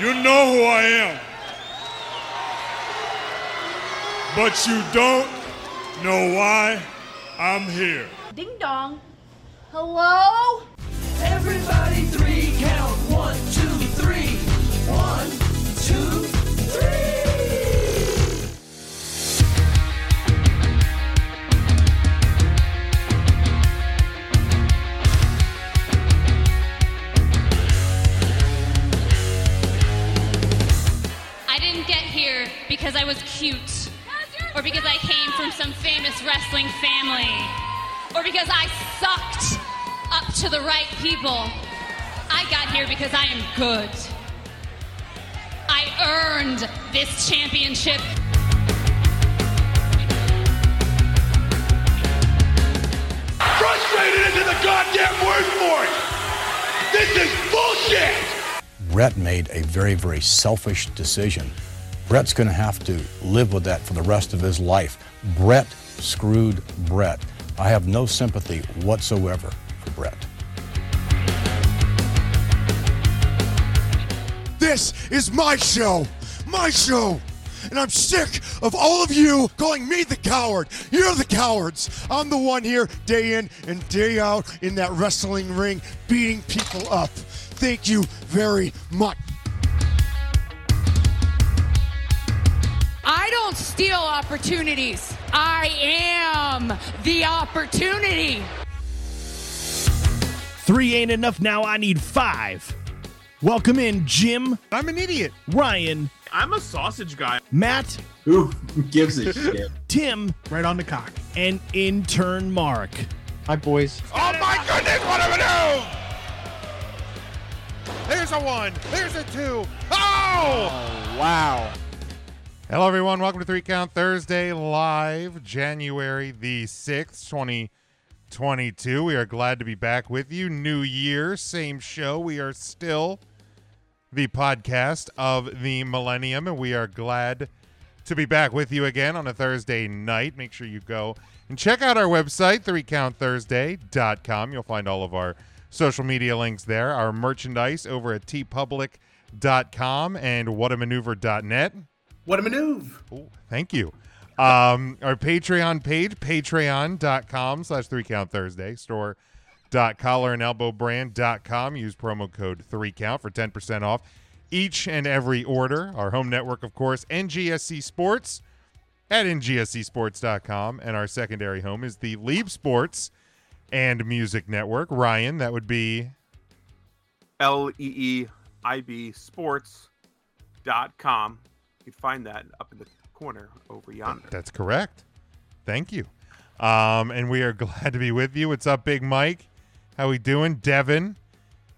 You know who I am. But you don't know why I'm here. Ding dong. Hello? Everybody three count. One, two, three. One, two, three. I didn't get here because I was cute, or because I came from some famous wrestling family, or because I sucked up to the right people. I got here because I am good. I earned this championship. Frustrated isn't the goddamn word for it. This is bullshit. Brett made a very, very selfish decision. Brett's going to have to live with that for the rest of his life. Brett screwed Brett. I have no sympathy whatsoever for Brett. This is my show. My show. And I'm sick of all of you calling me the coward. You're the cowards. I'm the one here day in and day out in that wrestling ring beating people up. Thank you very much. I don't steal opportunities. I am the opportunity. Three ain't enough now. I need five. Welcome in, Jim. I'm an idiot. Ryan, I'm a sausage guy. Matt, Who gives a shit? Tim, Right on the cock. and intern Mark. Hi, boys. Oh my goodness, what am I doing? There's a one. There's a two. Oh! Wow. Hello, everyone. Welcome to Three Count Thursday live, January the 6th, 2022. We are glad to be back with you. New year, same show. We are still the podcast of the millennium, and we are glad to be back with you again on a Thursday night. Make sure you go and check out our website, 3countthursday.com. You'll find all of our social media links there, our merchandise over at tpublic.com and whatamaneuver.net. What a maneuver. Ooh, thank you. Um, our Patreon page, patreon.com slash three count Thursday, store dot collar and elbow brand dot com. Use promo code three count for 10% off each and every order. Our home network, of course, NGSC Sports at ngscsports.com. And our secondary home is the Leap Sports and Music Network. Ryan, that would be L E E I B sports.com. You can find that up in the corner over yonder. That's correct. Thank you. Um, and we are glad to be with you. What's up, Big Mike? How we doing, Devin?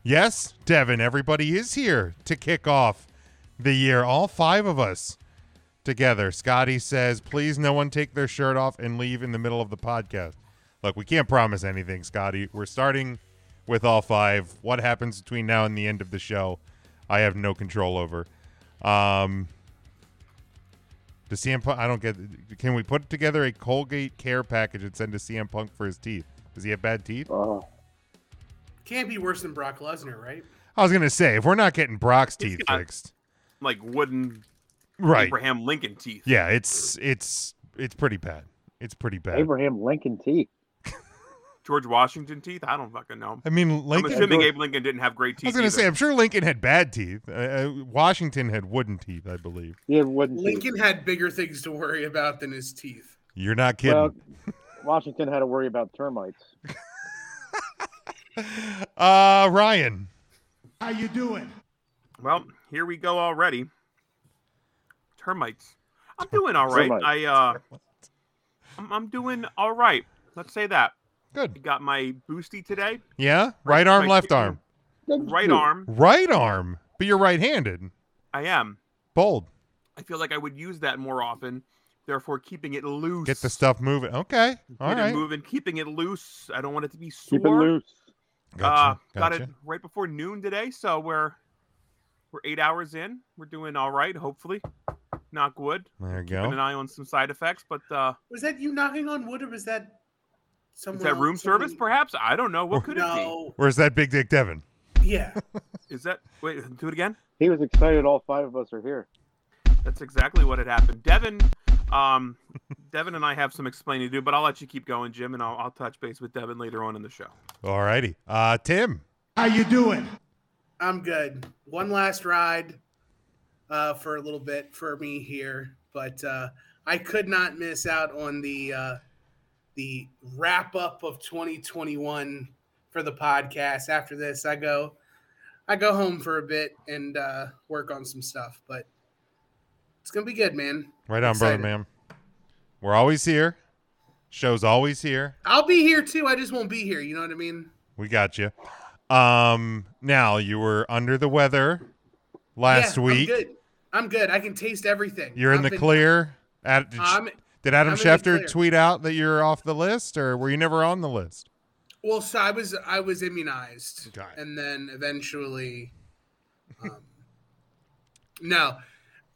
Yes, Devin. Everybody is here to kick off the year. All five of us together. Scotty says, "Please, no one take their shirt off and leave in the middle of the podcast." Look, we can't promise anything, Scotty. We're starting with all five. What happens between now and the end of the show, I have no control over. Um, does CM Punk? I don't get. Can we put together a Colgate care package and send to CM Punk for his teeth? Does he have bad teeth? Oh, Can't be worse than Brock Lesnar, right? I was gonna say, if we're not getting Brock's He's teeth got- fixed, Like wooden right? Abraham Lincoln teeth. Yeah, it's it's it's pretty bad. It's pretty bad. Abraham Lincoln teeth. George Washington teeth? I don't fucking know. I mean, Lincoln. I'm assuming Abe Lincoln didn't have great teeth. I was gonna either. say, I'm sure Lincoln had bad teeth. Uh, Uh, Washington had wooden teeth, I believe. Yeah, wouldn't Lincoln had bigger things to worry about than his teeth. You're not kidding. Well, Washington had to worry about termites. uh, Ryan, How you doing? Well, here we go already. Termites. I'm doing all right. Termites. I uh, I'm, I'm doing all right. Let's say that. I good. got my boosty today. Yeah, right arm, my left kicker. arm, Right arm. right arm. But you're right-handed. I am. Bold. I feel like I would use that more often. Therefore, keeping it loose. Get the stuff moving. Okay. All Get it right. moving, keeping it loose. I don't want it to be sore. Keep it loose. Gotcha. uh, Got it gotcha. right before noon today, so we're we're eight hours in. We're doing all right, hopefully. Knock wood. There you Keeping an go. eye on some side effects, but uh, Was that you knocking on wood, or was that is someone? that else? room service? Somebody- Perhaps Oh, I don't know. What could it No. Where's that Big Dick Devin? Yeah. be? Is that wait? Do it again. He was excited all five of us are here. That's exactly what had happened. Devin, um, Devin and I have some explaining to do, but I'll let you keep going, Jim, and I'll, I'll touch base with Devin later on in the show. All righty. Uh, Tim. How you doing? I'm good. One last ride uh, for a little bit for me here, but uh, I could not miss out on the uh, the wrap up of 2021 for the podcast. After this, I go I go home for a bit and uh, work on some stuff, but it's gonna be good, man. Right on, Excited. brother, ma'am. We're always here. Show's always here. I'll be here too. I just won't be here. You know what I mean? We got you. Um, now you were under the weather last Yeah, week. I'm good. I'm good. I can taste everything. You're in I've the been- clear. Ad- did, I'm- did Adam I'm in the clear. Schefter tweet out that you're off the list, or were you never on the list? Well, so I was I was immunized, and then eventually, um, no,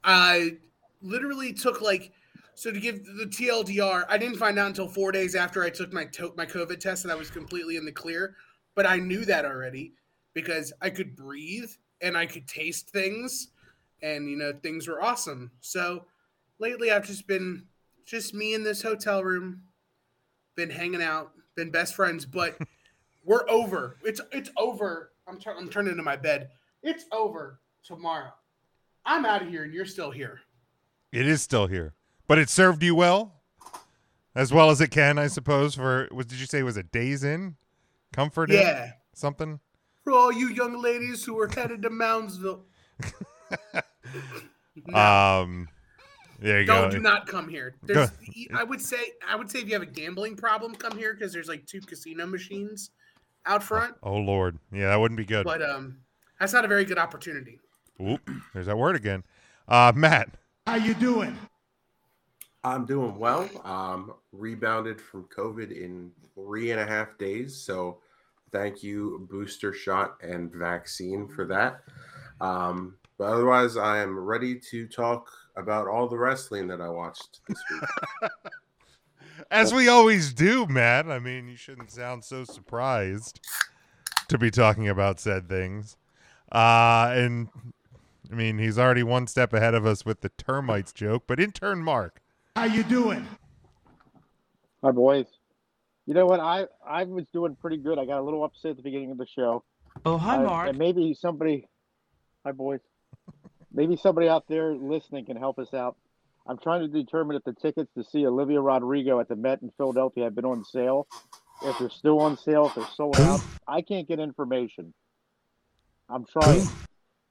I literally took like so to give the TLDR. I didn't find out until four days after I took my to- my COVID test that I was completely in the clear, but I knew that already because I could breathe and I could taste things, and you know things were awesome. So lately, I've just been just me in this hotel room been hanging out, been best friends, but we're over. It's it's over. I'm tur- I'm turning to my bed. It's over tomorrow. I'm out of here, and you're still here. It is still here, but it served you well, as well as it can, I suppose. For was did you say was it days in, comfort? in? Yeah. something. For all you young ladies who are headed to Moundsville, No. Um, there you don't go. do not come here. There's, Go- I would say I would say if you have a gambling problem, come here because there's like two casino machines out front. Oh Lord, yeah, that wouldn't be good. But um, that's not a very good opportunity. Oop, there's that word again. Uh, Matt. How you doing? I'm doing well. Um, rebounded from COVID in three and a half days. So thank you, booster shot and vaccine, for that. Um, but otherwise, I am ready to talk about all the wrestling that I watched this week. As we always do, Matt. I mean, you shouldn't sound so surprised to be talking about said things. Uh, and I mean, he's already one step ahead of us with the termites joke, but intern Mark. How you doing? Hi, boys. You know what? I I was doing pretty good. I got a little upset at the beginning of the show. Oh, hi, Uh, Mark. And maybe somebody, hi, boys. Maybe somebody out there listening can help us out. I'm trying to determine if the tickets to see Olivia Rodrigo at the Met in Philadelphia have been on sale. If they're still on sale, if they're sold out, I can't get information. I'm trying,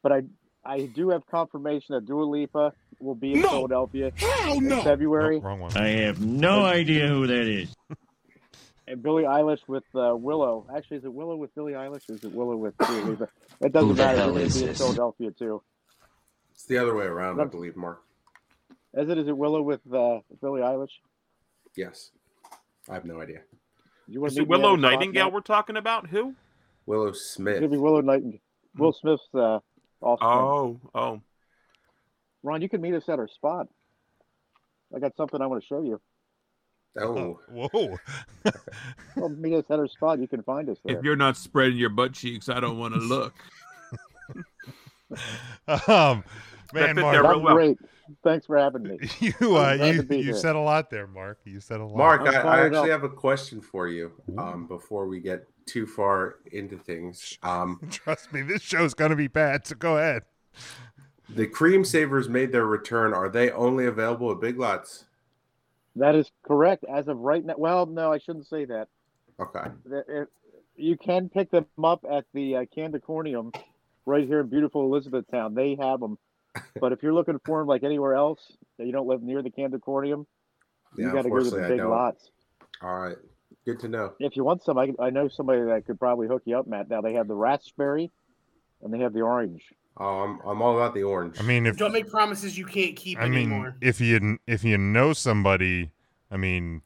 but I I do have confirmation that Dua Lipa will be in Philadelphia in no. February. Oh, wrong one. I have no idea who that is. and Billie Eilish with uh, Willow. Actually, is it Willow with Billie Eilish? Or is it Willow with Dua Lipa? It doesn't Who the matter. hell They're going is to be in this? Philadelphia too. it's the other way around, I believe, Mark. Is it? Is it Willow with uh, Billie Eilish? Yes. I have no idea. You wanna Is it meet me on Willow the spot, Nightingale Matt? we're talking about? Who? Willow It's gonna Smith. be Willow Nightingale. Will Smith's uh, offspring. Hmm. Oh, oh. Ron, you can meet us at our spot. I got something I want to show you. Oh. Whoa. Well, meet us at our spot. You can find us there. If you're not spreading your butt cheeks, I don't want to look. Um, man, Mark, I'm great. Thanks for having me. you uh, I'm glad you, to be you here. said a lot there, Mark. You said a lot. Mark, I, I actually have a question for you um, before we get too far into things. Um, Trust me, this show's gonna be bad. So go ahead. The cream savers made their return. Are they only available at Big Lots? That is correct. As of right now, well, no, I shouldn't say that. Okay. Th- it- You can pick them up at the uh, Candicornium right here in beautiful Elizabethtown. They have them. But if you're looking for them like anywhere else that you don't live near the Candicornium, Yeah, you got to go to unfortunately, the I big don't. lots. All right. Good to know. If you want some, I, I know somebody that could probably hook you up, Matt. Now they have the raspberry and they have the orange. Um, I'm all about the orange. I mean, if Don't make promises you can't keep I mean, anymore. if you if you know somebody, I mean,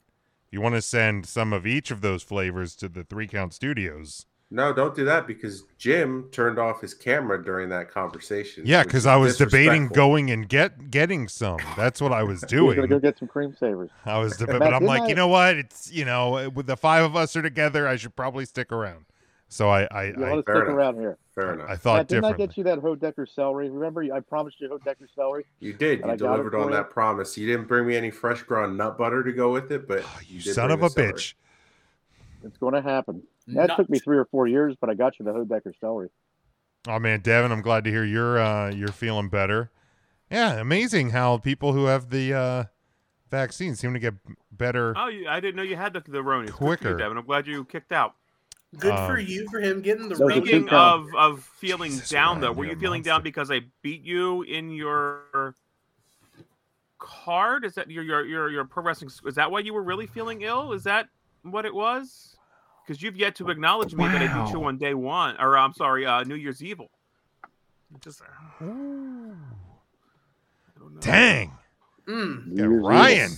you want to send some of each of those flavors to the Three Count Studios. No, don't do that because Jim turned off his camera during that conversation. Yeah, which because is I was debating disrespectful. going and get getting some. That's what I was We're gonna doing. go get some cream savers. I was, deb- Matt, but I'm didn't like, I- you know what? It's you know, with the five of us are together, I should probably stick around. So I, I, You I want to stick around here. Fair enough. I thought didn't I differently. get you that Hodecker celery? Remember, I promised you Hodecker celery. You did. And You I got it delivered on for you. that promise. You didn't bring me any fresh ground nut butter to go with it, but you did Oh, son bring of a the celery. bitch. It's going to happen. That took me three or four years, but I got you the Hodecker celery. Oh man, Devin, I'm glad to hear you're uh, you're feeling better. Yeah, amazing how people who have the uh, vaccine seem to get better. Oh, you, I didn't know you had the, the Ronin. Good for you, Quicker. Devin. I'm glad you kicked out. Good for Um, you for him getting the. Ronin. Speaking of, of feeling down, though, were you feeling down because I beat you in your card? Is that your your your, your pro wrestling? sc- Is that why you were really feeling ill? Is that what it was? Because you've yet to acknowledge me that I beat you on day one, or I'm sorry, uh, New Year's Evil. Just Dang. Mm. Yeah, Ryan.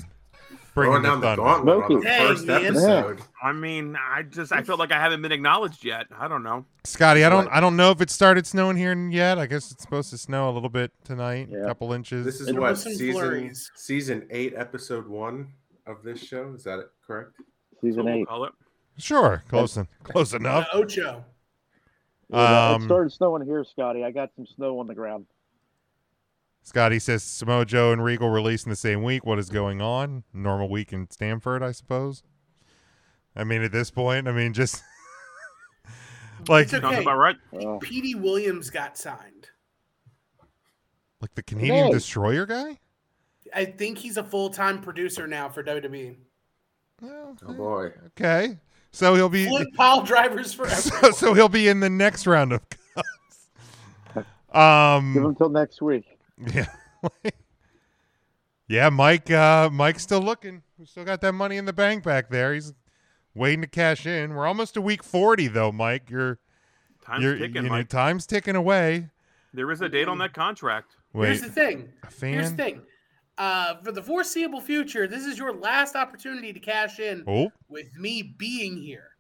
Throwing Bringing the down the thunder. gauntlet on the Dang, first man. episode. I mean, I just I felt like I haven't been acknowledged yet. I don't know. Scotty, I don't I don't know if it started snowing here yet. I guess it's supposed to snow a little bit tonight, a couple inches. This is what season season eight, episode one of this show. Is that it? correct? Season we'll eight. call it. Sure, close en- close enough. Ocho. Yeah, Um, it started snowing here, Scotty. I got some snow on the ground. Scotty says Samoa Joe and Regal released in the same week. What is going on? Normal week in Stanford, I suppose. I mean, at this point, I mean, just like it's okay. right. Petey Williams got signed. like the Canadian Hey. destroyer guy. I think he's a full time producer now for E. WWE. Oh boy. Okay, so he'll be Flip pile drivers so, forever. so he'll be in the next round of cuts. Um, Give him till next week. Yeah. yeah, Mike. Uh, Mike's still looking. We still got that money in the bank back there. He's waiting to cash in. We're almost to week forty though, Mike. You're Time's you're, ticking, you know, Mike. Time's ticking away. There is a date on that contract. Wait, Here's the thing. fan? Here's the thing. Uh, for the foreseeable future, this is your last opportunity to cash in Oh. with me being here.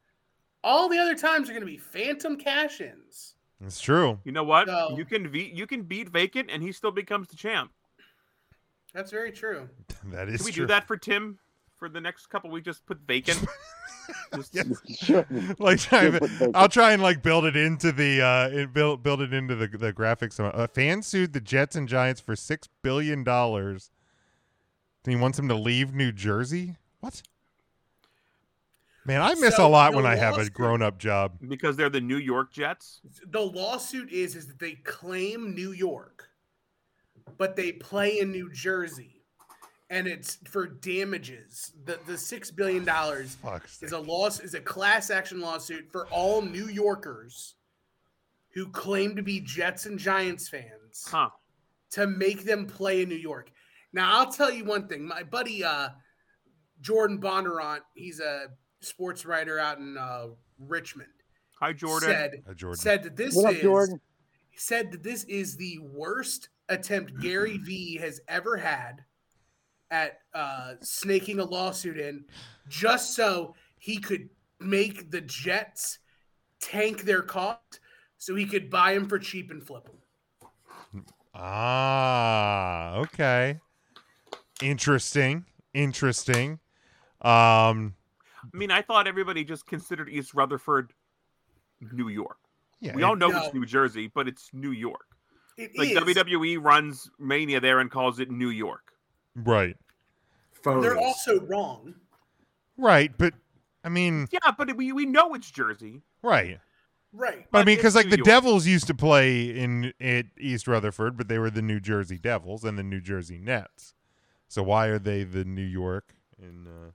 All the other times are going to be phantom cash ins. it's true. You know what? You can ve- you can beat vacant, and he still becomes the champ. That's very true. That Can is we true. do that for Tim for the next couple weeks? Just put vacant. Just- like try- Put vacant. I'll try and like build it into the uh it build build it into the the graphics. Uh, A fan sued the Jets and Giants for six billion dollars. He wants him to leave New Jersey. What? Man, I miss So, a lot the when I have a lawsuit- grown up job. because they're the New York Jets. The lawsuit is is that they claim New York, but they play in New Jersey, and it's for damages. The the six billion dollars Fuck's is a loss is a class action lawsuit for all New Yorkers who claim to be Jets and Giants fans huh. to make them play in New York. Now I'll tell you one thing. My buddy uh, Jordan Bondurant, he's a sports writer out in uh, Richmond. Hi Jordan. Said, Hi, Jordan. said that this What up, is Jordan? said that this is the worst attempt Gary V has ever had at uh, snaking a lawsuit in, just so he could make the Jets tank their cost, so he could buy him for cheap and flip him. Ah, okay. Interesting. Interesting. Um I mean, I thought everybody just considered East Rutherford New York. Yeah, we all it- know No. it's New Jersey, but it's New York. It like is. WWE runs Mania there and calls it New York. right. They're also wrong. Right, but I mean Yeah, but we, we know it's Jersey. right. Right. But I mean, it's because like New the York. Devils used to play in at East Rutherford, but they were the New Jersey Devils and the New Jersey Nets. So why are they the New York? And uh,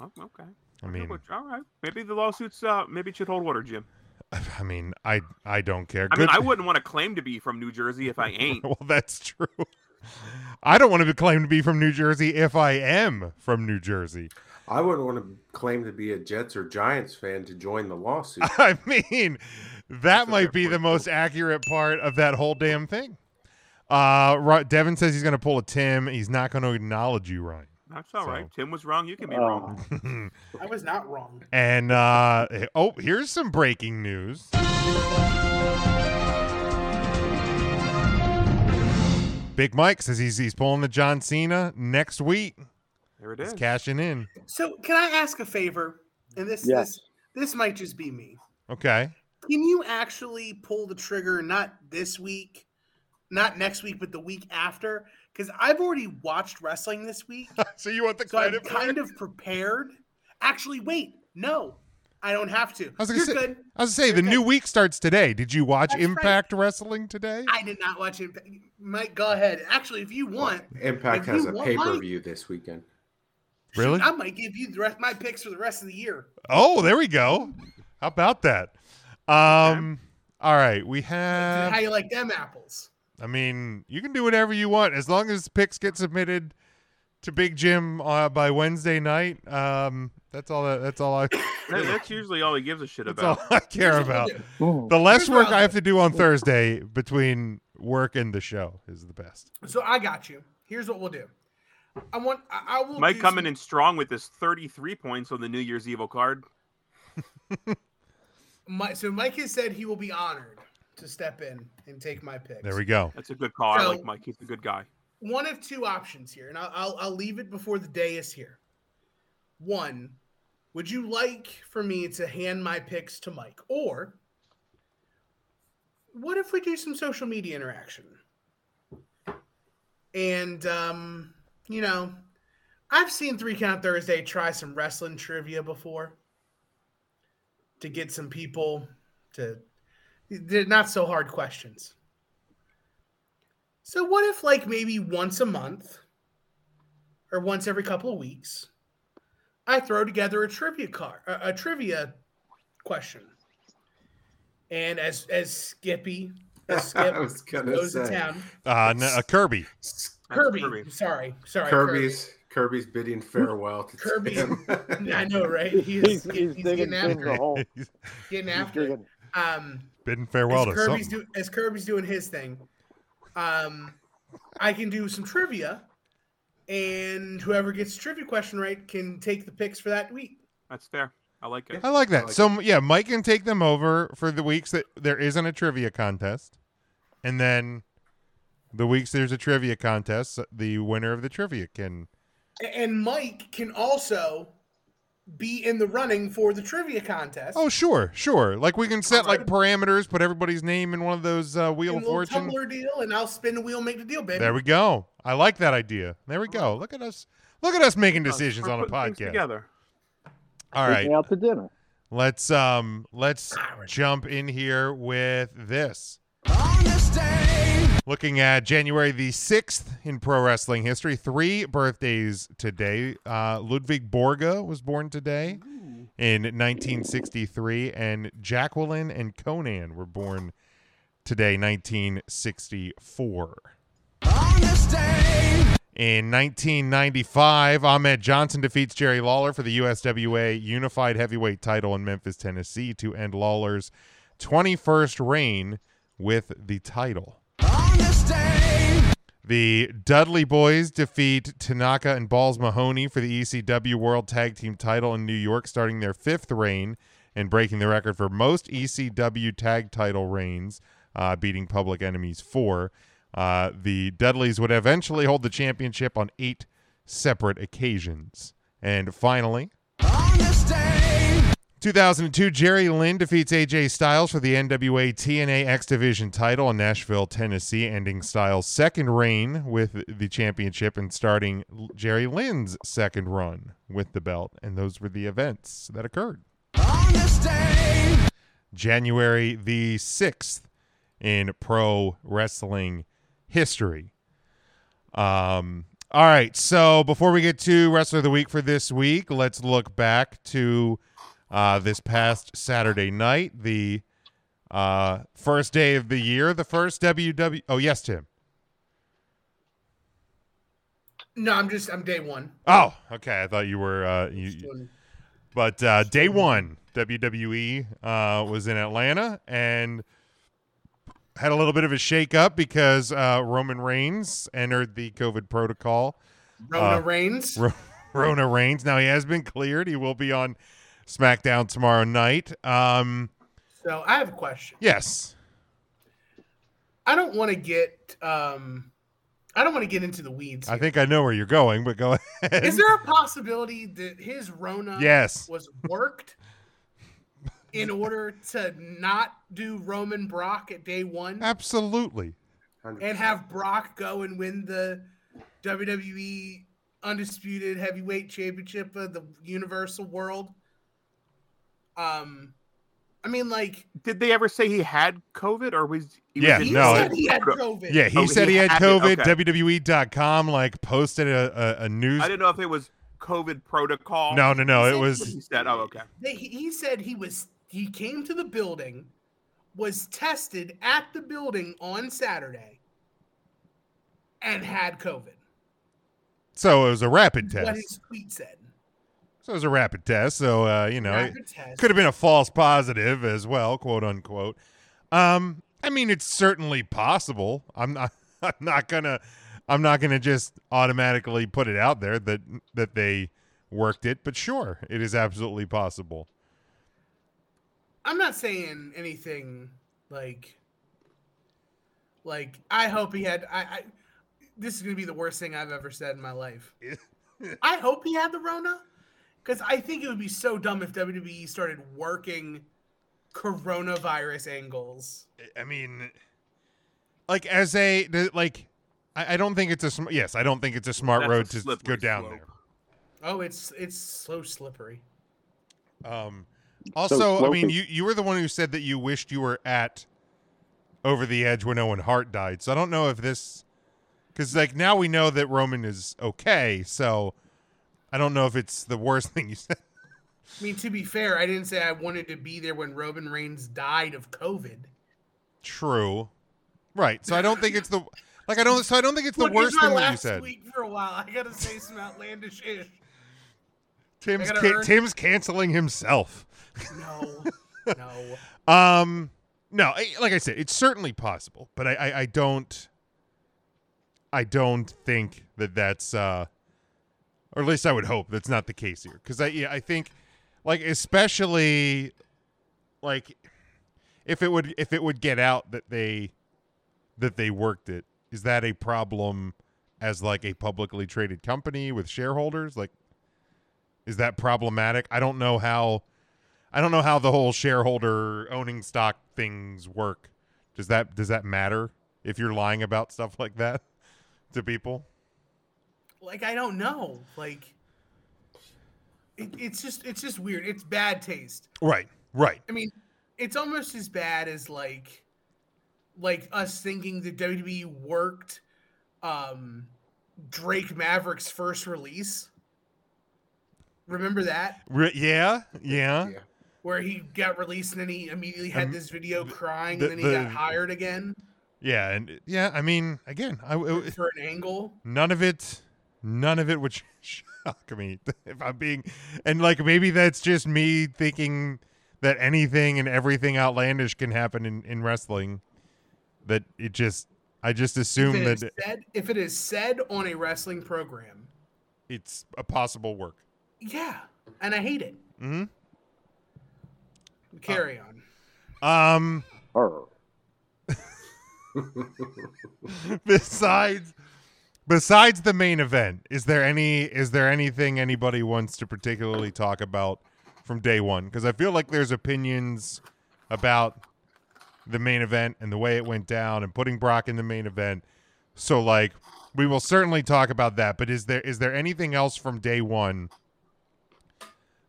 Oh, okay. I mean- all right. Maybe the lawsuits. Uh, maybe it should hold water, Jim. I mean, I I don't care. I mean, Good- I wouldn't want to claim to be from New Jersey if I ain't. well, that's true. I don't want to be claimed to be from New Jersey if I am from New Jersey. I wouldn't want to claim to be a Jets or Giants fan to join the lawsuit. I mean, that might be the most accurate part of that whole damn thing. Uh, Ro- Devin says he's going to pull a Tim. He's not going to acknowledge you, Ryan. That's all right. Tim was wrong. You can be Oh. wrong. I was not wrong. And uh oh, here's some breaking news. Big Mike says he's he's pulling the John Cena next week. There it He's cashing in. So, can I ask a favor? And this Yes. this, this might just be me. Okay. can you actually pull the trigger not this week, not next week, but the week after? Because I've already watched wrestling this week. so you want the credit? I'm kind of prepared. Actually, wait, no, I don't have to. I was gonna You're say, good. I was gonna say the new week starts today. Did you watch That's right. Impact Wrestling today? I did not watch it. Mike, go ahead. Actually, if you want, Impact if has you a want, pay per view this weekend. Mike, Really? I might give you the rest my picks for the rest of the year. Oh, there we go. How about that? Um, all right, we have. How you like them apples? I mean, you can do whatever you want as long as picks get submitted to Big Jim uh, by Wednesday night. Um, that's all. That, that's all I. That- that's usually all he gives a shit That's about. all I care about. The less Here's what work I'll I do. have to do on Thursday between work and the show is the best. So I got you. Here's what we'll do. I want. I, I will. Mike do coming some- in strong with his 33 points on the New Year's Evil card. Mi- so Mike has said he will be honored to step in and take my picks. There we go. That's a good call. I So- like Mike. He's a good guy. One of two options here, and I'll, I'll I'll leave it before the day is here. One, would you like for me to hand my picks to Mike, or what if we do some social media interaction? And um, you know, I've seen Three Count Thursday try some wrestling trivia before to get some people to they're not so hard questions. So what if like maybe once a month or once every couple of weeks I throw together a trivia car a, a trivia question. And as as Skippy as Skip I was gonna goes to say. town Uh, n- uh, Kirby. Kirby, sorry, sorry Kirby's Kirby's bidding farewell to Kirby. Tim. Kirby. I know right he's, He's- he's, he's getting digging through the after it. Oh. hole. He's getting after it. um bidding farewell to as Kirby's something. do, as Kirby's doing his thing, um, I can do some trivia, and whoever gets the trivia question right can take the picks for that week. That's fair. I like it. I like that. so m yeah, Mike can take them over for the weeks that there isn't a trivia contest, and then the weeks there's a trivia contest, the winner of the trivia can. A- And Mike can also be in the running for the trivia contest. Oh sure, sure. Like we can set like parameters, put everybody's name in one of those uh, wheel in of a little fortune. Tumblr deal, and I'll spin the wheel, and make the deal, baby. There we go. I like that idea. There we go. Look at us. Look at us making decisions we're on a putting things podcast. together. All Take right. me out to dinner. Let's um let's jump in here with this. Looking at January the 6th in pro wrestling history, three birthdays today. Uh, Ludwig Borga was born today in 1963, and Jacqueline and Conan were born today, 1964. In 1995, Ahmed Johnson defeats Jerry Lawler for the USWA Unified Heavyweight title in Memphis, Tennessee to end Lawler's 21st reign with the title. The Dudley Boys defeat Tanaka and Balls Mahoney for the ECW World Tag Team title in New York, starting their fifth reign and breaking the record for most ECW tag title reigns, uh, beating Public Enemies 4. Uh, the Dudleys would eventually hold the championship on eight separate occasions. And finally, 2002, Jerry Lynn defeats AJ Styles for the NWA TNA X Division title in Nashville, Tennessee, ending Styles' second reign with the championship and starting L- Jerry Lynn's second run with the belt. And those were the events that occurred. January the 6th in pro wrestling history. Um, all right. So before we get to wrestler of the week for this week, let's look back to uh, this past Saturday night, the uh, first day of the year, the first WW. Oh yes, Tim. No, I'm just I'm day one. Oh, okay. I thought you were. Uh, you, but uh, day one, WWE uh, was in Atlanta and had a little bit of a shakeup because uh, Roman Reigns entered the COVID protocol. Rona Reigns? uh, Ro- Rona Reigns. Now he has been cleared. He will be on SmackDown tomorrow night. Um, So I have a question. yes. I don't want to get um, I don't want to get into the weeds. I think I know where you're going, but go ahead. Is there a possibility that his Rona Yes. was worked? in order to not do Roman Brock at day one Absolutely. and have Brock go and win the WWE Undisputed Heavyweight Championship of the Universal World. Um, I mean, like, Did they ever say he had COVID or was he yeah, was in- no. said he had COVID. Yeah, he Oh, said he had COVID. It. okay. WWE.com like posted a, a, a news. I didn't know if it was COVID protocol. No, no, no, it Is was- what He said, "Oh, okay." they, he- he said he was he came to the building, was tested at the building on Saturday, and had COVID. So it was a rapid is What test. his tweet said. So it was a rapid test. So uh, you know, Rapid it test. could have been a false positive as well, quote unquote. Um, I mean, it's certainly possible. I'm not. I'm not gonna. I'm not gonna just automatically put it out there that that they worked it. But sure, it is absolutely possible. I'm not saying anything like like I hope he had I, I this is gonna be the worst thing I've ever said in my life. I hope he had the Rona. Because I think it would be so dumb if WWE started working coronavirus angles. I mean, like as a th- like I, I don't think it's a sm- yes i don't think it's a smart That's a road to go slippery down slope. Oh, it's it's so slippery. there um So also i mean sloping- you you were the one who said that you wished you were at over the edge when owen hart died so i don't know if this because like now we know that roman is okay so i don't know if it's the worst thing you said I mean, to be fair, I didn't say I wanted to be there when Roman Reigns died of COVID. true right so i don't think it's the like i don't so i don't think it's the Look, worst my thing that you last said week for a while. I gotta say some outlandish ish. tim's I gotta ca- earn- tim's canceling himself No, no. Um, no, I- like I said, it's certainly possible, but I, I, I don't, I don't think that that's, uh, or at least I would hope that's not the case here, because I, yeah, I think, like especially, like, if it would, if it would get out that they, that they worked it, is that a problem as like a publicly traded company with shareholders, like? is that problematic i don't know how i don't know how the whole shareholder owning stock things work does that does that matter if you're lying about stuff like that to people Like I don't know. Like it, it's just it's just weird. It's bad taste. right right I mean, it's almost as bad as like like us thinking the WWE E worked um Drake Maverick's first release. Remember that? Re- yeah yeah, Where he got released and then he immediately had Um, this video crying the- and then he the- got hired again yeah and yeah i mean again i it- for an angle. none of it none of it would shock me if i'm being and like maybe that's just me thinking that anything and everything outlandish can happen in, in wrestling that it just i just If assume it, is that said, if it is said on a wrestling program, it's a possible work yeah, and I hate it. hmm Carry on. um besides besides the main event is there any is there anything anybody wants to particularly talk about from day one because i feel like there's opinions about the main event and the way it went down and putting brock in the main event so like we will certainly talk about that but is there is there anything else from day one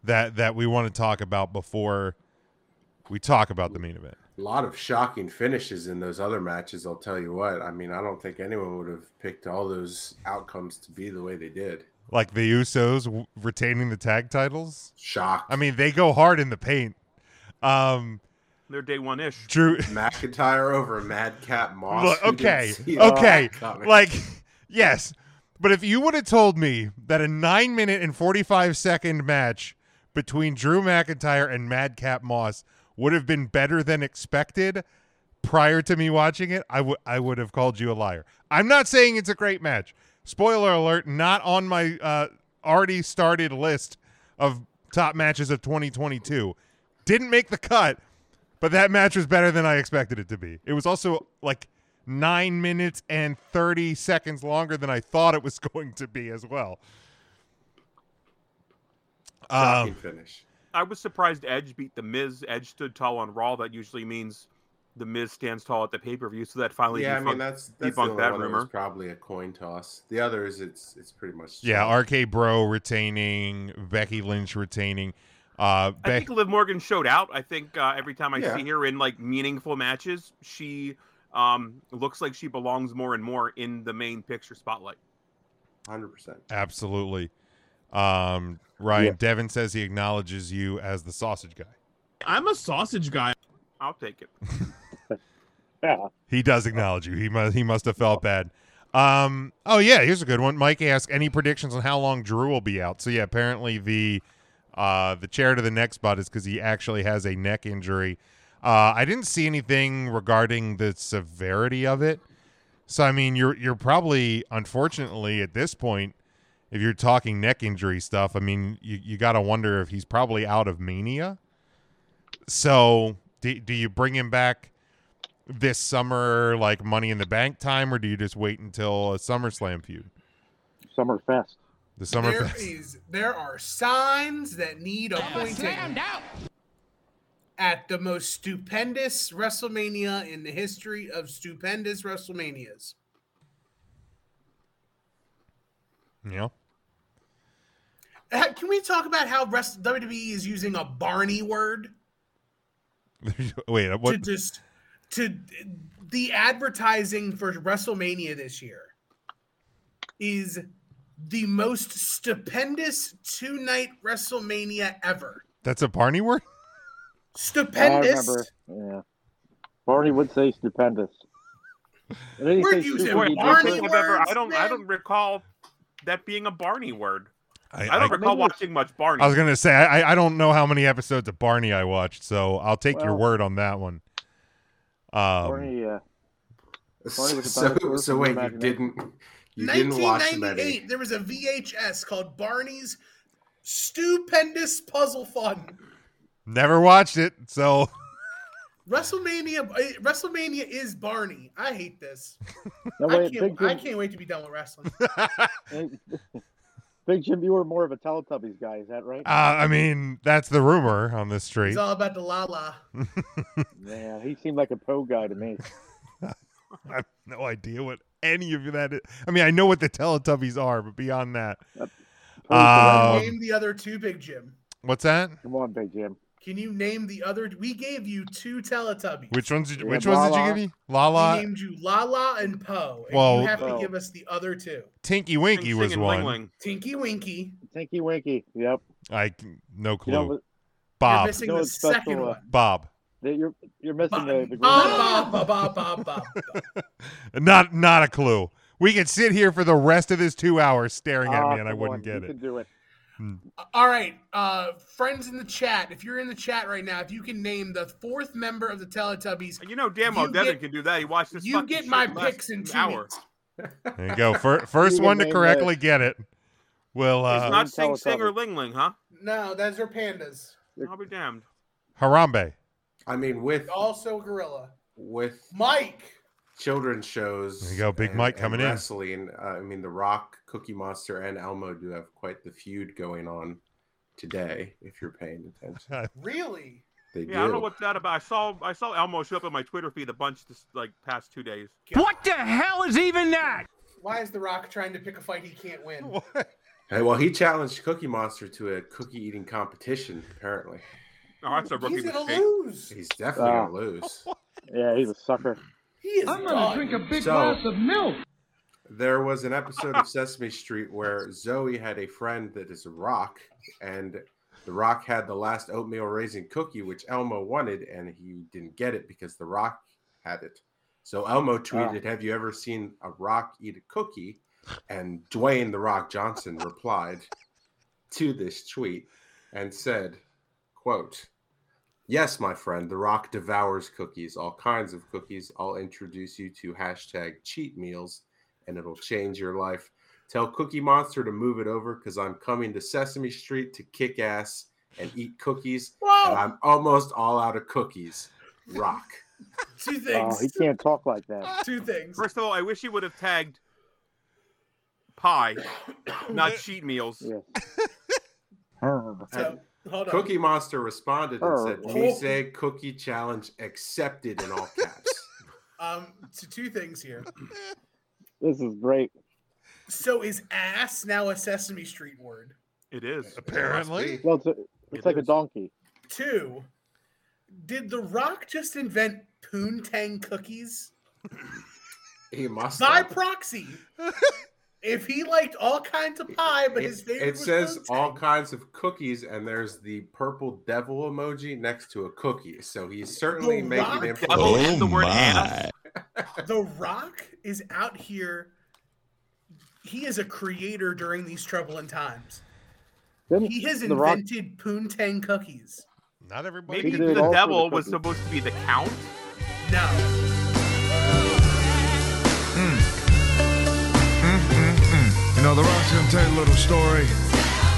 that that we want to talk about before we talk about the main event A lot of shocking finishes in those other matches, I'll tell you what. I mean, I don't think anyone would have picked all those outcomes to be the way they did. like the Usos w- retaining the tag titles. Shock. I mean, they go hard in the paint. Um, They're day one ish. Drew McIntyre over Madcap Moss. look, Who didn't okay, see that okay, coming? like yes, but if you would have told me that a nine minute and forty five second match between Drew McIntyre and Madcap Moss would have been better than expected prior to me watching it, I would I would have called you a liar. I'm not saying it's a great match. Spoiler alert, not on my uh, already started list of top matches of 2022. Didn't make the cut, but that match was better than I expected it to be. It was also like 9 minutes and 30 seconds longer than I thought it was going to be as well. Shocking finish. I was surprised Edge beat the Miz. Edge stood tall on Raw. That usually means the Miz stands tall at the pay per view. So that finally yeah, defunct, I mean that's that's the defunct only that one that rumor. was probably a coin toss. The others, it's it's pretty much Yeah, RK Bro retaining, Becky Lynch retaining. Uh, I Becky. think Liv Morgan showed out. I think uh, every time I Yeah. see her in like meaningful matches, she um, looks like she belongs more and more in the main picture spotlight. Hundred percent. Absolutely. Um, Ryan Yeah. Devin says he acknowledges you as the sausage guy. I'm a sausage guy. I'll take it. yeah. He does acknowledge you. He must. He must have felt bad. Um. Oh yeah. Here's a good one. Mike asked any predictions on how long Drew will be out. So yeah, apparently the uh the chair to the neck spot is because he actually has a neck injury. Uh, I didn't see anything regarding the severity of it. So I mean, you're you're probably unfortunately at this point, if you're talking neck injury stuff, I mean, you you gotta wonder if he's probably out of mania. So do, do you bring him back this summer, like Money in the Bank time, or do you just wait until a SummerSlam feud? Summerfest. The There Summerfest. is- there are signs that need appointing. At the most stupendous WrestleMania in the history of stupendous WrestleManias. Yeah. Uh, Can we talk about how rest- WWE E is using a Barney word Wait. uh, to What? just to the advertising for WrestleMania this year is the most stupendous two night WrestleMania ever. That's a Barney word. Stupendous. I remember. Yeah. Barney would say stupendous. And then he'd say super Boy, duper. Barney I've ever- I don't. I don't recall that being a Barney word. I, don't recall watching much Barney. I was gonna say I I don't know how many episodes of Barney I watched, so I'll take your Well- word on that one. Um, Barney, uh, Barney was a So, dinosaur so from wait, you imagination. didn't you didn't watch many? 1998, there was a VHS called Barney's Stupendous Puzzle Fun. never watched it, so WrestleMania, eh, WrestleMania is Barney. I hate this. No, I, wait, Big can't, I Jim, can't wait to be done with wrestling. Big Jim, you were more of a Teletubbies guy, is that right? uh, I mean that's the rumor on this street. It's all about the la la. yeah, he seemed like a Poe guy to me. I have no idea what any of that is. I mean, I know what the Teletubbies are, but beyond that, um, Name the other two, Big Jim. what's that? Come on, Big Jim. Can you name the other? We gave you two Teletubbies. Which ones? Did, Yeah, which ones did you Lala. give me? Lala, We named you Lala and Poe. And Well- you have to Poe. give us the other two. Tinky Winky Sing, sing, was and one. Ling Tinky Winky. Tinky Winky. Yep. I c- no clue. know what- Bob. missing the second one. Bob. That you're you're missing uh, the, the Bob, Bob, Bob, Bob, Bob. Not not a clue. We could sit here for the rest of this two hours staring at Ah, me, and I come wouldn't on, get you it. can do it. All right, uh, friends in the chat, if you're in the chat right now, if you can name the fourth member of the Teletubbies, you know damn well you Devin get- can do that. He watched this. you fucking get shit my last picks in two hour. There you go. Fir- first can one to name correctly this. get it. Well, It's uh, not Sing Sing or Ling Ling, huh? no, those are pandas. I'll be damned. Harambe. I mean, with Also, a gorilla. with Mike. children's shows. There you go, Big and- Mike and coming in. wrestling, uh, I mean, The Rock, Cookie Monster, and Elmo do have quite the feud going on today. If you're paying attention, Really? they Yeah, I don't do. know what's that about. I saw I saw Elmo show up on my Twitter feed a bunch this like past two days. What the hell is even that? Why is The Rock trying to pick a fight he can't win? Hey, well, he challenged Cookie Monster to a cookie eating competition. Apparently, Oh, that's a rookie He's gonna mistake. lose. he's definitely Ah. gonna lose. Yeah, he's a sucker. He is I'm gonna drink a big So- glass of milk. There was an episode of Sesame Street where Zoe had a friend that is a rock, and the rock had the last oatmeal raisin cookie, which Elmo wanted, and he didn't get it because the rock had it. So Elmo tweeted, Have you ever seen a rock eat a cookie? And Dwayne the Rock Johnson replied to this tweet and said, quote, Yes, my friend, The Rock devours cookies, all kinds of cookies. I'll introduce you to hashtag cheat meals and it'll change your life. Tell Cookie Monster to move it over because I'm coming to Sesame Street to kick ass and eat cookies. Whoa! And I'm almost all out of cookies. Rock. Two Oh, things. he can't talk like that. Two things. First of all, I wish he would have tagged pie, not cheat meals. Herb. So, Hold on. Cookie Monster responded and Oh. said, Oh. Tuesday cookie challenge accepted in all caps. Um, so two things here. This is great. So is ass now a Sesame Street word? It is. Apparently. Well, it's, a, it's like a donkey. Two, did The Rock just invent poontang cookies He must by have. proxy? if he liked all kinds of pie, but his It, favorite it was says all kinds of cookies, and there's the purple devil emoji next to a cookie. So he's certainly The making Rock? it. Devil and the word Oh ass. The Rock is out here. He is a creator during these troubling times. Didn't He has The Rock- invented poontang cookies. Not everybody. Maybe He the did also devil the was cookie. supposed to be the count. No. Mm-mm-mm. You know, The Rock's gonna tell you a little story.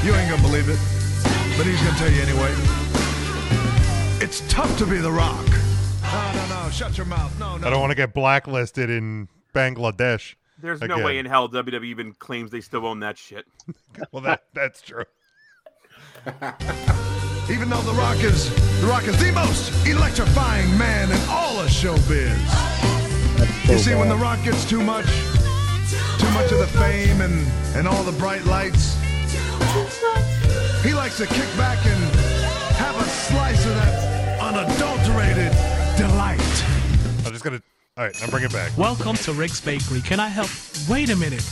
You ain't gonna believe it, but he's gonna tell you anyway. It's tough to be The Rock. No, no, no. Shut your mouth. No, no. I don't want to get blacklisted in Bangladesh. There's no again. way in hell WWE even claims they still own that shit. well, that that's true. Even though The Rock is The Rock is the most electrifying man in all of showbiz. you see, when The Rock gets too much, too much of the fame and, and all the bright lights, he likes to kick back and have a slice of that unadulterated delight. I'm just gonna. All right, I'm bringing it back. Welcome to Rick's Bakery. Can I help? Wait a minute.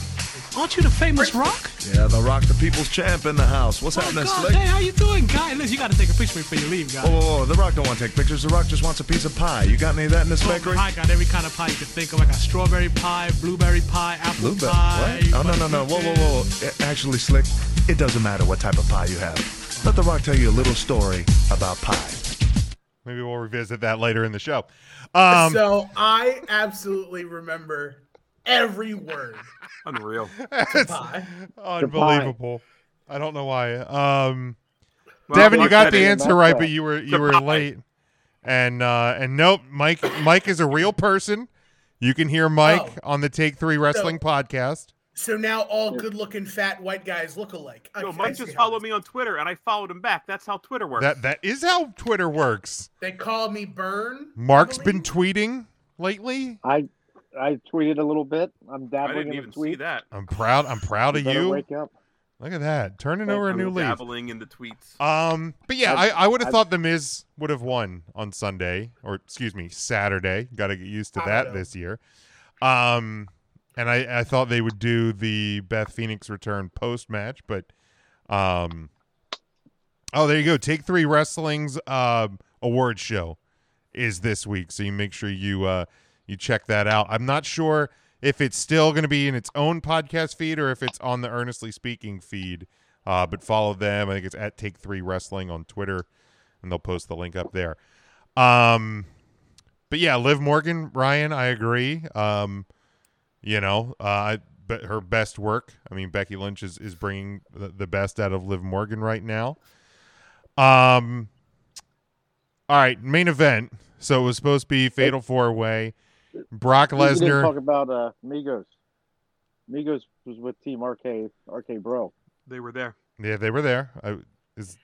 Aren't you the famous Rock? Yeah, The Rock, the people's champ in the house. What's Oh, God, hey, how you doing, guy? Listen, you got to take a picture before you leave, guy. Whoa, whoa, whoa, The Rock don't want to take pictures. The Rock just wants a piece of pie. You got any of that in this Oh, bakery? I got every kind of pie you can think of. I got strawberry pie, blueberry pie, apple Blueberry. pie. What? Oh no no no! Whoa whoa whoa! A- Actually, slick. It doesn't matter what type of pie you have. Let the Rock tell you a little story about pie. Maybe we'll revisit that later in the show. Um, so I absolutely remember every word. Unreal. It's pie. unbelievable. I don't know why. Um, Well, Devin, you look got at the it. answer right, but you were you were Goodbye. late. And uh, and nope, Mike Mike is a real person. You can hear Mike on the Take Three Wrestling podcast. So now all good-looking fat white guys look alike. Yo, Okay, I Mike see just how- followed me on Twitter, and I followed him back. That's how Twitter works. That that is how Twitter works. They call me Burn. Mark's been tweeting lately. I I tweeted a little bit. I'm I dabbling didn't in even the see tweet. that. I'm proud. I'm proud You of better you. wake up. Look at that, turning over a I'm new leaf. Dabbling in the tweets. Um, but yeah, I, I've- I would have I've- thought the Miz would have won on Sunday, or excuse me, Saturday. Got to get used to that this year. Um, and I, I thought they would do the Beth Phoenix return post match, but um, oh, there you go. Take Three Wrestling's uh, award show is this week, so you make sure you uh you check that out. I'm not sure if it's still going to be in its own podcast feed or if it's on the Earnestly Speaking feed. Uh, but follow them. I think it's at Take Three Wrestling on Twitter, and they'll post the link up there. Um, but yeah, Liv Morgan, Ryan, I agree. Um, you know, uh, I- but her best work. I mean, Becky Lynch is is bringing the, the best out of Liv Morgan right now. Um, all right, main event. So it was supposed to be Fatal Four Way. Brock We didn't Talk Lesnar. about uh, Migos. Migos was with Team RK RK Bro. They were there. Yeah, they were there. I, is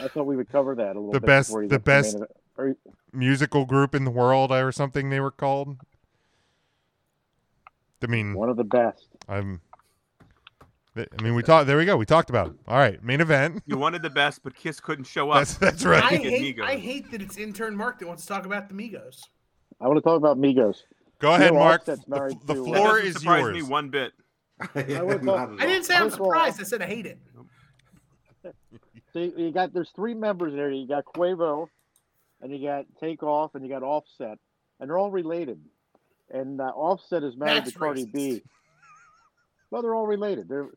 I thought we would cover that a little the bit. best, before you the get to main best event. Are you- musical group in the world, or something they were called. I mean, one of the best. I'm. I mean, we talked. There we go. We talked about it. All right, main event. You wanted the best, but Kiss couldn't show up. That's- that's right. I Get hate, Migos. I hate that it's intern Mark that wants to talk about the Migos. I want to talk about Migos. Go ahead, Neil Mark. Offset's The- married the to, uh, floor That doesn't Doesn't surprise me one bit. I would Not love- I didn't say I'm First of all, surprised. I said I hate it. So you, you got there's three members there. You got Quavo, and you got Takeoff, and you got Offset, and they're all related. And uh, Offset is married That's to Cardi B. No, they're all related. They're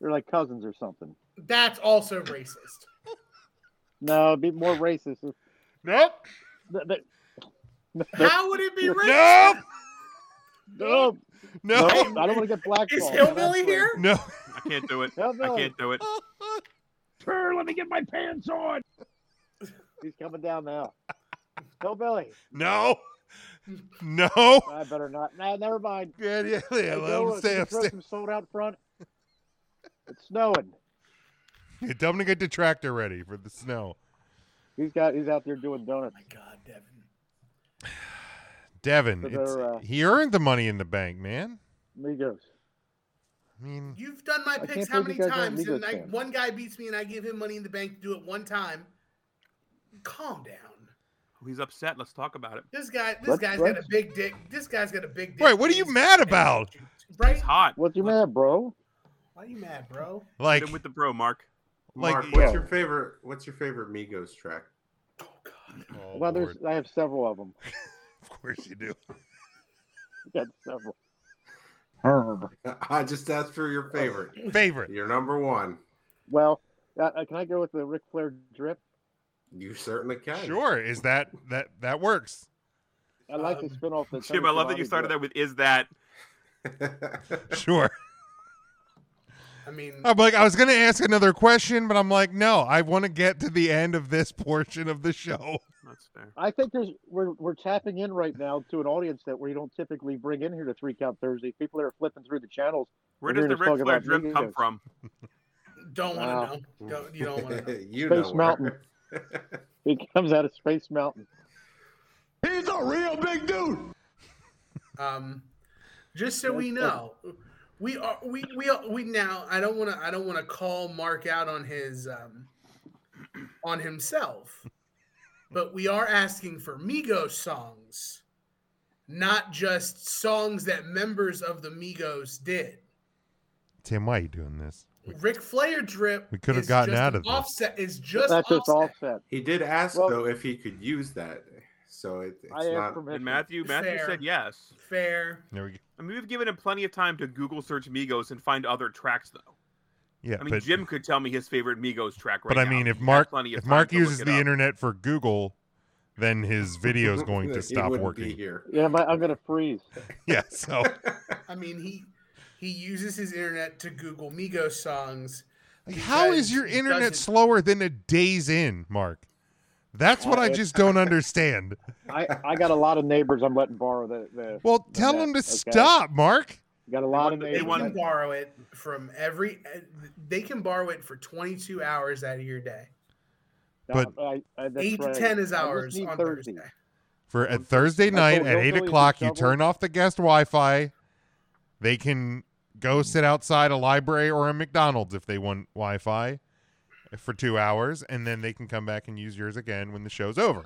they're like cousins or something. That's also racist. No, it'd be more racist. if- Nope. Th- th- How would it be Nope. racist? No, No. I don't want to get blackballed. Is Hillbilly here? No. I can't do it. Hell I no. can't do it. Sure, let me get my pants on. He's coming down now. Hillbilly. No. No. I better not. Nah, never mind. Yeah, yeah, yeah. Hey, Let go, him stay can you throw upstairs. some sold out front. It's snowing. Hey, tell him to get the tractor ready for the snow. He's got he's out there doing donuts. my God, Devin. Devin, So it's- they're, uh, he earned the money in the bank, man. Migos. I mean, You've done my can't picks how many believe you guys aren't times, and Migos I, fans. one guy beats me, and I give him money in the bank to do it one time. Calm down. He's upset. Let's talk about it. This guy, this Let's- guy's got let's- a big dick. This guy's got a big dick. Wait, what are you mad about? Right? hot. What you mad, bro? Why are you mad, bro? Like with the bro, Mark. Mark, Like- what's Yeah. your favorite? What's your favorite Migos track? well, there's I have several of them. Oh, of course you do. got several. I just asked for your favorite. Favorite. Your number one. Well, uh, uh, can I go with the Ric Flair drip? You certainly can. Sure, is that that that works? I like to spin off the. Jim, I love that you started that with "Is that?" Sure. I mean, I'm like, I was gonna ask another question, but I'm like, no, I want to get to the end of this portion of the show. That's fair. I think there's we're we're tapping in right now to an audience that we don't typically bring in here to three count Thursday. People that are flipping through the channels. Where and does the hearing us talk Ric Flair about drip come Migos. from? Don't want Wow. to know. Don't, you don't want to know. you Space know where. Mountain. it comes out of Space Mountain. He's a real big dude. Um, just so we know, we are we we are, we now. I don't want to. I don't want to call Mark out on his um, on himself, but we are asking for Migos songs, not just songs that members of the Migos did. Tim, why are you doing this? Rick Flair drip. We could have is gotten just out an of this. offset. Is just That's just offset. offset. He did ask though if he could use that. So it, it's I not. asked permission. And Matthew, Matthew Fair. said yes. Fair. There we go. I mean, we've given him plenty of time to Google search Migos and find other tracks, though. Yeah, I mean, but Jim could tell me his favorite Migos track right but I mean, now. if He's had Mark plenty of if time Mark to look uses it the up. internet for Google, then his video is going He to stop wouldn't working. Be here. Yeah, I'm, I'm gonna freeze. Yeah, so I mean, he he uses his internet to Google Migos songs. Like, how is because your he internet doesn't- slower than a day's in, Mark? That's what I just don't understand. I, I got a lot of neighbors I'm letting borrow the. the Well, the tell net, them to okay? stop, Mark. Got a lot of They neighbors. can borrow it from every. eh, They can borrow it for 22 hours out of your day. But- I, I, that's Eight to right. 10 is I just ours need on Thursday. For a Thursday night told at eight hillbillies to o'clock, you shovel. turn off the guest Wi-Fi. They can go sit outside a library or a McDonald's if they want Wi-Fi for two hours, and then they can come back and use yours again when the show's over.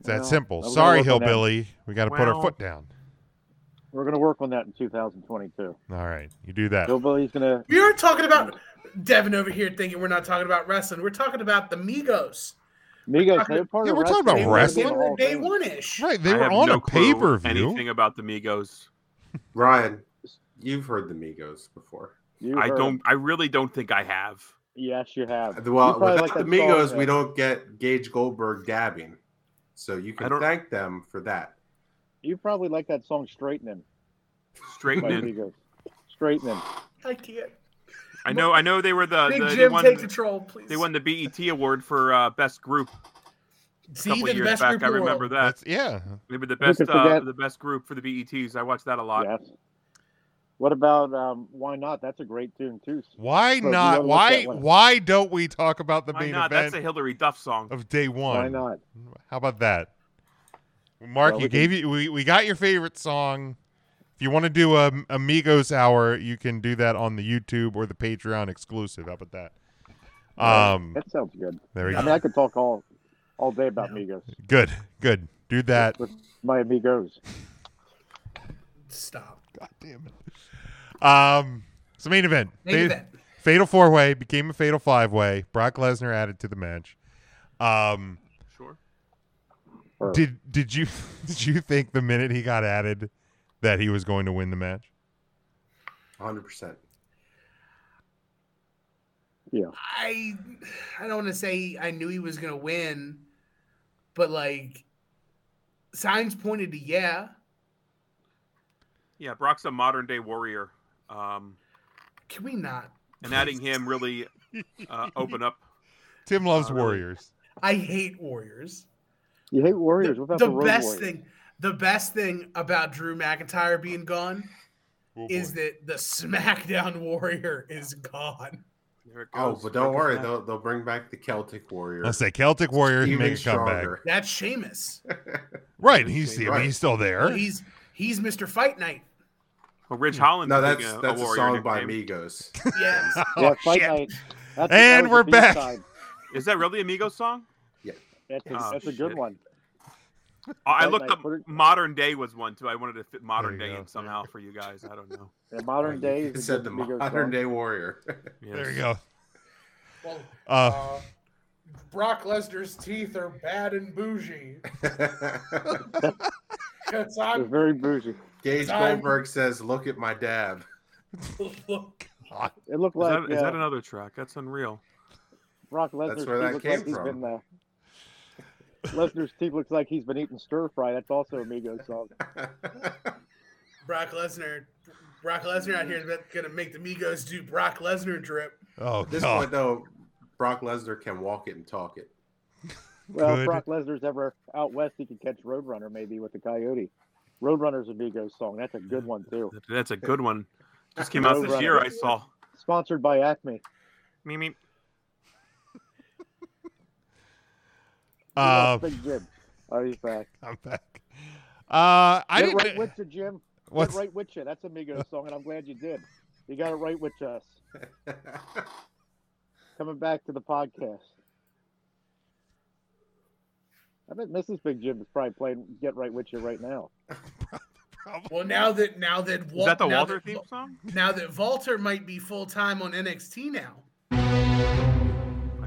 It's that Well, simple. I'm gonna Sorry, work on that. hillbilly. We got to put our Well- foot down. We're gonna work on that in 2022. All right, you do that. Hillbilly's gonna. We are talking about Devin over here thinking we're not talking about wrestling. We're talking about the Migos. Migos, they're part Yeah, of we're talking about wrestling. They wrestling. were day one ish. Right, they I were have on no a clue pay-per-view. Anything about the Migos? Ryan, you've heard the Migos before. You I heard don't. I really don't think I have. Yes, you have. You Well, probably without like the that Migos, song, we though. don't get Gage Goldberg dabbing. So you I can don't- thank them for that. You probably like that song "Straightening" by Straightening. Migos. Straightening. I can't. I know. I know they were the. Big the Uh, they Jim, won, take control, please. They won the BET award for uh, best group. A See, couple the years best back, group I in the world. remember that. yeah. They were the Who best. could Uh, forget? the best group for the BETs. I watched that a Uh, lot. Yes. What about um, "Why Not"? That's a great tune too. Why So if you not? wanna look Why that one- why don't we talk about the Why main not? event Oh. That's a Hillary Duff song. of day one? Why not? How about that? Mark, Well, you we gave you we, we got your favorite song. If you want to do a Amigos hour, you can do that on the YouTube or the Patreon exclusive. How about that? Um, that sounds good. there we I go. mean, I could talk all all day about Migos. good, good. Do that. With my Migos. Stop. God damn it. Um, so main event. Main Fa- event. Fatal four way became a fatal five way. Brock Lesnar added to the match. Um, Sure. Did did you did you think the minute he got added that he was going to win the match? 100%. Yeah. I I don't want to say I knew he was gonna win, but like signs pointed to yeah. Yeah, Brock's a modern day warrior. Um, Can we not? and adding him really uh, open up. Tim Uh, loves Warriors. I hate Warriors. You hate Warriors. What about the, the Road best Warriors? thing, the best thing about Drew McIntyre Oh, being gone is that the SmackDown Warrior is gone. There it Oh, goes. but don't Look at worry, that. they'll they'll bring back the Celtic Warrior. Let's say Celtic Warrior can Even make a comeback. stronger. That's Sheamus. Right, he's I mean, Right. he's still there. He's he's Mr. Fight Night. Well, Ridge Holland. No, I think, that's uh, that's a, warrior song by nickname. Migos. Yes. Oh, Yeah, Fight shit. Night. That's- And that was we're the back. B-side. Is that really Amigos song? Yeah, that's a, Oh, that's a good one. I Fight looked Night, up modern day was one too. I wanted to fit modern There you day go. in somehow for you guys. I don't know. Yeah, modern day is a It said the good Migos modern song. day warrior. There you go. Well, Uh, Brock Lesnar's teeth are bad and bougie. Because I'm very bougie. Gage I'm- Goldberg says, "Look at my dab." It looked Is like that, is uh, that another track? That's unreal. Brock Lesnar's where that teeth look came like he's from. been. Uh, Lesnar's teeth looks like he's been eating stir fry. That's also a Migos song. Brock Lesnar. Brock Lesnar out here is gonna make the Migos do Brock Lesnar drip. Oh, At this God. point though, Brock Lesnar can walk it and talk it. Well, Good. if Brock Lesnar's ever out west, he could catch Roadrunner maybe with the Coyote. Roadrunner's a Migos song. That's a good one too. That's a good one. Just came out this Roadrunner. year. I saw. Sponsored by Acme. Me me. Uh, Big Jim. Oh, he's back. I'm back. Uh, I Get didn't. right with you, Jim. What's- Get right with you. That's a Migos song, and I'm glad you did. You got it right with us. Coming back to the podcast. I bet Mrs. Big Jim is probably playing "Get Right With You" right now. Well, now that now that Wal- that the now Walter theme song? Now that Walter might be full time on NXT now. I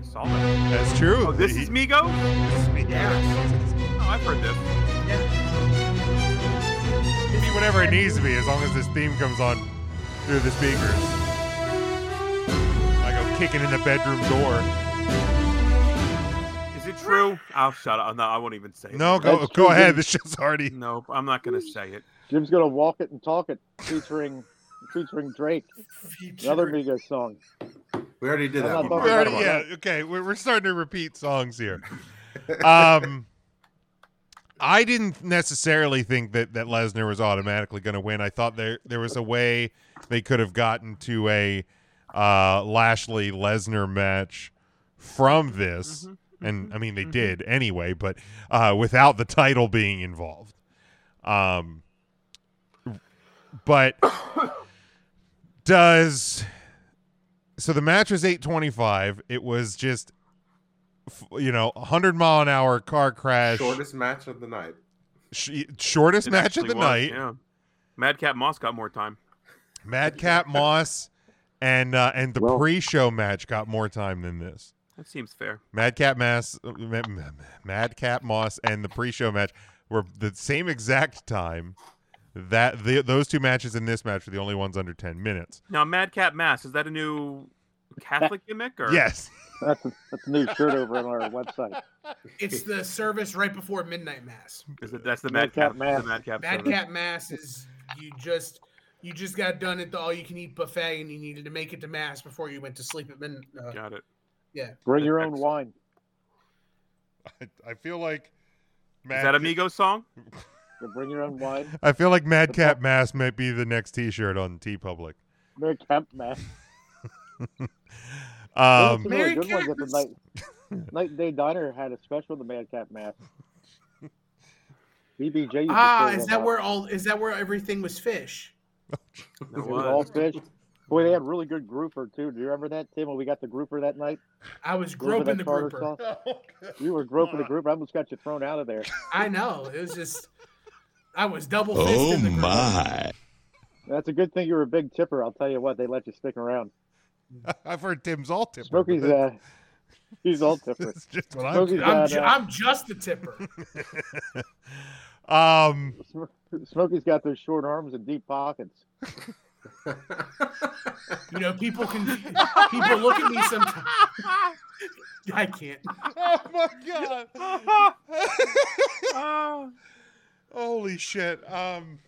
saw that. That's true. Oh, this He- is Migo. Oh, I've heard this. It can be whatever it needs to be as long as this theme comes on through the speakers. I go kicking in the bedroom door. Is it true? I'll shut up. No, I won't even say it. No, go- That's go true, ahead. Jim. This shit's already. No, I'm not gonna say it. Jim's gonna walk it and talk it, featuring featuring Drake, another Migos song. We already did I'm that. not one. talking We about already- it. yeah, okay. We're, we're starting to repeat songs here. Um, I didn't necessarily think that, that Lesnar was automatically going to win. I thought there there was a way they could have gotten to a uh, Lashley Lesnar match from this, Mm-hmm, and I mean they did anyway, but uh, without the title being involved. Um, but does so the match was 825 it was just f- you know 100 mile an hour car crash Shortest match of the night. sh- shortest It match of actually the was, night Yeah. Madcap Moss got more time. madcap moss and uh, and the pre-show match got more time than this That seems fair. madcap mass uh, Ma- Ma- madcap moss and the pre-show match were the same exact time that the, those two matches and this match were the only ones under 10 minutes Now, Madcap Mass is that a new Catholic gimmick or yes That's a, that's a new shirt over on our website. It's the service right before midnight mass. Is it, that's the Madcap Madcap, Mass. The Madcap. Mad service. Cat Mass is you just you just got done at the all you can eat buffet and you needed to make it to mass before you went to sleep at midnight. Uh, Got it. Yeah. Bring your own wine. I, I feel like Is that a Migos song? So bring your own wine. i feel like madcap mass might be the next t-shirt on t public Mary Camp Mass. um, Those are really good ones at the night. Night and Day Diner had a special the Madcap Mass. BBJ. used to Ah, serve is them that out. where all is that where everything was fish? It was all fish. Boy, they had really good grouper too. Do you remember that, Tim? When we got the grouper that night, I was Remember groping the that tartar grouper. Oh, sauce? You were groping the grouper. I almost got you thrown out of there. I know. It was just I was double Oh fisted. the my! That's a good thing you were a big tipper. I'll tell you what, they let you stick around. I've heard Tim's all tipper. Smokey's but uh, he's all tipper. that's just what I'm. Smokey's I'm, got, ju- uh, I'm just the tipper. Um, Smokey's got those short arms and deep pockets. You know, people can people look at me sometimes. I can't. Oh my god! Ah, Holy shit! Um,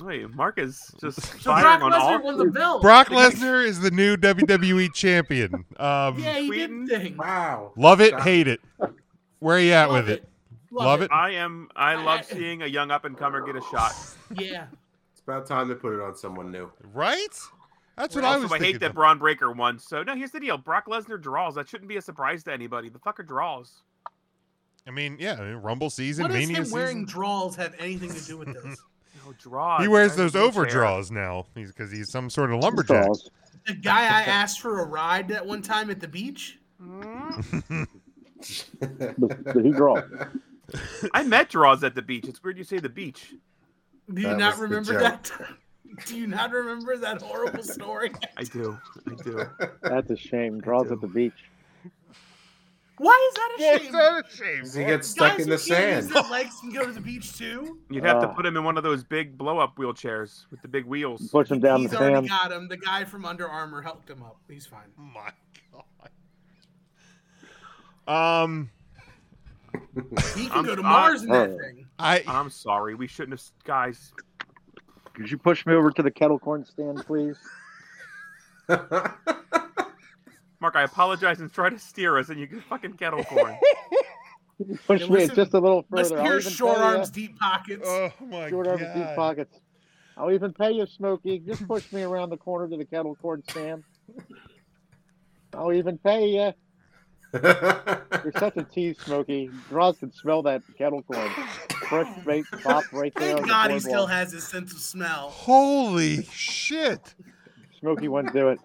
Wait, Mark is just So firing Brock on all. Lesnar won the belt. Brock Lesnar is the new WWE champion. Um, Yeah, he did thing. Wow. love it, hate it. Where are you at with it? Love, it. I am. I love seeing a young up and comer get a shot. Yeah. It's about time they put it on someone new. Right? That's what I Also, was I hate thinking, that though. Braun Breaker won. So no, here's the deal: Brock Lesnar draws. That shouldn't be a surprise to anybody. The fucker draws. I mean, yeah, I mean, Rumble season, What does Mania him season. wearing draws have anything to do with this? no draws. he wears I those don't care. overdraws now because he's, some sort of lumberjack. The guy I asked for a ride that one time at the beach. he draw? I met draws at the beach. It's weird you say the beach. Do you not remember that? Do you not remember that horrible story? I do. I do. That's a shame. Draws at the beach. Why is that a shame? he gets stuck Guys in who the can't use sand. their legs can go to the beach too. You'd have to Ah. put him in one of those big blow-up wheelchairs with the big wheels. Push him down He's the already sand. got him. The guy from Under Armour helped him up. He's fine. My God. Um, He can I'm- go to I- Mars in Oh. that thing. I, I'm sorry. We shouldn't have, guys. Could you push me over to the kettle corn stand, please? Mark, I apologize and try to steer us, and you can fucking kettle corn. Push Yeah, me listen- just a little listen further. to your I'll even short pay ya. arms deep pockets. Oh my Short arms deep pockets. I'll even pay you, Smokey. Just push me around the corner to the kettle corn stand. I'll even pay you. You're such a tease, Smokey. Draws can smell that kettle corn. Fresh baked pop right there. Thank on God the he still boardwalk. has his sense of smell. Holy shit! Smokey wouldn't do it.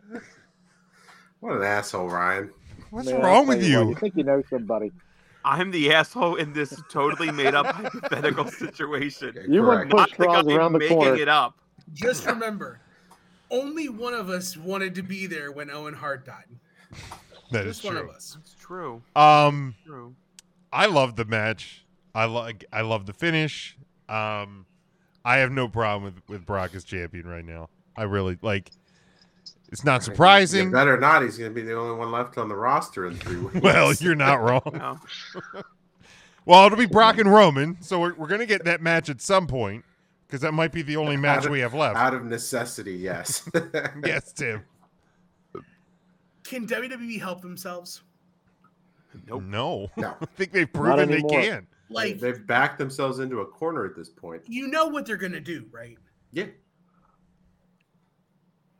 What an asshole, Ryan. What's Man, I'll wrong tell with what, you? You think you know somebody? I'm the asshole in this totally made-up hypothetical situation. You wouldn't Not push like draws I'm around the making corner. it up. Just remember, only one of us wanted to be there when Owen Hart died. That is Just one of true. us. It's true. Um, True. I love the match. I like. I love the finish. Um, I have no problem with with Brock as champion right now. I really like. It's not surprising. You better not. He's going to be the only one left on the roster in three weeks. Well, you're not wrong. Well, it'll be Brock and Roman, so we're, we're gonna get that match at some point because that might be the only match Out of- we have left. Out of necessity, yes. yes, Tim. Can WWE help themselves? Nope. No. No. I think they've proven they can. Like- they've backed themselves into a corner at this point. You know what they're gonna do, right? Yeah.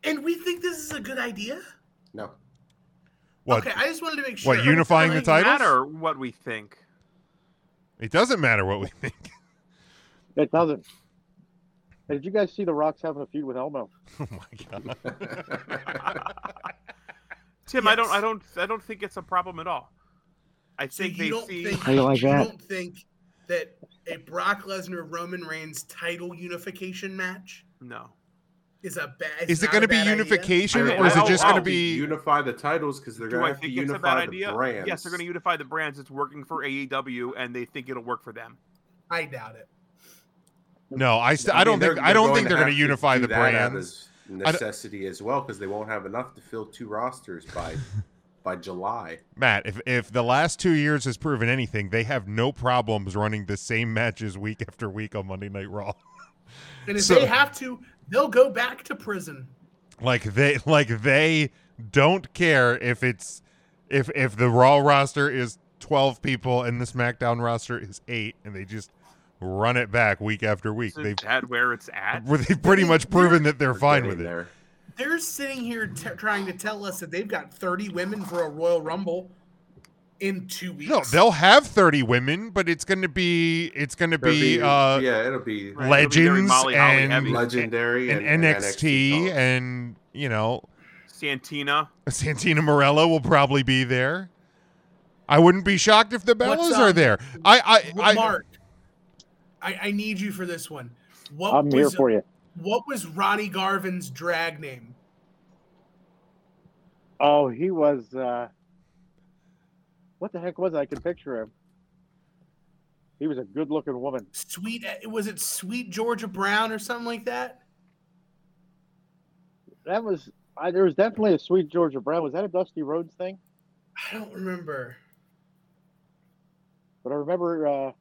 And we think this is a good idea. No. What? Okay, I just wanted to make sure. What unifying the It doesn't titles? matter what we think. It doesn't matter what we think. It doesn't. Hey, did you guys see The Rock's having a feud with Elmo? Oh my god. Tim, I don't, I don't, I don't think it's a problem at all. I think you they don't see. think How you like you that? don't think that a Brock Lesnar Roman Reigns title unification match No. is a bad. Is it not gonna a be bad idea? unification, I- oh, or is I- it just I'll- going to I'll be? unify the titles because they're Oh, Do going to I have to think it's a bad unify the idea? brands? Yes, they're going to unify the brands. It's working for AEW, and they think it'll work for them. I doubt it. No, I, st- I I, mean, don't they're- think I they're don't going think to they're going have to to unify do the that out of brands. I don't- necessity as well because they won't have enough to fill two rosters by by July. Matt, if if the last two years has proven anything, they have no problems running the same matches week after week on Monday Night Raw. And if So- they have to, they'll go back to prison. like they like they don't care if it's if if the Raw roster is twelve people and the SmackDown roster is eight, and they just run it back week after week. Isn't They've that where it's at? where they've pretty much proven that they're fine with it. They're sitting here t- trying to tell us that they've got 30 women for a Royal Rumble in two weeks. No, they'll have thirty women, but it's going to be it's going to It'll be, be- uh yeah, it'll be- Right, it'll be very legends Molly Holly and heavy. Legendary and, and- and NXT and you know Santina. Santina Morella will probably be there. I wouldn't be shocked if the What's, Bellas are um, there. I I, I Mark, I, I need you for this one. Oh, What I'm here was- for you. What was Ronnie Garvin's drag name? Oh, he was. Uh, what the heck was I? I can picture him. He was a good-looking woman. Sweet, eh, was it Sweet Georgia Brown or something like that? That was. I, there was definitely a sweet Georgia Brown. Was that a Dusty Rhodes thing? I don't remember. But I remember. Uh,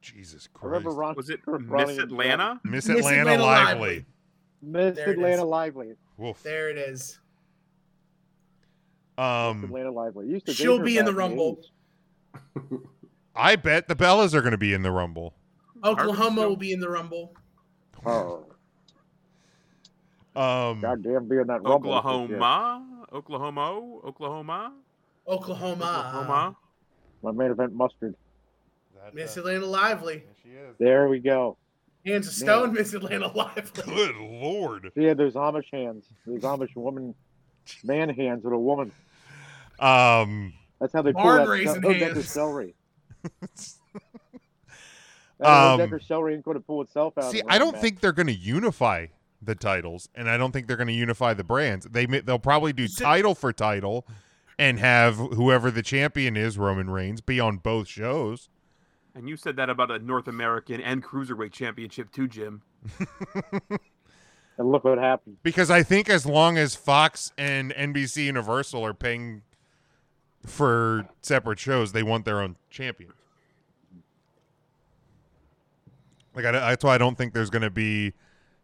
Jesus Christ! I remember Ron. Was it Ronnie Miss and John. Atlanta? Miss Miss Atlanta, Atlanta Lively. Lively. Miss There it Atlanta is. Lively. Woof. There it is. Hmm. Um, Atlanta Lively. Used to She'll date her be in back the Rumble. 80s. I bet the Bellas are going to be in the Rumble. Oklahoma will be in the Rumble. Oh. Um, Goddamn, being that rumble. is just- yeah. Oklahoma, Oklahoma, Oklahoma, Oklahoma. Oklahoma. My main event mustard. Miss Atlanta Lively. There we go. Hands of Man. stone, Miss Atlanta Lively. Good lord. Yeah, those Amish hands. Those Amish woman, man hands with a woman. Um, That's how they pull Barn that raising cel- Odecker hands. celery. Um, Odecker celery ain't going to pull itself out. of See, the I don't roadmap. think they're going to unify the titles, and I don't think they're going to unify the brands. They may, they'll probably do title for title, and have whoever the champion is, Roman Reigns, be on both shows. And you said that about a North American and cruiserweight championship too, Jim. And look what happened. Because I think as long as Fox and NBC Universal are paying for separate shows, they want their own champion. Like I, that's why I don't think there's going to be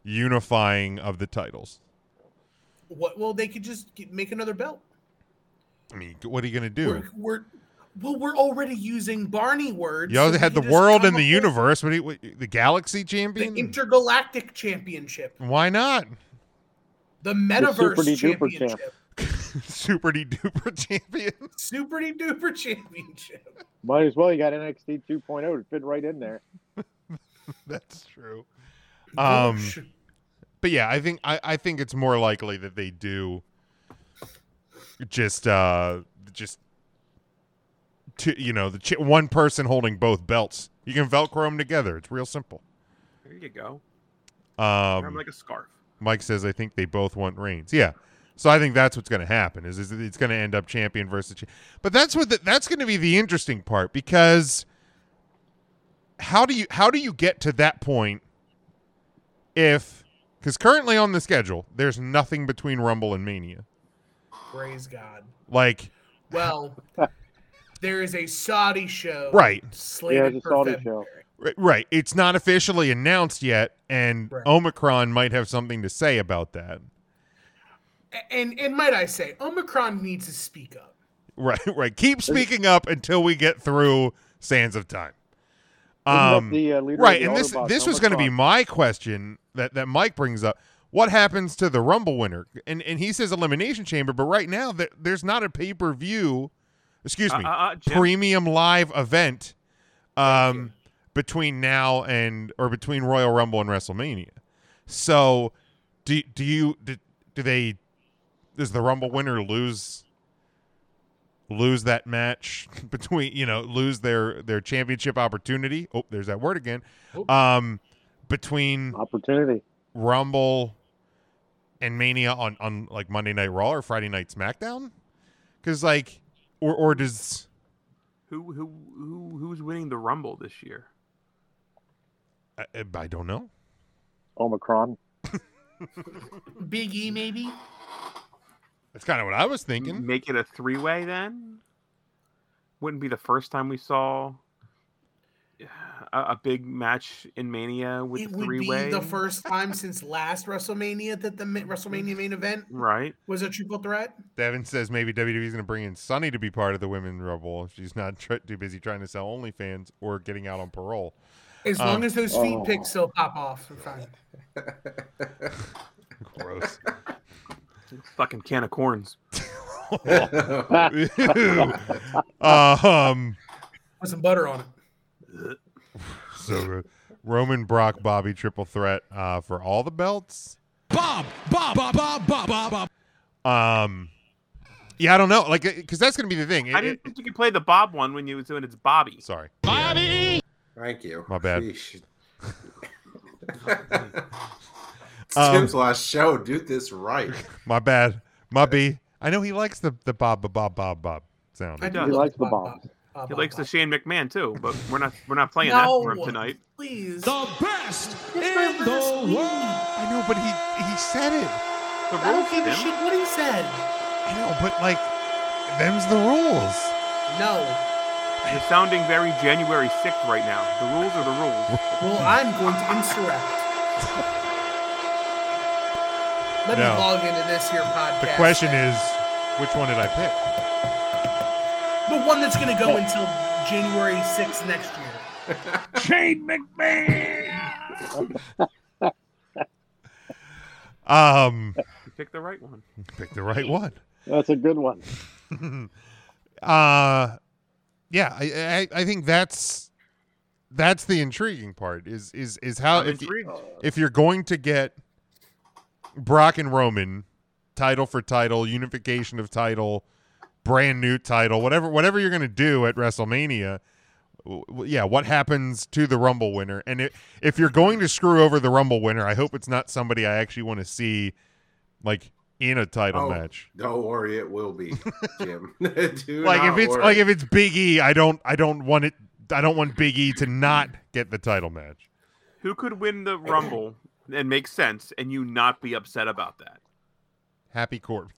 unifying of the titles. What? Well, they could just get, make another belt. I mean, what are you going to do? We're well, we're already using Barney words. Y'all so we had the could just world come and the up with universe. What, do you, what the galaxy champion? The intergalactic championship, Why not? the metaverse super-de-duper champ. championship, Super de duper champion. super duper championship. Might as well. You got NXT 2.0 to fit right in there. That's true. Um, Gosh. but yeah, I think I, I think it's more likely that they do just uh just two, you know the ch- one person holding both belts. You can velcro them together. It's real simple. There you go. I'm Um, like a scarf. Mike says, I think they both want Reigns. Yeah. So I think that's what's going to happen. Is, is it's going to end up champion versus champion. But that's what the, that's going to be the interesting part because how do you how do you get to that point if because currently on the schedule there's nothing between Rumble and Mania. Praise God. Like Well, there is a Saudi show, Right. Slated Yeah, it's a for Saudi Feb- show. ri- right, it's not officially announced yet, and Right. Omicron might have something to say about that. and and might I say, Omicron needs to speak up. Right, right. Keep speaking up until we get through Sands of Time. that the, uh, leader of Um, right, the and this Autobots, this was going to be Omicron? my question that that Mike brings up. What happens to the Rumble winner? And and he says Elimination Chamber, but right now there, there's not a pay per view, excuse me, Uh, uh, uh, Jim. premium live event, um, between now and or between Royal Rumble and WrestleMania. So, do do you do, do they? Does the Rumble winner lose lose that match between you know lose their their championship opportunity oh there's that word again um between opportunity rumble and mania on on like monday night raw or friday night smackdown because like or or does Who who who who's winning the Rumble this year? i, I don't know Omicron. Big E, maybe. that's kind of what i was thinking Make it a three way then. Wouldn't be the first time we saw uh, a, a big match in Mania with It the would three be way. the first time since last WrestleMania that the ma- WrestleMania main event Right. was a triple threat. devin says maybe wwe's going to bring in sunny to be part of the women rumble if she's not tr- too busy trying to sell onlyfans or getting out on parole As Um, long as those feet pics still pop off, we're fine. gross Fucking can of corns. Ew. Uh-huh. um Put some butter on it. So Ro- Roman, Brock, Bobby, triple threat uh, for all the belts. Bob, Bob, Bob, Bob, Bob, Bob, Bob. Um, yeah, I don't know, like, because that's gonna be the thing. I It- didn't think you could play the Bob one when you was doing it's Bobby. Sorry. Bobby. Thank you. My bad. Sheesh. It's Um, Tim's last show. Do this right. it- my bad, my B. I know he likes the the bob bob bob bob bob sound. I do He love likes the the bob, bob. He likes the Shane McMahon too, but we're not we're not playing No, that for him tonight. please. The best in last the week. world. I know, but he he said it. The I don't give a Jim. shit what he said. I know, but like, them's the rules. No. You're sounding very January 6th right now. The rules are the rules. Well, I'm going to insurrect. Let No. me log into this here podcast. The question is, which one did I pick? The one that's going to Oh. go until January 6th next year. Shane McMahon. Um, Pick the right one. pick the right one. That's a good one. uh yeah I, I i think that's that's the intriguing part is is is how I'm if, you, intrigued. if you're going to get brock and roman title for title unification of title brand new title whatever whatever you're going to do at wrestlemania w- w- yeah what happens to the rumble winner and i- if you're going to screw over the rumble winner i hope it's not somebody i actually want to see like in a title Oh, match Don't worry, it will be, Jim. Do like if not it's worry. like if it's Big E, I don't I don't want it. I don't want Big E to not get the title match. Who could win the Rumble and make sense and you not be upset about that? Happy Corbin.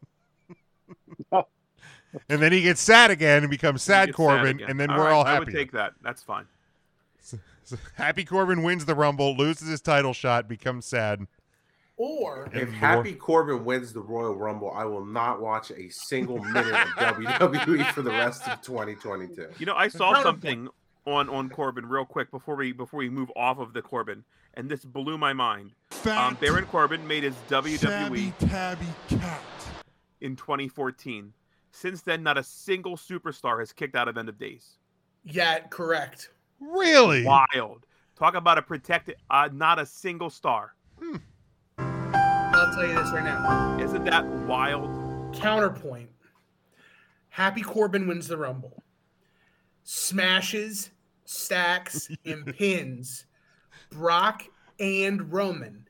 and then he gets sad again and becomes sad It's sad Corbin, again. and then we're right, all I would happy. take that. That's fine. So happy Corbin wins the Rumble, loses his title shot, becomes sad. Or If And Happy Corbin wins the Royal Rumble, I will not watch a single minute of WWE for the rest of 2022. You know, I saw something on on Corbin real quick before we before we move off of the Corbin, and this blew my mind. Um, Baron Corbin made his WWE in 2014. Since then, not a single superstar has kicked out of End of Days. Yeah, correct. Really? Wild. Talk about a protected. Uh, not a single star. I'll tell you this right now. Isn't that wild? Counterpoint. Happy Corbin wins the Rumble. Smashes, stacks, and pins Brock and Roman.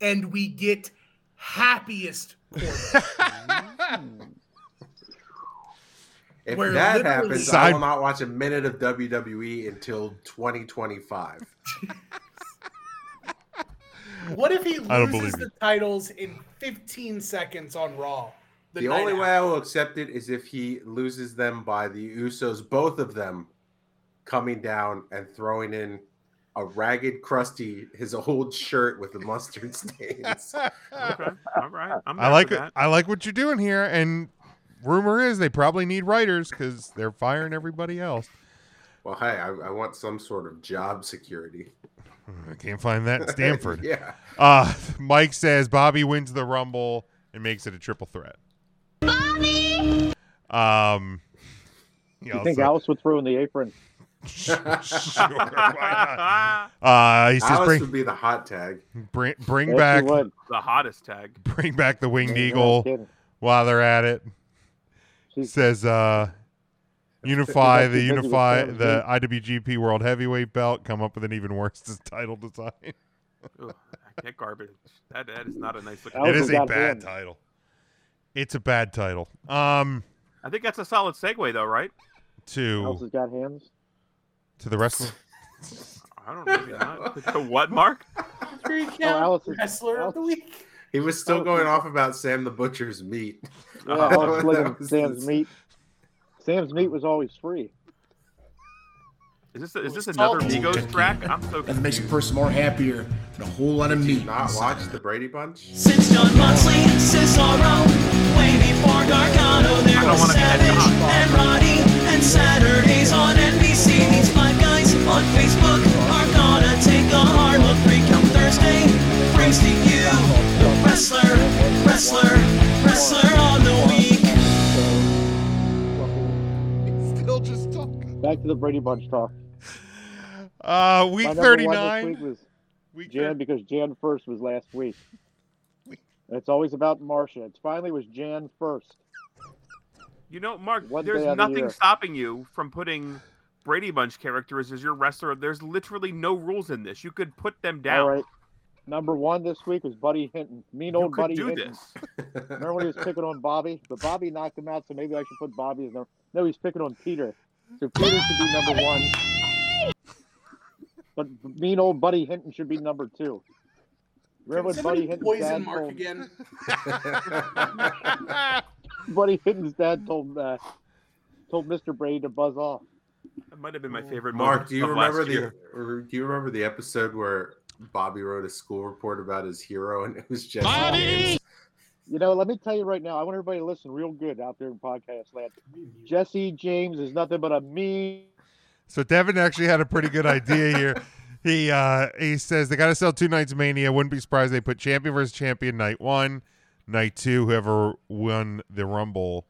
And we get happiest Corbin. If Where that literally- happens, I Side- will not watch a minute of WWE until 2025. what if he I don't loses believe the titles in 15 seconds on Raw? The, night only after? way I will accept it is if he loses them by the Usos, both of them coming down and throwing in a ragged, crusty, his old shirt with the mustard stains. Okay. All right. I'm I down like for that. I like what you're doing here, and rumor is they probably need writers because they're firing everybody else. Well, hey, I, I want some sort of job security. I can't find that in Stanford. Yeah. Uh, Mike says Bobby wins the Rumble and makes it a triple threat. Bobby. Um. he you think also- Alice would throw in the apron? sure, Uh, he says Alice bring- would be the hot tag. Bring bring back the hottest tag. bring back the winged Yeah, no eagle kidding. while they're at it. says uh, unify she's the busy with unify Sam the Smith. IWGP World Heavyweight Belt. Come up with an even worse des- title design. Ugh, that garbage. That that is not a nice looking. It is a bad title. It's a bad title. Um, I think that's a solid segue though, right? to has got hands. to the wrestling. I don't know. Maybe not. To what, Mark? Oh, Wrestler of the week. He was still going off about Sam the Butcher's meat. Yeah, Oh, That was- Alice living that was Sam's his- meat. Sam's meat was always free. Is this is this another Migos track? I'm so Nothing makes a person more happier than a whole lot of meat. Not watch the Brady Bunch. Since John Moxley, Cesaro, way before Gargano, there I don't was wanna be that Savage and Roddy, and Saturdays on NBC. These five guys on Facebook are gonna take a hard look. Free Count Thursday brings to you the wrestler, wrestler, wrestler on the week. Still just talking. Back to the Brady Bunch talk. Uh, My week number one this thirty nine. week was Week Jan because Jan first was last week. And it's always about Marcia. It finally was Jan first. You know, Mark, One there's day out of the nothing year. stopping you from putting Brady Bunch characters as your wrestler. There's literally no rules in this. You could put them down. All right. Number one this week was Buddy Hinton. Mean old could Buddy do Hinton. Remember when he was picking on Bobby? But Bobby knocked him out, so maybe I should put Bobby as number. No, he's picking on Peter. So Peter should be number one. But mean old Buddy Hinton should be number two. Remember Can when Buddy somebody poison Hinton's dad Mark told again? Buddy Hinton's dad told uh, told Mr. Brady to buzz off. That might have been my favorite. Mark, moment do you of remember last the year. or do you remember the episode where Bobby wrote a school report about his hero and it was Jesse James? You know, let me tell you right now. I want everybody to listen real good out there in podcast land. Jesse James is nothing but a mean So Devin actually had a pretty good idea here. He uh he says they got to sell two nights of Mania. Wouldn't be surprised they put champion versus champion night one, night two. Whoever won the Rumble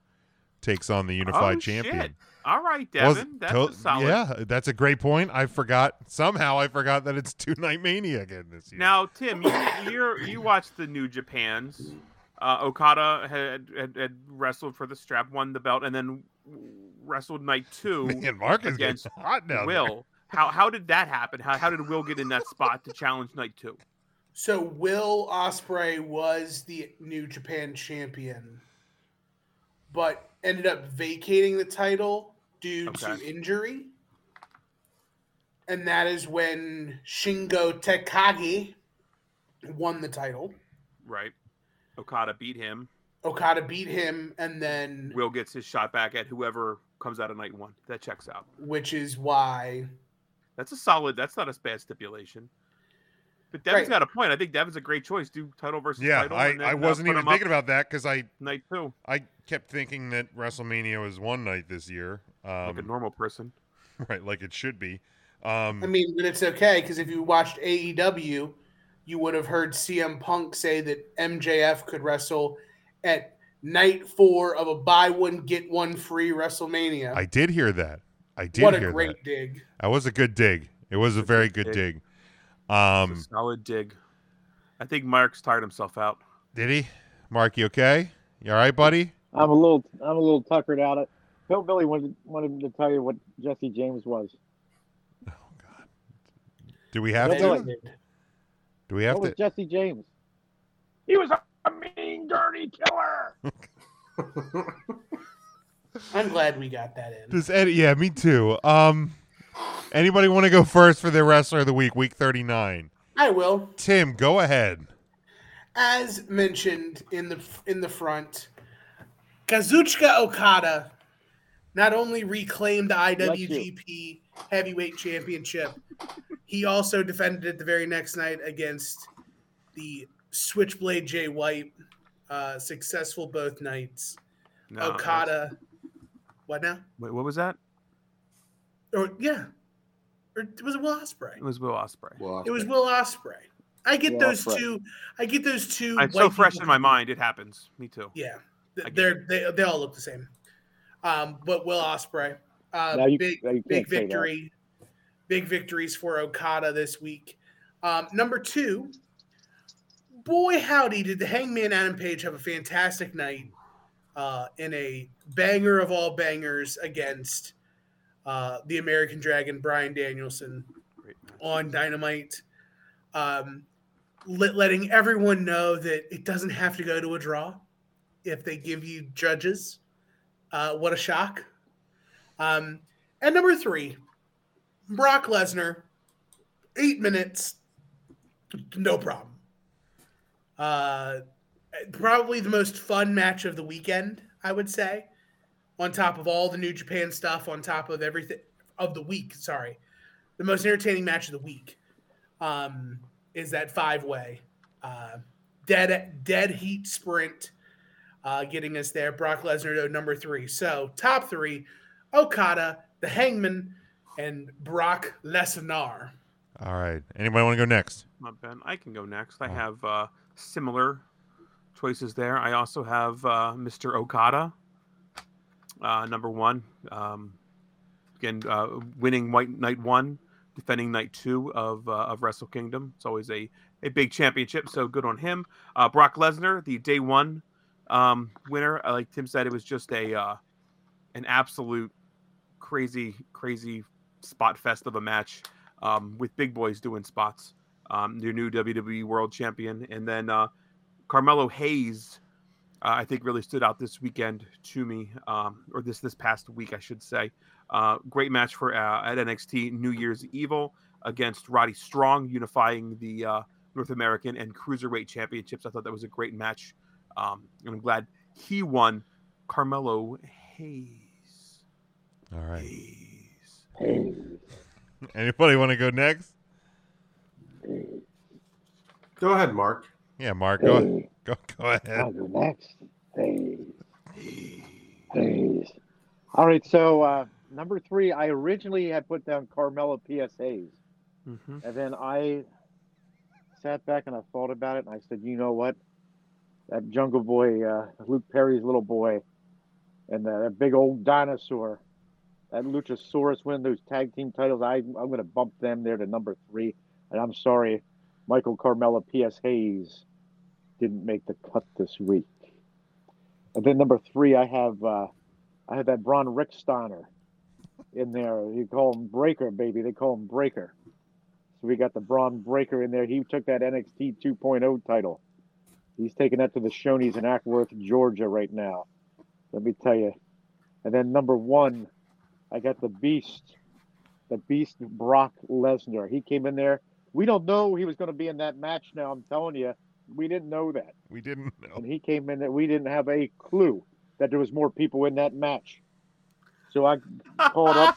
takes on the unified Oh, champion. Shit. All right, Was- Devin. That's to- a solid. Yeah, that's a great point. I forgot somehow. I forgot that it's two night Mania again this year. Now, Tim, you you're, you watched the New Japan's. Uh, Okada had, had had wrestled for the strap, won the belt, and then wrestled night two Man, Mark is getting against hot down Will. there. How how did that happen? How how did Will get in that spot to challenge night two? So Will Osprey was the New Japan champion, but ended up vacating the title due to Okay. injury. And that is when Shingo Takagi won the title. Right. Okada beat him. Okada beat him, and then Will gets his shot back at whoever comes out of night one. That checks out. which is why That's a solid. That's not a bad stipulation. But Devin's Right. got a point. I think Devin's a great choice. Do title versus Yeah, title. I, and then, I uh, wasn't put even him up thinking about that because I night two. I kept thinking that WrestleMania was one night this year, um, like a normal person, right? Like it should be. Um, I mean, but it's okay because if you watched AEW, you would have heard CM Punk say that MJF could wrestle at night four of a buy one get one free WrestleMania. I did hear that. I did what a hear great that. dig! That was a good dig. It was a very good dig. dig. Um, solid dig. I think Mark's tired himself out. did he? Mark, you okay? You all right, buddy? I'm a little I'm a little tuckered out. Bill Billy wanted wanted to tell you what Jesse James was. Do we have Bill to? Billy. Do we have what was to? Jesse James? He was a mean, dirty killer. I'm glad we got that in. Does Eddie? Yeah, me too. Um, anybody want to go first for their wrestler of the week, week thirty-nine? I will. Tim, go ahead. as mentioned in the in the front, Kazuchika Okada not only reclaimed the IWGP Heavyweight Championship, he also defended it the very next night against the Switchblade Jay White. Uh, successful both nights. No, Okada, what now? Wait, what was that? Or yeah, or was it Will Osprey? It was Will Osprey. It was Will Osprey. I get Will those Ospreay. two. I get those two. It's so white fresh people in my mind. It happens. Me too. Yeah, I Th- get they're they, they all look the same. Um, but Will Osprey, uh, No, you- big no, you big can't say that. victory, big victories for Okada this week. Um, number two, boy howdy, did the Hangman Adam Page have a fantastic night uh, in a banger of all bangers against uh, the American Dragon Brian Danielson on Dynamite. Um, let, letting everyone know that it doesn't have to go to a draw if they give you judges. Uh, what a shock. Um, and number three, Brock Lesnar, eight minutes, no problem. Uh, probably the most fun match of the weekend, I would say. On top of all the New Japan stuff, on top of everything of the week, sorry, the most entertaining match of the week um, is that five way uh, dead dead heat sprint, uh, getting us there. Brock Lesnar to number three. So top three, Okada, the Hangman, and Brock Lesnar. All right. Anybody want to go next? Not bad. I can go next. I have uh, similar choices there. I also have uh, Mr. Okada, uh, number one. Um, again, uh, winning White Night One, defending Night Two of uh, of Wrestle Kingdom. It's always a a big championship, so good on him. Uh, Brock Lesnar, the Day One um, winner. Uh, like Tim said, it was just a uh, an absolute crazy, crazy spot fest of a match um, with big boys doing spots. Um, their new WWE World Champion, and then uh, Carmelo Hayes, uh, I think really stood out this weekend to me, um, or this this past week, I should say. Uh, great match for uh, at NXT New Year's Evil against Roddy Strong, unifying the uh, North American and Cruiserweight championships. I thought that was a great match, um, and I'm glad he won. Carmelo Hayes. All right. Anybody want to go next? Go ahead, Mark. Yeah, Mark, go go go ahead. I'll go next. Hey. Hey. All right, so uh, number three, I originally had put down Carmelo PSAs. Mm-hmm. And then I sat back and I thought about it, and I said, you know what? That Jungle Boy, uh, Luke Perry's little boy, and that, that big old dinosaur, that Luchasaurus winning those tag team titles, I, I'm going to bump them there to number three. And I'm sorry, Michael Carmella, P.S. Hayes, didn't make the cut this week. And then number three, I have uh, I have that Braun Ricksteiner in there. You call him Breaker, baby. They call him Breaker. So we got the Braun Breaker in there. He took that NXT 2.0 title. He's taking that to the Shoney's in Ackworth, Georgia, right now. Let me tell you. And then number one, I got the Beast, the Beast Brock Lesnar. He came in there. We don't know he was going to be in that match. Now I'm telling you, we didn't know that. We didn't know. And he came in that we didn't have a clue that there was more people in that match. So I called up.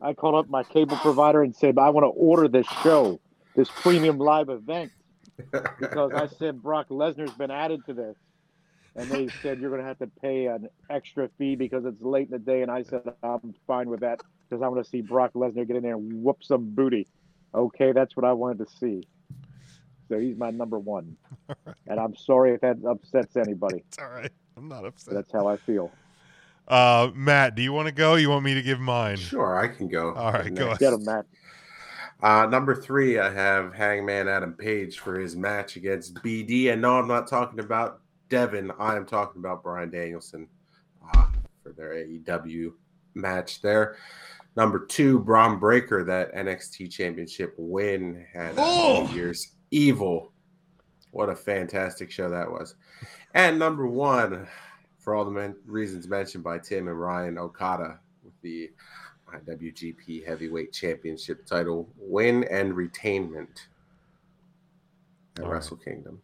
I called up my cable provider and said, "I want to order this show, this premium live event, because I said Brock Lesnar's been added to this." And they said you're going to have to pay an extra fee because it's late in the day. And I said I'm fine with that because I want to see Brock Lesnar get in there and whoop some booty. Okay, that's what I wanted to see. So he's my number one, and I'm sorry if that upsets anybody. It's all right. I'm not upset. That's how I feel. Uh, Matt, do you want to go? You want me to give mine? Sure, I can go. All right, go. Next. ahead. Matt. Uh, number three, I have Hangman Adam Page for his match against BD. And no, I'm not talking about Devin. I am talking about Brian Danielson uh, for their AEW match there. Number two, Braun Breaker, that NXT Championship win at Oh! New Year's Evil. What a fantastic show that was. And number one, for all the men- reasons mentioned by Tim and Ryan Okada with the IWGP Heavyweight Championship title win and retainment at All right. Wrestle Kingdom.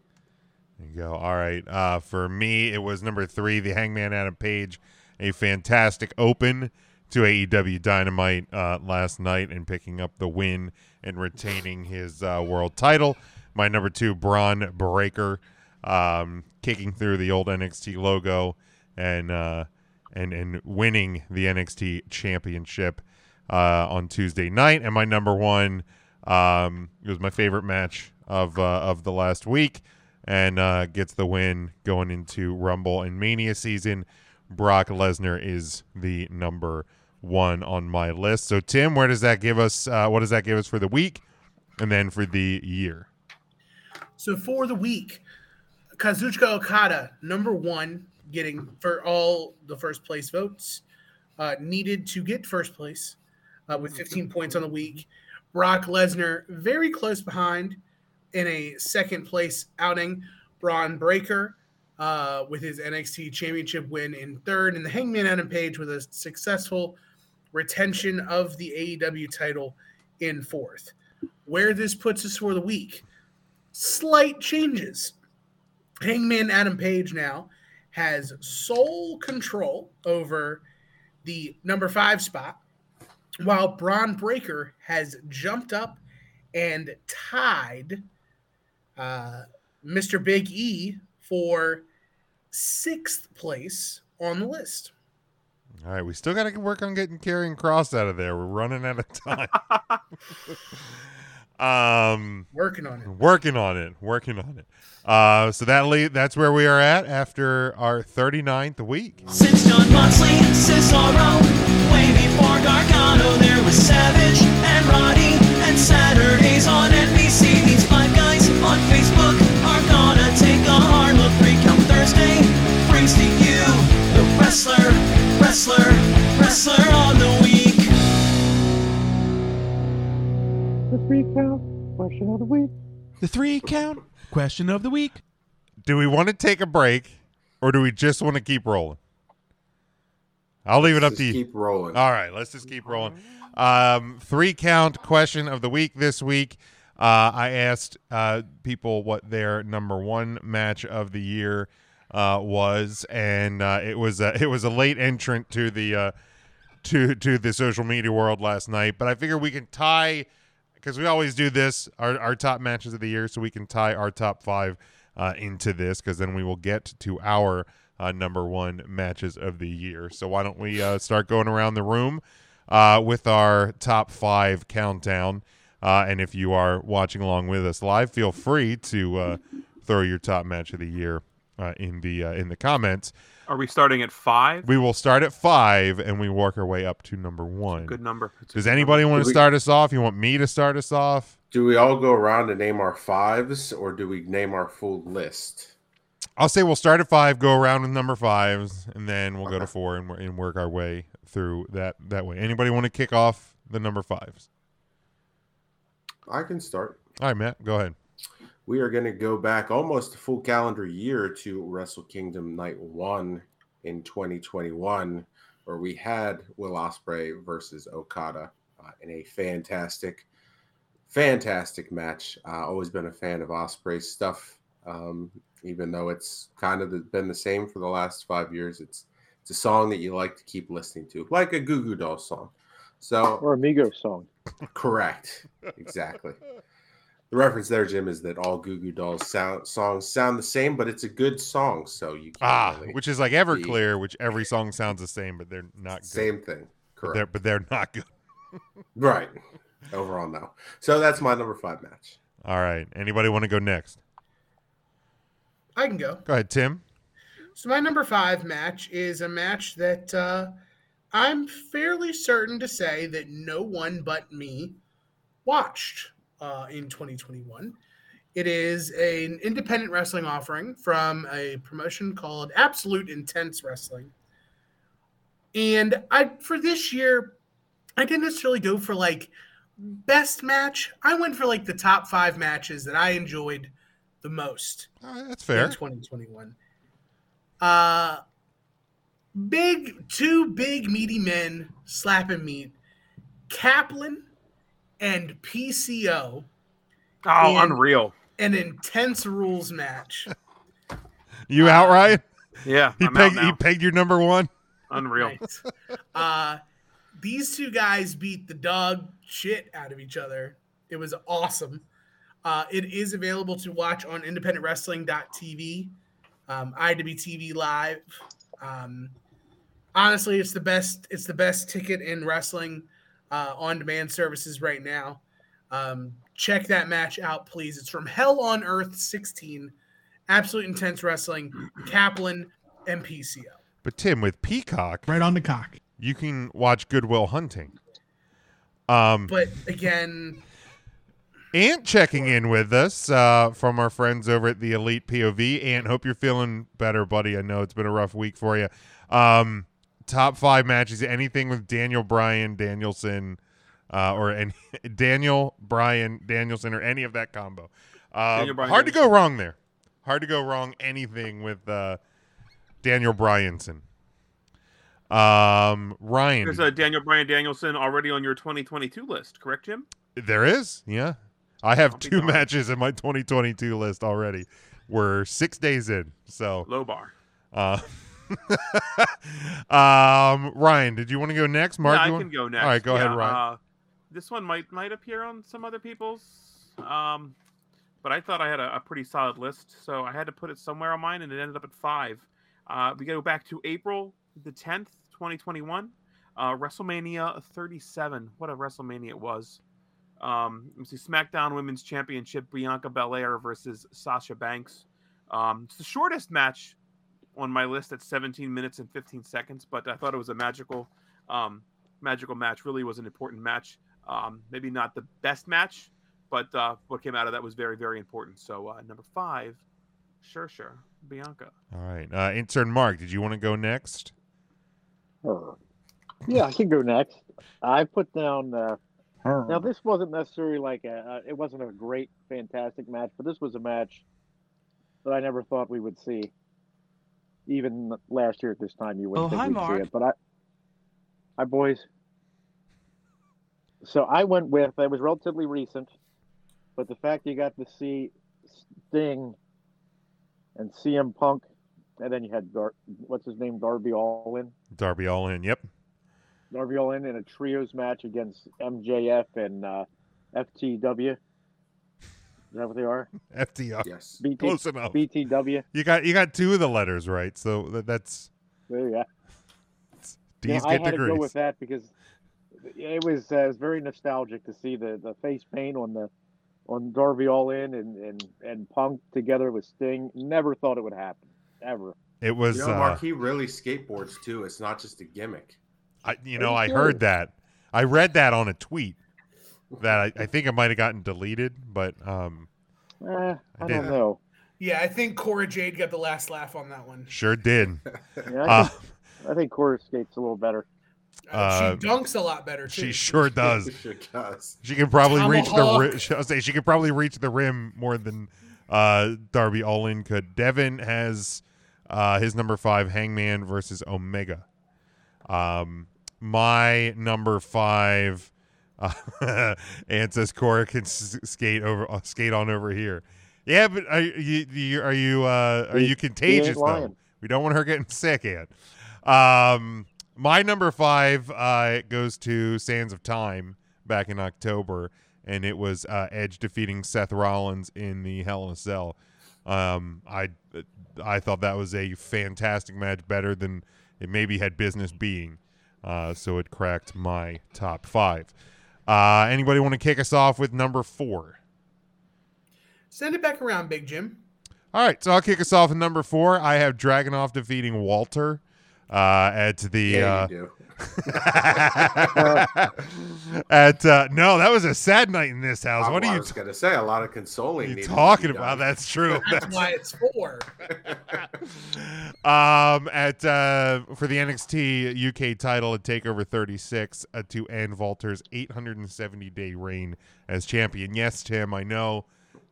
There you go. All right. Uh, for me, it was number three, the Hangman Adam Page, a fantastic open to AEW Dynamite uh, last night and picking up the win and retaining his uh, world title. My number two, Braun Breaker, um, kicking through the old NXT logo and uh, and and winning the NXT Championship uh, on Tuesday night. And my number one, um, it was my favorite match of uh, of the last week, and uh, gets the win going into Rumble and Mania season. Brock Lesnar is the number one on my list. So Tim, where does that give us? Uh, what does that give us for the week, and then for the year? So for the week, Kazuchika Okada, number one, getting for all the first place votes, uh, needed to get first place uh, with 15 points on the week. Brock Lesnar, very close behind in a second place outing. Braun Breaker uh, with his NXT Championship win in third. And the Hangman Adam Page with a successful retention of the AEW title in fourth. Where this puts us for the week slight changes. Hangman Adam Page now has sole control over the number five spot, while Braun Breaker has jumped up and tied uh, Mr. Big E for sixth place on the list. All right, we still got to work on getting carrying cross out of there. We're running out of time. um, Working on it. Working on it. Working on it. Uh, so that le- that's where we are at after our 39th week. Since John Moxley and Cesaro, way before Gargano, there was Savage and Roddy and Saturdays on NBC. These five guys on Facebook are gonna take a hard look. Recount Thursday brings to you the wrestler, wrestler, wrestler on the week. The three count question of the week. The three count question of the week. Do we want to take a break, or do we just want to keep rolling? I'll leave it up to you. Keep rolling. All right, let's just keep rolling. Um, three count question of the week this week. Uh, I asked uh, people what their number one match of the year uh, was, and uh, it was a, it was a late entrant to the uh, to to the social media world last night. But I figure we can tie because we always do this our, our top matches of the year, so we can tie our top five uh, into this because then we will get to our uh, number one matches of the year. So why don't we uh, start going around the room? uh, with our top five countdown. Uh, and if you are watching along with us live, feel free to uh, throw your top match of the year uh, in the uh, in the comments. Are we starting at five? We will start at five and we work our way up to number one. Good number. It's a Does good anybody number. want Do to we- start us off? You want me to start us off? Do we all go around and name our fives, or do we name our full list? I'll say we'll start at five, go around with number fives, and then we'll go to four and, wor- and work our way through that that way. Anybody want to kick off the number fives? I can start. All right, Matt, go ahead. We are going to go back almost a full calendar year to Wrestle Kingdom Night 1 in 2021, where we had Will Ospreay versus Okada uh, in a fantastic, fantastic match. Uh, always been a fan of Ospreay's stuff, um, even though it's kind of the, been the same for the last five years. It's it's a song that you like to keep listening to, like a Goo Goo Dolls song. So or Amigo song. Correct. Exactly. the reference there, Jim, is that all Goo Goo Dolls sound, songs sound the same, but it's a good song, so you can't Ah, really- which is like Everclear, which every song sounds the same, but they're not good. Same thing. But they're, but they're not good. right. Overall, no. So that's my number five match. All right. Anybody want to go next? I can go. Go ahead, Tim. So my number five match is a match that uh, I'm fairly certain to say that no one but me watched uh, in 2021. It is an independent wrestling offering from a promotion called Absolute Intense Wrestling. And I for this year, I didn't necessarily go for like best match. I went for like the top five matches that I enjoyed the most. Uh, that's fair. In 2021. Uh big two big meaty men slapping meat. Kaplan and PCO. Oh, in unreal. An intense rules match. You out, Ryan? Yeah, He I'm out pegged, he now. pegged your number one. Unreal. Uh, these two guys beat the dog shit out of each other. It was awesome. Uh, it is available to watch on independentwrestling.tv, um, IWTV live. Um, honestly, it's the best. It's the best ticket in wrestling uh, on-demand services right now. Um, check that match out, please. It's from Hell on Earth 16, Absolute Intense Wrestling, Kaplan and PCO. But Tim, with Peacock, right on the cock, you can watch Goodwill Hunting. Um, But again, Ant checking in with us uh, from our friends over at the Elite POV. Ant, hope you're feeling better, buddy. I know it's been a rough week for you. Um, top five matches: anything with Daniel Bryan, Danielson, uh, or any Daniel Bryan, Danielson, or any of that combo. Uh, Daniel Bryan, hard to go wrong there. Hard to go wrong anything with uh, Daniel Bryanson. Um, Ryan, There's a Daniel Bryan Danielson already on your 2022 list, correct, Jim? There is, yeah. I have two matches in my 2022 list already. We're six days in, so low bar. Uh, um, Ryan, did you want to go next? Mark, yeah, I you can want- go next. All right, go ahead, Yeah, Ryan. Uh, this one might might appear on some other people's, um, but I thought I had a, a pretty solid list, so I had to put it somewhere on mine, and it ended up at five. Uh, we go back to April the 10th, 2021, uh, WrestleMania 37. What a WrestleMania it was! Um, let me see, SmackDown Women's Championship: Bianca Belair versus Sasha Banks. Um, it's the shortest match on my list at 17 minutes and 15 seconds, but I thought it was a magical, um, magical match. Really was an important match. Um, maybe not the best match, but uh, what came out of that was very, very important. So uh, number five, sure, sure, Bianca. All right, uh, intern Mark, did you want to go next? Her. Yeah, I can go next. I put down. Uh, now this wasn't necessarily like a. Uh, it wasn't a great, fantastic match, but this was a match that I never thought we would see. Even last year at this time, you wouldn't Oh, think hi, we'd Mark. see it. But I, hi boys. So I went with. It was relatively recent, but the fact you got to see Sting and CM Punk, and then you had Dar- what's his name, Darby Allin. Darby all in. Yep. Darby Allin in a trios match against MJF and uh, FTW. Is that what they are? FTR. Yes. BT, Close enough. BTW. You got you got two of the letters right, so that, that's There you go. D's Now, I get had to go degrees. with that because it was uh, it was very nostalgic to see the, the face paint on the on Darby All In and, and and Punk together with Sting. Never thought it would happen, ever. It was. You know, uh, Marquis really skateboards too. It's not just a gimmick. I, you know, I heard that. I read that on a tweet that I, I think it might have gotten deleted, but um, Eh, I did. don't know. Yeah, I think Cora Jade got the last laugh on that one. sure did. Yeah, I, Uh, think, I think Cora skates a little better. Uh, she dunks a lot better. Too. She sure does. she does. She can probably reach the. Ri- Tomahawk. I'll say she can probably reach the rim more than uh, Darby Allin could. Devin has uh, his number five, Hangman versus Omega. Um, my number five, uh, Ant says Cora can s- skate over, uh, skate on over here. Yeah, but are you, you are you uh, are He- he you ain't contagious though? lying. We don't want her getting sick, Ant. Um, my number five uh, goes to Sands of Time back in October, and it was uh, Edge defeating Seth Rollins in the Hell in a Cell. Um, I I thought that was a fantastic match, better than it maybe had business being. Uh, so it cracked my top five. Uh, anybody want to kick us off with number four? Send it back around, Big Jim. All right, so I'll kick us off at number four. I have Dragonoff defeating Walter. Uh, at the Yeah, uh, you at uh, no, that was a sad night in this house. I, what I are you was gonna say? A lot of consoling. needed to be talking done. about? That's true. That's why it's four. um, at uh, for the NXT UK title at Takeover 36 uh, to end Walter's 870 day reign as champion. Yes, Tim, I know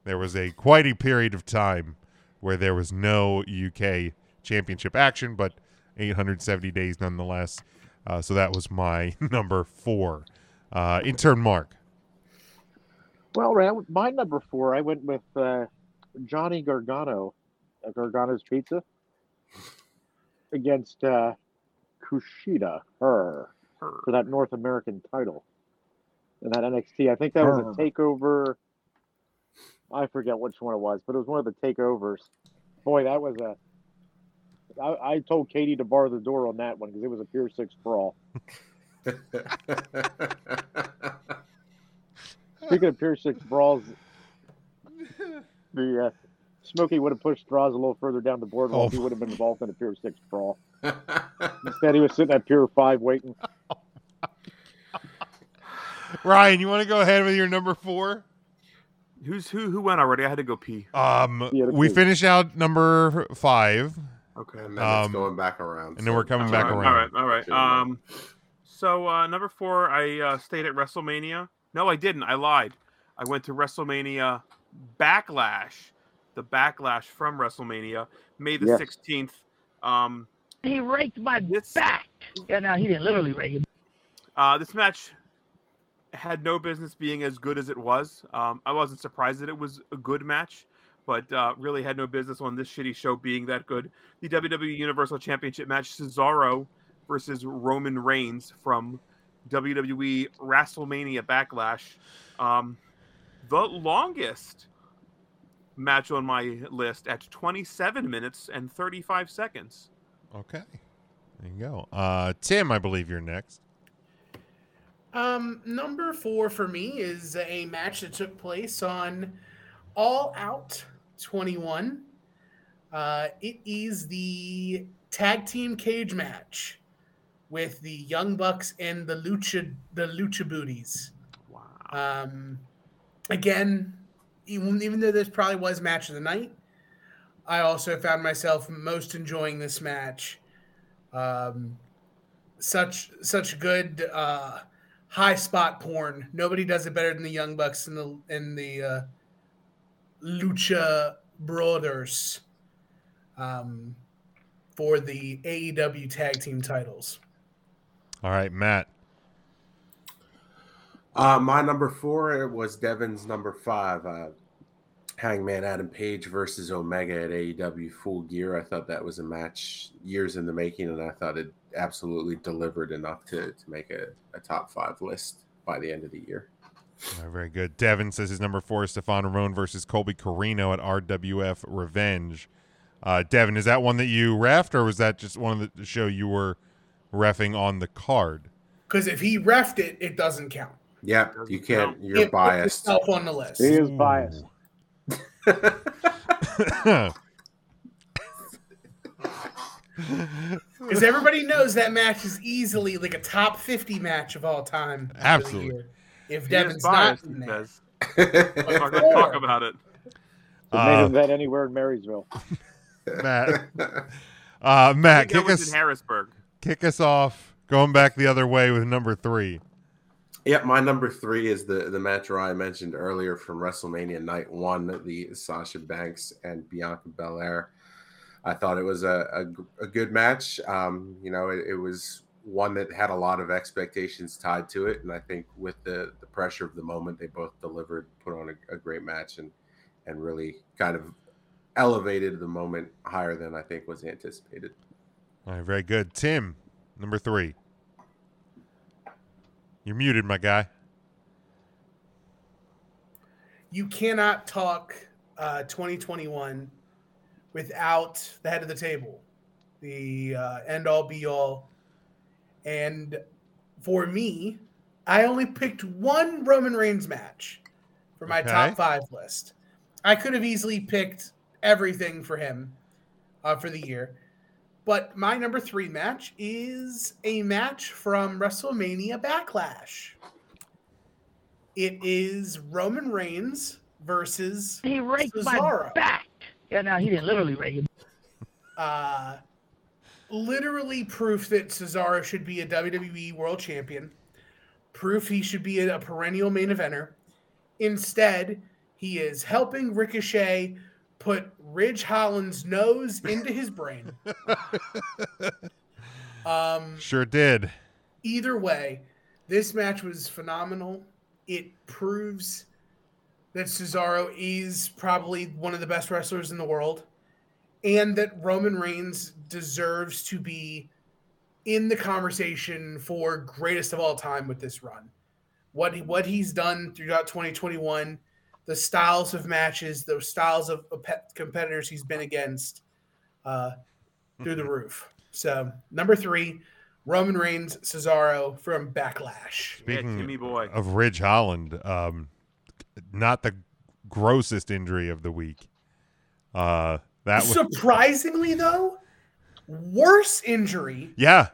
there was a quite a period of time where there was no UK championship action, but 870 days nonetheless. Uh, so that was my number four. Uh, intern Mark. Well, Rand, my number four, I went with uh, Johnny Gargano, uh, Gargano's Pizza, against uh, Kushida, her, for that North American title. And that NXT, I think that was a Her. takeover. I forget which one it was, but it was one of the takeovers. Boy, that was a. I, I told Katie to bar the door on that one because it was a pure six brawl. Speaking of pure six brawls, the uh, Smokey would have pushed straws a little further down the boardwalk. Oh. He would have been involved in a pure six brawl. Instead, he was sitting at pure five waiting. Ryan, you want to go ahead with your number four? Who's who? Who went already? I had to go pee. Um, we finish out number five. Okay. And then it's going back around. um, and then we're coming back all right, around. All right, all right. Um, so uh, number four, I uh, stayed at WrestleMania. No, I didn't. I lied. I went to WrestleMania Backlash. The Backlash from WrestleMania, May the Yes. sixteenth. Um, He raked my back. Yeah, now he didn't literally rake it. Uh, this match had no business being as good as it was. Um, I wasn't surprised that it was a good match, but uh, really had no business on this shitty show being that good. The WWE Universal Championship match Cesaro versus Roman Reigns from WWE WrestleMania Backlash. Um, the longest match on my list at 27 minutes and 35 seconds. Okay. There you go. Uh, Tim, I believe you're next. Um, number four for me is a match that took place on All Out 21. Uh, it is the tag team cage match with the Young Bucks and the Lucha the Lucha Booties. Wow. Um, again, even, even though this probably was match of the night, I also found myself most enjoying this match. Um, such such good uh, high spot porn. Nobody does it better than the Young Bucks and the and the uh, Lucha Brothers um, for the AEW tag team titles. All right, Matt. Uh, my number four was Devin's number five. Uh, Hangman Adam Page versus Omega at AEW Full Gear. I thought that was a match years in the making, and I thought it absolutely delivered enough to, to make a, a top five list by the end of the year. All right, very good. Devin says his number four is Stefan Ramon versus Colby Carino at RWF Revenge. Uh, Devin, is that one that you refed, or was that just one of the, the show you were refing on the card? Because if he refed it, it doesn't count. Yeah, you can't. You're It puts biased. itself on the list. He is biased. Because everybody knows that match is easily like a top 50 match of all time. for the Absolutely. year, If He Devin's is not biased, in he there. says. Let's not talk about it. They Uh, made him that anywhere in Marysville. Matt. Uh, Matt, I think I kick was us in Harrisburg. kick us off. Going back the other way with number three. Yeah, my number three is the the match I mentioned earlier from WrestleMania Night One, the Sasha Banks and Bianca Belair. I thought it was a a g- a, good match. Um, you know, it, it was one that had a lot of expectations tied to it, and I think with the the pressure of the moment, they both delivered, put on a, a great match, and and really kind of elevated the moment higher than I think was anticipated. All right, very good. Tim, number three. You're muted, my guy. You cannot talk uh, 2021 without the head of the table, the uh, end all be all. And for me, I only picked one Roman Reigns match for my Okay. top five list. I could have easily picked everything for him uh, for the year. But my number three match is a match from WrestleMania Backlash. It is Roman Reigns versus He raked my Cesaro. back. Yeah, now he didn't literally rake it. Uh, literally proof that Cesaro should be a WWE World Champion. Proof he should be a, a perennial main eventer. Instead, he is helping Ricochet put Ridge Holland's nose into his brain. um, Sure did. either way, this match was phenomenal. It proves that Cesaro is probably one of the best wrestlers in the world and that Roman Reigns deserves to be in the conversation for greatest of all time with this run. What what he's done throughout 2021, the styles of matches, the styles of pe- competitors he's been against, uh, through the roof. So number three, Roman Reigns, Cesaro from Backlash. Speaking Timmy boy. of Ridge Holland, um, not the grossest injury of the week. Uh, that was Surprisingly, though, worse injury yeah,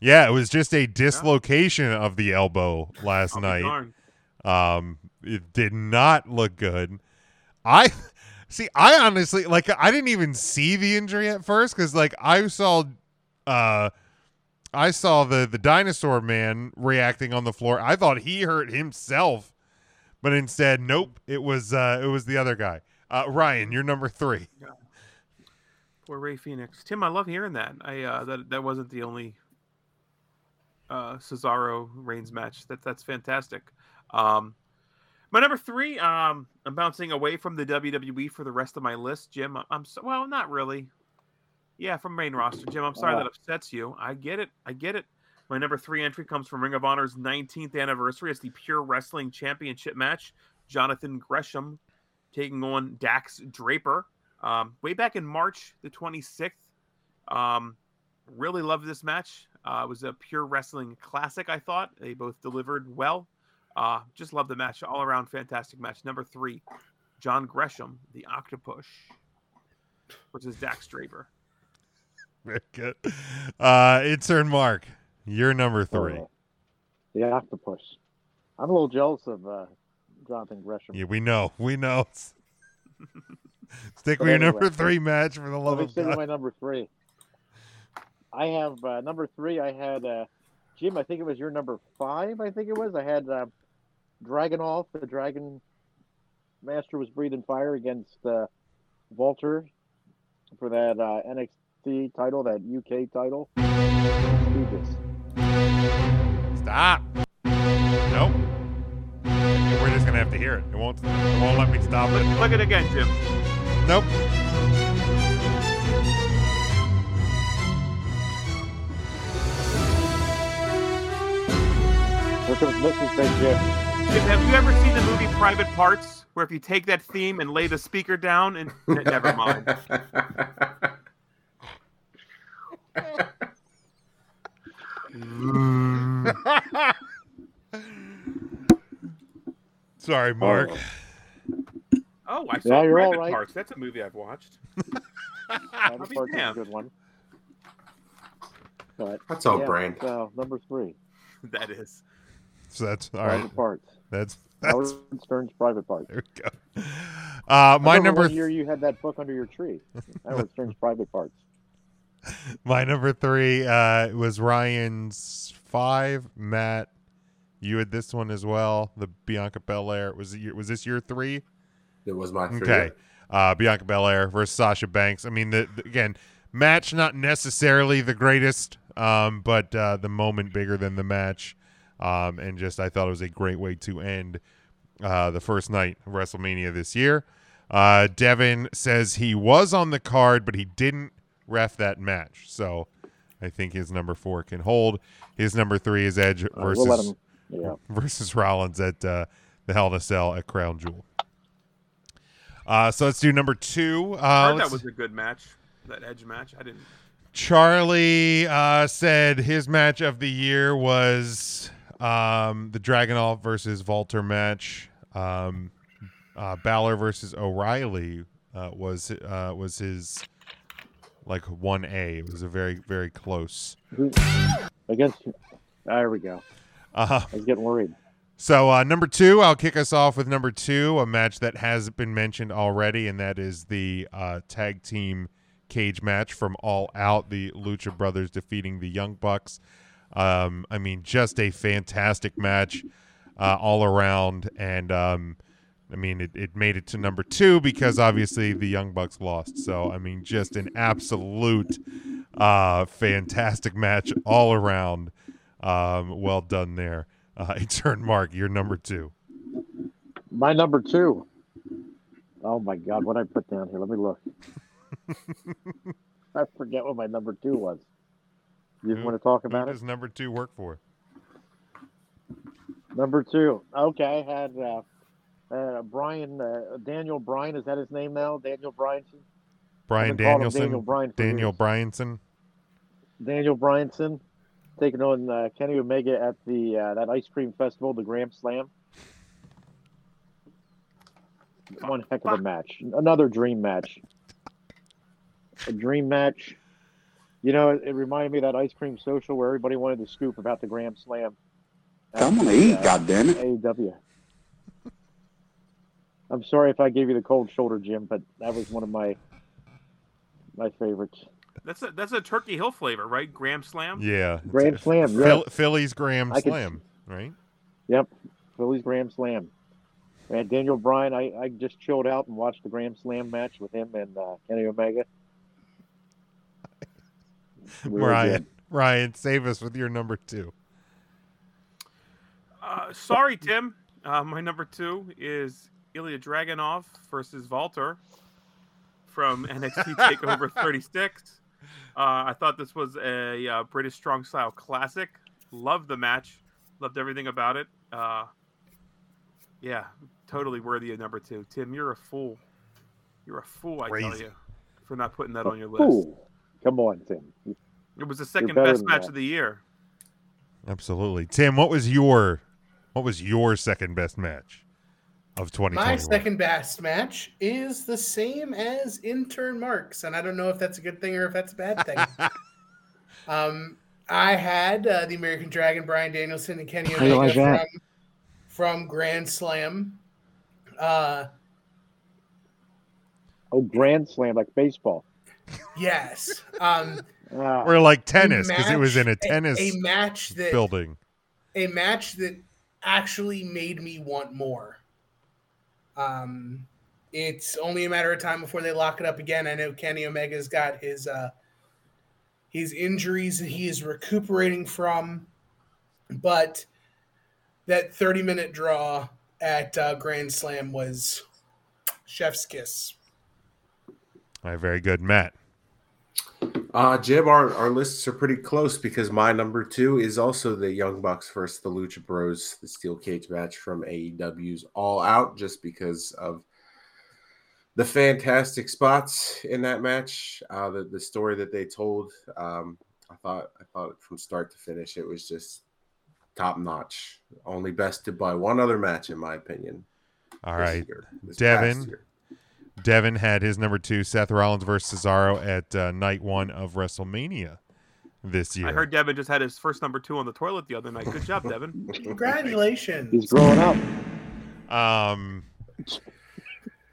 yeah. It was just a dislocation of the elbow Oh last night. darned. Um, it did not look good. I see. I honestly like. I didn't even see the injury at first because like I saw, uh, I saw the the dinosaur man reacting on the floor. I thought he hurt himself, but instead, nope. It was uh, it was the other guy. Uh, Ryan, you're number three. Poor Ray Phoenix. Tim, I love hearing that. I uh, that that wasn't the only uh, Cesaro Reigns match. That that's fantastic. Um, my number three. Um, I'm bouncing away from the WWE for the rest of my list, Jim. I- I'm so, well, not really. Yeah, from main roster, Jim. I'm sorry Uh. that upsets you. I get it. I get it. My number three entry comes from Ring of Honor's 19th anniversary. It's the Pure Wrestling Championship match. Jonathan Gresham taking on Dax Draper. Um, way back in March the 26th. Um, really loved this match. Uh, it was a pure wrestling classic, I thought. They both delivered well. Uh, just love the match. All around fantastic match. Number three, John Gresham, the Octopus, which is Dax Draper. Very good. Uh, intern Mark, you're number three. The octopus. I'm a little jealous of uh, Jonathan Gresham. Yeah, we know. We know. Stick But with your anyway. number three match for the love Let me of say my God. number three. I have uh, number three. I had uh, Jim. I think it was your number five. I think it was. I had uh, Dragonoff. The Dragon Master was breathing fire against uh, Walter for that uh, NXT title, that UK title. Stupid. Stop. Nope. We're just gonna have to hear it. It won't. It won't let me stop it. Look at it again, Jim. Nope. Here comes Mrs. Big Jim. Jim, have you ever seen the movie Private Parts, where if you take that theme and lay the speaker down and ne- never mind. Sorry, Mark. Oh, I Yeah, saw you're all Rabbit right. Parks. That's a movie I've watched. I'll be Parks is a damned. good one. But, That's all yeah, brand. So number three. That is. So that's all private right. parts. That's Howard Stern's private parts. There we go. Uh, my number One year you had that book under your tree. Howard Stern's private parts. my number three uh, was Ryan's five. Matt, you had this one as well. The Bianca Belair was it your, was this your three? It was my three. Okay. Uh, Bianca Belair versus Sasha Banks. I mean, the, the- again, match not necessarily the greatest, um, but uh, the moment bigger than the match, um, and just I thought it was a great way to end uh, the first night of WrestleMania this year. Uh, Devin says he was on the card, but he didn't ref that match, so I think his number four can hold. His number three is Edge Uh, we'll versus let him- yeah. versus Rollins at uh, the Hell in a Cell at Crown Jewel. Uh, so let's do number two. Uh, I heard that let's- was a good match. That Edge match. I didn't. Charlie uh, said his match of the year was um, the Dragonoff versus Walter match. Um, uh, Balor versus O'Reilly uh, was uh, was his like one A. It was a very very close. I guess. There we go. Uh, I was getting worried. So uh, number two, I'll kick us off with number two, a match that has been mentioned already, and that is the uh, tag team cage match from All Out, the Lucha Brothers defeating the Young Bucks. Um, I mean, just a fantastic match uh, all around, and um, I mean, it, it made it to number two because obviously the Young Bucks lost. So, I mean, just an absolute uh, fantastic match all around. Um, well done there. Uh, turn Mark, you're number two. My number two. Oh my God! What did I put down here? Let me look. I forget what my number two was. You want to talk about Who it? does number two work for? Number two. Okay, I had uh, uh, Brian uh, Daniel Bryan. Is that his name now? Daniel Bryan. Brian I've been calling him Danielson. Daniel Bryan for Daniel years. Bryanson. Daniel Bryanson taking on uh, Kenny Omega at the uh, that ice cream festival, the Grand Slam. One heck of a match. Another dream match. A dream match. You know, it, it reminded me of that ice cream social where everybody wanted to scoop about the Grand Slam. uh, I'm gonna eat, goddammit. AEW. E I'm sorry if I gave you the cold shoulder, Jim, but that was one of my my favorites. That's a that's a Turkey Hill flavor, right? Graham Slam. Yeah. Grand It's- Slam, Phil- yeah. Philly's Graham I could- Slam, right? Yep, Philly's Grand Slam. And Daniel Bryan, I, I just chilled out and watched the Grand Slam match with him and uh, Kenny Omega. Really Ryan, good. Ryan, save us with your number two. Uh, sorry, Tim. Uh, my number two is Ilya Dragunov versus Walter from NXT Takeover 36. Uh, I thought this was a uh, British Strong Style classic. Loved the match. Loved everything about it. Uh, yeah, totally worthy of number two. Tim, you're a fool. You're a fool, I tell Crazy. you, for not putting that on your list. Ooh, come on, Tim. It was the You're second better best than match that. of the year. Absolutely, Tim. What was your what was your second best match of 2021? My second best match is the same as intern Marks, and I don't know if that's a good thing or if that's a bad thing. um, I had uh, the American Dragon, Brian Danielson, and Kenny How do you Omega like from, that? from Grand Slam. Uh, Oh, Grand Slam like baseball. Ah, yes. Um, Or like tennis because it was in a match- tennis a match that building. a match that actually made me want more. Um, it's only a matter of time before they lock it up again. I know Kenny Omega's got his uh, his injuries that he is recuperating from, but that thirty minute draw at uh, Grand Slam was chef's kiss. All right, very good, Matt. Uh, Jim, our, our lists are pretty close because my number two is also the Young Bucks versus the Lucha Bros, the steel cage match from AEW's All Out, just because of the fantastic spots in that match, uh, the the story that they told. Um, I thought I thought from start to finish, it was just top notch. Only bested by one other match, in my opinion. All this right, year, this past Devin. year. Devin had his number two, Seth Rollins versus Cesaro at uh, night one of WrestleMania this year. I heard Devin just had his first number two on the toilet the other night. Good job, Devin. Congratulations. He's growing up. Um,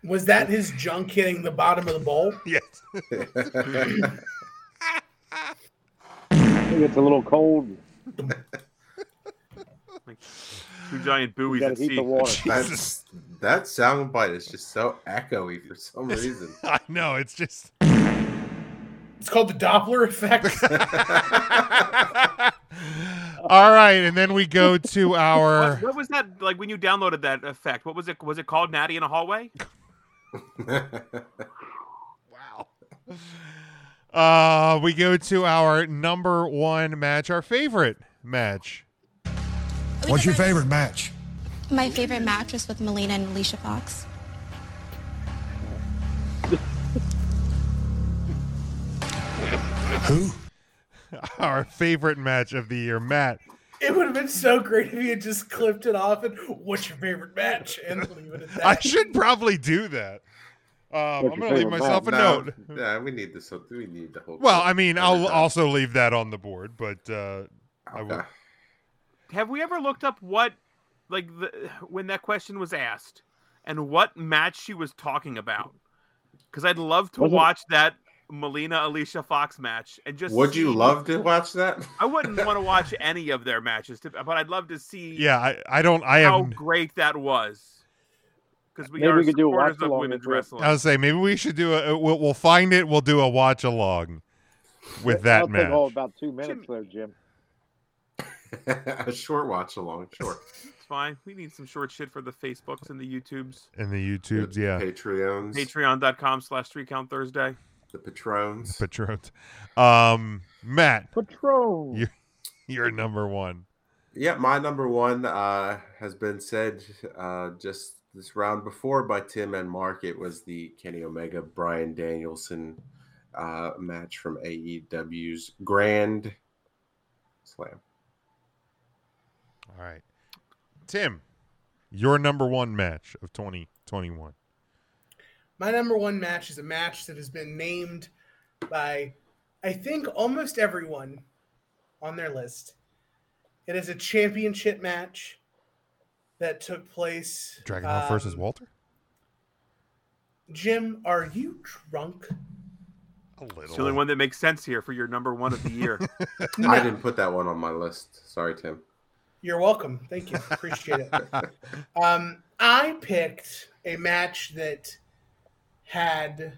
Was that his junk hitting the bottom of the bowl? Yes. I think it's a little cold. Two giant buoys gotta at heat sea. the water. That's- That soundbite is just so echoey for some reason. I know it's just. It's called the Doppler effect. all right, and then we go to our What, what was that like when you downloaded that effect? What was it? Was it called Natty in a hallway? uh we go to our number one match, our favorite match. What's your favorite match? My favorite match was with Melina and Alicia Fox. Who? Our favorite match of the year, Matt. It would have been so great if you had just clipped it off and what's your favorite match? And leave it at that. I should probably do that. Um, I'm gonna leave myself a Oh, No, note. Yeah, we need this. We need the whole. Well, clip I mean, every I'll time. also leave that on the board, but uh, I will. Have we ever looked up what, like, the, when that question was asked, and what match she was talking about? Because I'd love to Wasn't- watch that Melina Alicia Fox match and just. Would you see- love to watch that? I wouldn't want to watch any of their matches, to, but I'd love to see. Yeah, I, I don't. I how have. great that was. Because we Maybe are we could do a supporters of watch-along women's with it. wrestling. I would say maybe we should do a. uh, We'll, we'll find it. We'll do a watch along with I'll that take all match. about two minutes there, Jim. a short watch along, sure. It's fine. We need some short shit for the Facebooks and the YouTubes. And the YouTubes, yeah. Patreons, Patreon.com slash three count Thursday. the patrons. Patrons. Um, Matt, Patron. you're, you're number one. Yeah, my number one uh, has been said uh, just this round before by Tim and Mark. It was the Kenny Omega Brian Danielson uh, match from AEW's Grand Slam. All right. Tim, your number one match of 2021. My number one match is a match that has been named by, I think, almost everyone on their list. It is a championship match that took place. Dragon Ball um, versus Walter? Jim, are you drunk? A It's the only one that makes sense here for your number one of the year. I didn't put that one on my list. Sorry, Tim. You're welcome. Thank you. Appreciate it. Um, I picked a match that had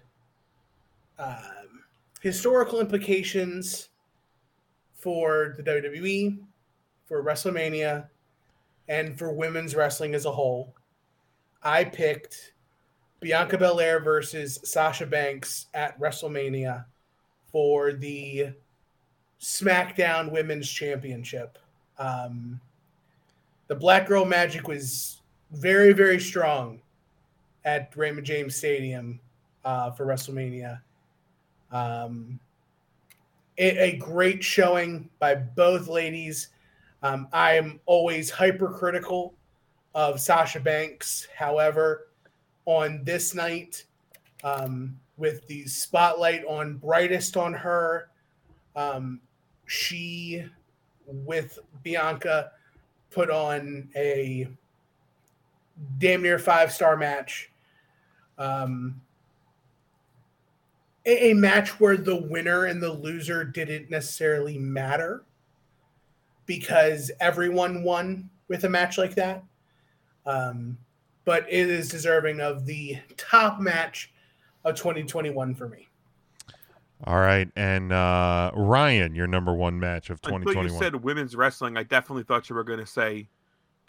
um, historical implications for the WWE, for WrestleMania, and for women's wrestling as a whole. I picked Bianca Belair versus Sasha Banks at WrestleMania for the SmackDown Women's Championship. Um, the Black Girl Magic was very, very strong at Raymond James Stadium uh, for WrestleMania. Um, a, a great showing by both ladies. Um, I am always hypercritical of Sasha Banks. However, on this night, um, with the spotlight on brightest on her, um, she with Bianca put on a damn near five star match. Um, a, a match where the winner and the loser didn't necessarily matter because everyone won with a match like that. Um, but it is deserving of the top match of 2021 for me. All right. And uh, Ryan, your number one match of Until you 2021. said women's wrestling, I definitely thought you were going to say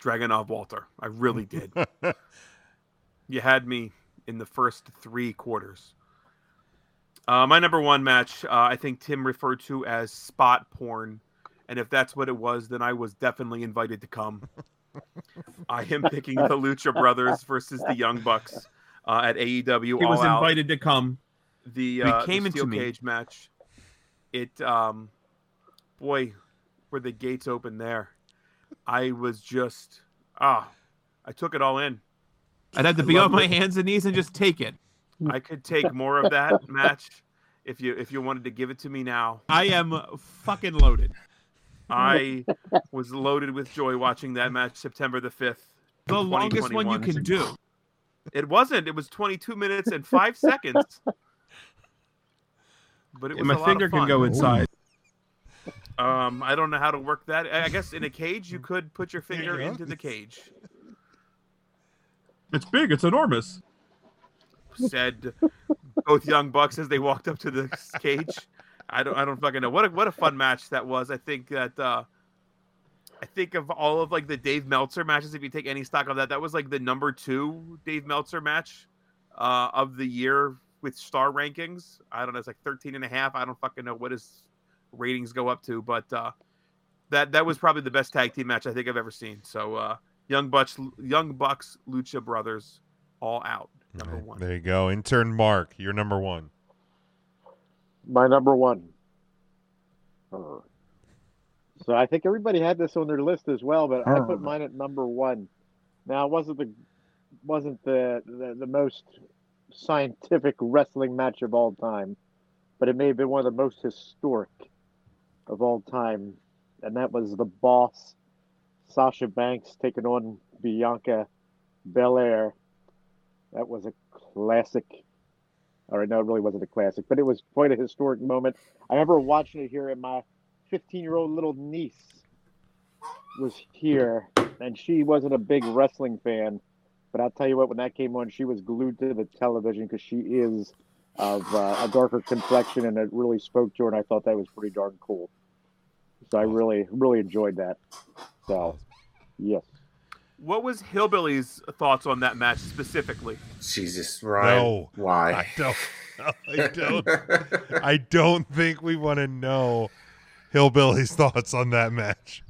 Dragonov Walter. I really did. you had me in the first three quarters. Uh, my number one match, uh, I think Tim referred to as spot porn. And if that's what it was, then I was definitely invited to come. I am picking the Lucha Brothers versus the Young Bucks uh, at AEW. He was All Out. invited to come. The They uh, came the into steel me. cage match. It um, boy, were the gates open there. I was just ah, I took it all in. I'd have to I be on love my it. hands and knees and just take it. I could take more of that match if you if you wanted to give it to me now. I am fucking loaded. I was loaded with joy watching that match September the 5th. The longest one you 2021. can do. It wasn't. It was 22 minutes and 5 seconds. But it Yeah, was my a lot finger of can fun. go inside. Um, I don't know how to work that. I I guess in a cage you could put your finger into the cage. It's big. It's enormous. Said both young bucks as they walked up to the cage. I don't. I don't fucking know. What a what a fun match that was. I think that. Uh, I think of all of like the Dave Meltzer matches. If you take any stock of that, that was like the number two Dave Meltzer match uh, of the year with star rankings. I don't know. It's like 13 and a half. I don't fucking know what his ratings go up to, but uh, that that was probably the best tag team match I think I've ever seen. So uh, Young Bucks, Young Bucks, Lucha Brothers, all out. Number one. There you go. Intern Mark, you're number one. My number one. Uh, So I think everybody had this on their list as well, but I put mine at number one. Now it wasn't the wasn't the, the the most scientific wrestling match of all time, but it may have been one of the most historic of all time, and that was the boss Sasha Banks taking on Bianca Belair. That was a classic. All right, no, it really wasn't a classic, but it was quite a historic moment. I remember watching it here, and my 15 year old little niece was here, and she wasn't a big wrestling fan. But I'll tell you what, when that came on, she was glued to the television because she is of uh, a darker complexion, and it really spoke to her. And I thought that was pretty darn cool. So I really, really enjoyed that. So, yes. What was Hillbilly's thoughts on that match specifically? Jesus, Ryan. No. Why? I don't. I don't. I don't think we want to know Hillbilly's thoughts on that match.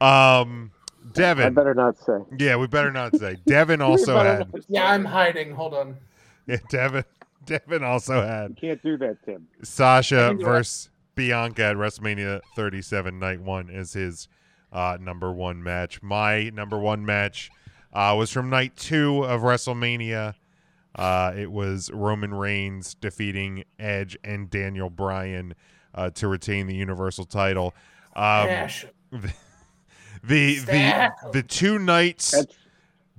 Um, Devin. I better not say. Yeah, we better not say. Devin also had. Yeah, I'm hiding. Hold on. Yeah, Devin. Devin also had Can't do that, Tim. I Sasha can do it. versus Bianca at WrestleMania 37 Night One as his uh, number one match. My number one match uh, was from Night Two of WrestleMania. Uh, it was Roman Reigns defeating Edge and Daniel Bryan uh, to retain the Universal title. Um, Smash. the the Smash. the two nights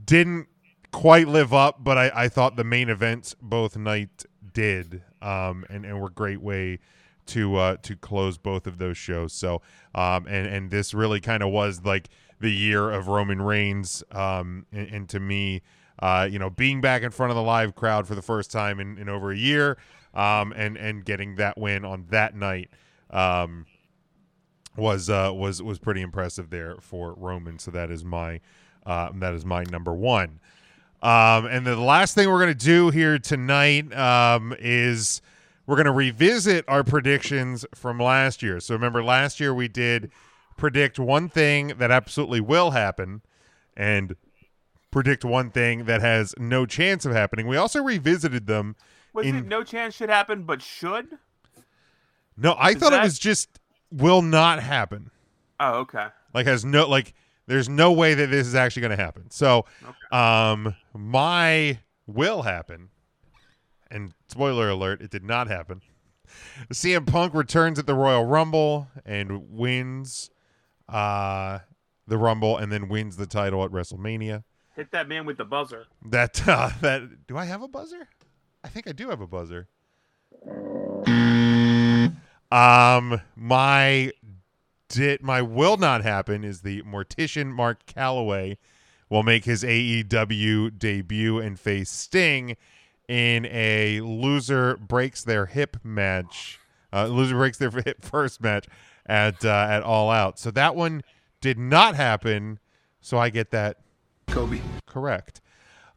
didn't quite live up, but I, I thought the main events both night did, um, and and were a great way to uh, to close both of those shows. So, um, and and this really kind of was like the year of Roman Reigns, um, and, and to me, uh, you know, being back in front of the live crowd for the first time in, in over a year, um, and and getting that win on that night. Um, was uh, was was pretty impressive there for Roman. So that is my uh, that is my number one. Um, and the last thing we're gonna do here tonight um, is we're gonna revisit our predictions from last year. So remember, last year we did predict one thing that absolutely will happen, and predict one thing that has no chance of happening. We also revisited them. Was in it no chance should happen, but should? no, I Is thought it that- was just will not happen. Oh, okay. like has no like there's no way that this is actually going to happen so um my will happen and spoiler alert it did not happen CM Punk returns at the Royal Rumble and wins uh the Rumble and then wins the title at WrestleMania Hit that man with the buzzer. that uh, that do I have a buzzer? I think I do have a buzzer. Um, my did my will not happen is the mortician Mark Calloway will make his AEW debut and face Sting in a loser breaks their hip match. Uh, loser breaks their hip first match at uh, at All Out. So that one did not happen. So I get that Kobe correct.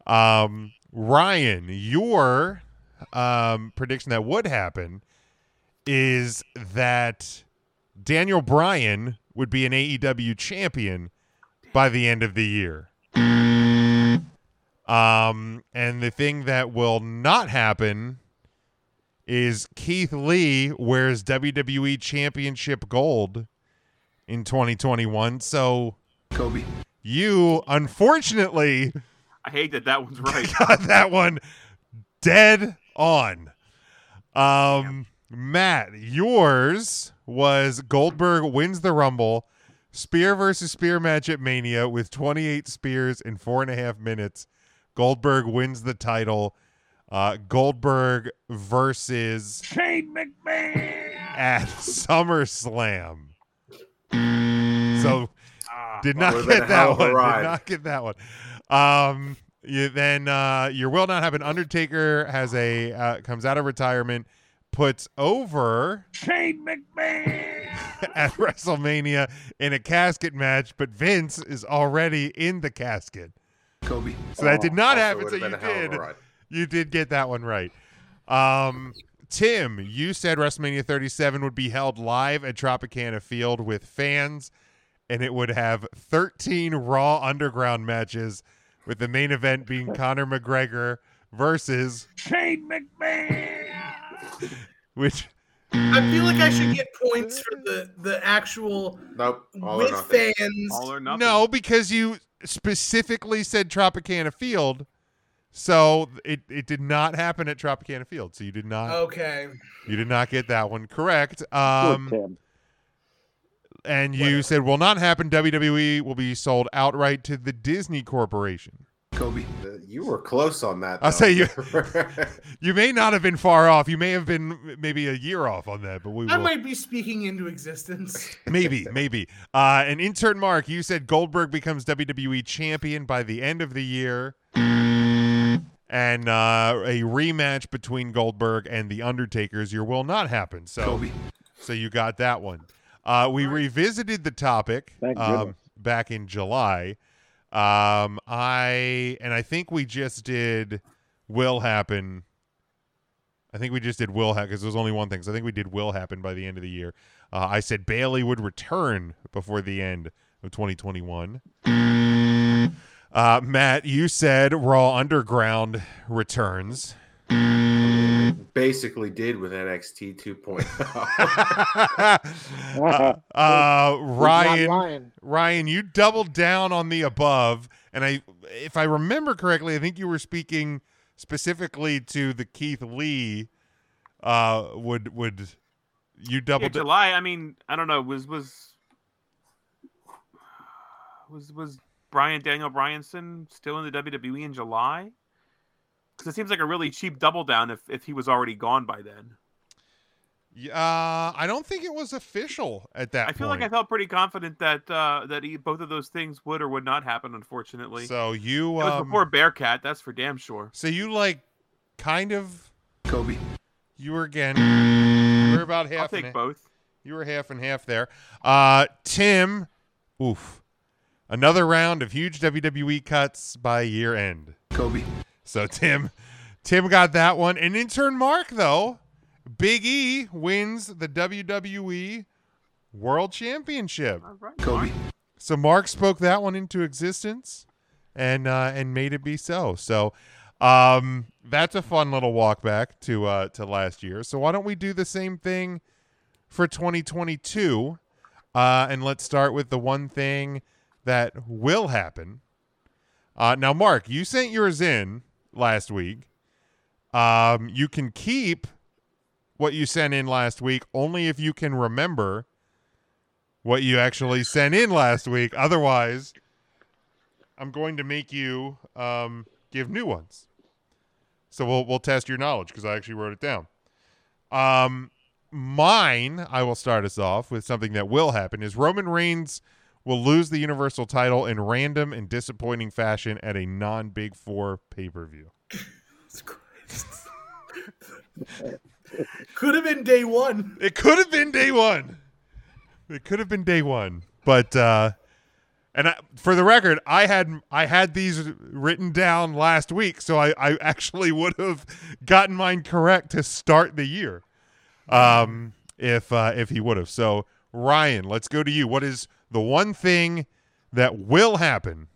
Um, Ryan, your um, prediction that would happen is that Daniel Bryan would be an AEW champion by the end of the year. Um, and the thing that will not happen is Keith Lee E wears WWE Championship gold in 2021. So Kobe. You unfortunately I hate that that one's right. got that one dead on. Um, Matt, yours was Goldberg wins the Rumble, spear versus spear match at Mania with 28 spears in four and a half minutes. Goldberg wins the title. Uh, Goldberg versus Shane McMahon. at SummerSlam. So did Ah, not would've been a hell get of that a one. Did ride. not get that one. Um, you, then uh, your will not happen. Undertaker has a uh, comes out of retirement, puts over Shane McMahon. at WrestleMania in a casket match, but Vince is already in the casket. Kobe. So that did not Oh, Also would've happen. So you been a hell of a did. ride. You did get that one right. Um, Tim, you said WrestleMania 37 would be held live at Tropicana Field with fans, and it would have 13 Raw Underground matches, with the main event being Conor McGregor versus, Shane McMahon. which I feel like I should get points for the the actual nope all or with nothing. fans. No, because you specifically said Tropicana Field, so it it did not happen at Tropicana Field. So you did not. Oh. Okay. You did not get that one correct. Um, and you said will not happen. WWE will be sold outright to the Disney Corporation. Kobe. You were close on that. I'll though. say you. you may not have been far off. You may have been maybe a year off on that, but we I will. might be speaking into existence. maybe, maybe. Uh, and intern Mark, you said Goldberg becomes WWE champion by the end of the year, and uh, a rematch between Goldberg and the Undertaker's your will not happen. So, so you got that one. Uh, we revisited the topic Thank um, goodness. back in July. Um, I and I think we just did will happen. I think we just did will happen because there was only one thing. So I think we did will happen by the end of the year. Uh, I said Bailey would return before the end of 2021. Uh, Matt, you said Raw Underground returns. basically did with NXT oh. 2.0. uh, uh, He's not Ryan, lying. Ryan, you doubled down on the above, and I, if I remember correctly, I think you were speaking specifically to the Keith Lee. Uh, would would you Yeah, doubled? it? July. I mean, I don't know. Was was was was Brian Daniel Bryanson still in the WWE in July? Because it seems like a really cheap double down if if he was already gone by then. Yeah, uh, I don't think it was official at that I feel point. like I felt pretty confident that uh, that he, both of those things would or would not happen. Unfortunately, So you, It was um, before Bearcat. That's for damn sure. so you like kind of Kobe. You were again. You were about half. I'll take and- both. You were half and half there. Uh, Tim, oof. Another round of huge WWE cuts by year end. Kobe. So Tim, Tim got that one. And intern Mark though, Big E wins the WWE World Championship. Kobe. So Mark spoke that one into existence, and uh, and made it be so. So, um, that's a fun little walk back to uh, to last year. So why don't we do the same thing for 2022? Uh, and let's start with the one thing that will happen. Uh, now, Mark, you sent yours in last week. Um, you can keep what you sent in last week only if you can remember what you actually sent in last week. Otherwise, I'm going to make you um, give new ones. So we'll we'll test your knowledge because I actually wrote it down. Um, mine, I will start us off with something that will happen: is Roman Reigns will lose the Universal title in random and disappointing fashion at a non-Big Four pay-per-view. Could have been day one. It could have been day one. It could have been day one, but uh, and I, for the record, I had I had these written down last week, so I, I actually would have gotten mine correct to start the year, um, if uh, if he would have. So Ryan, let's go to you. What is the one thing that will happen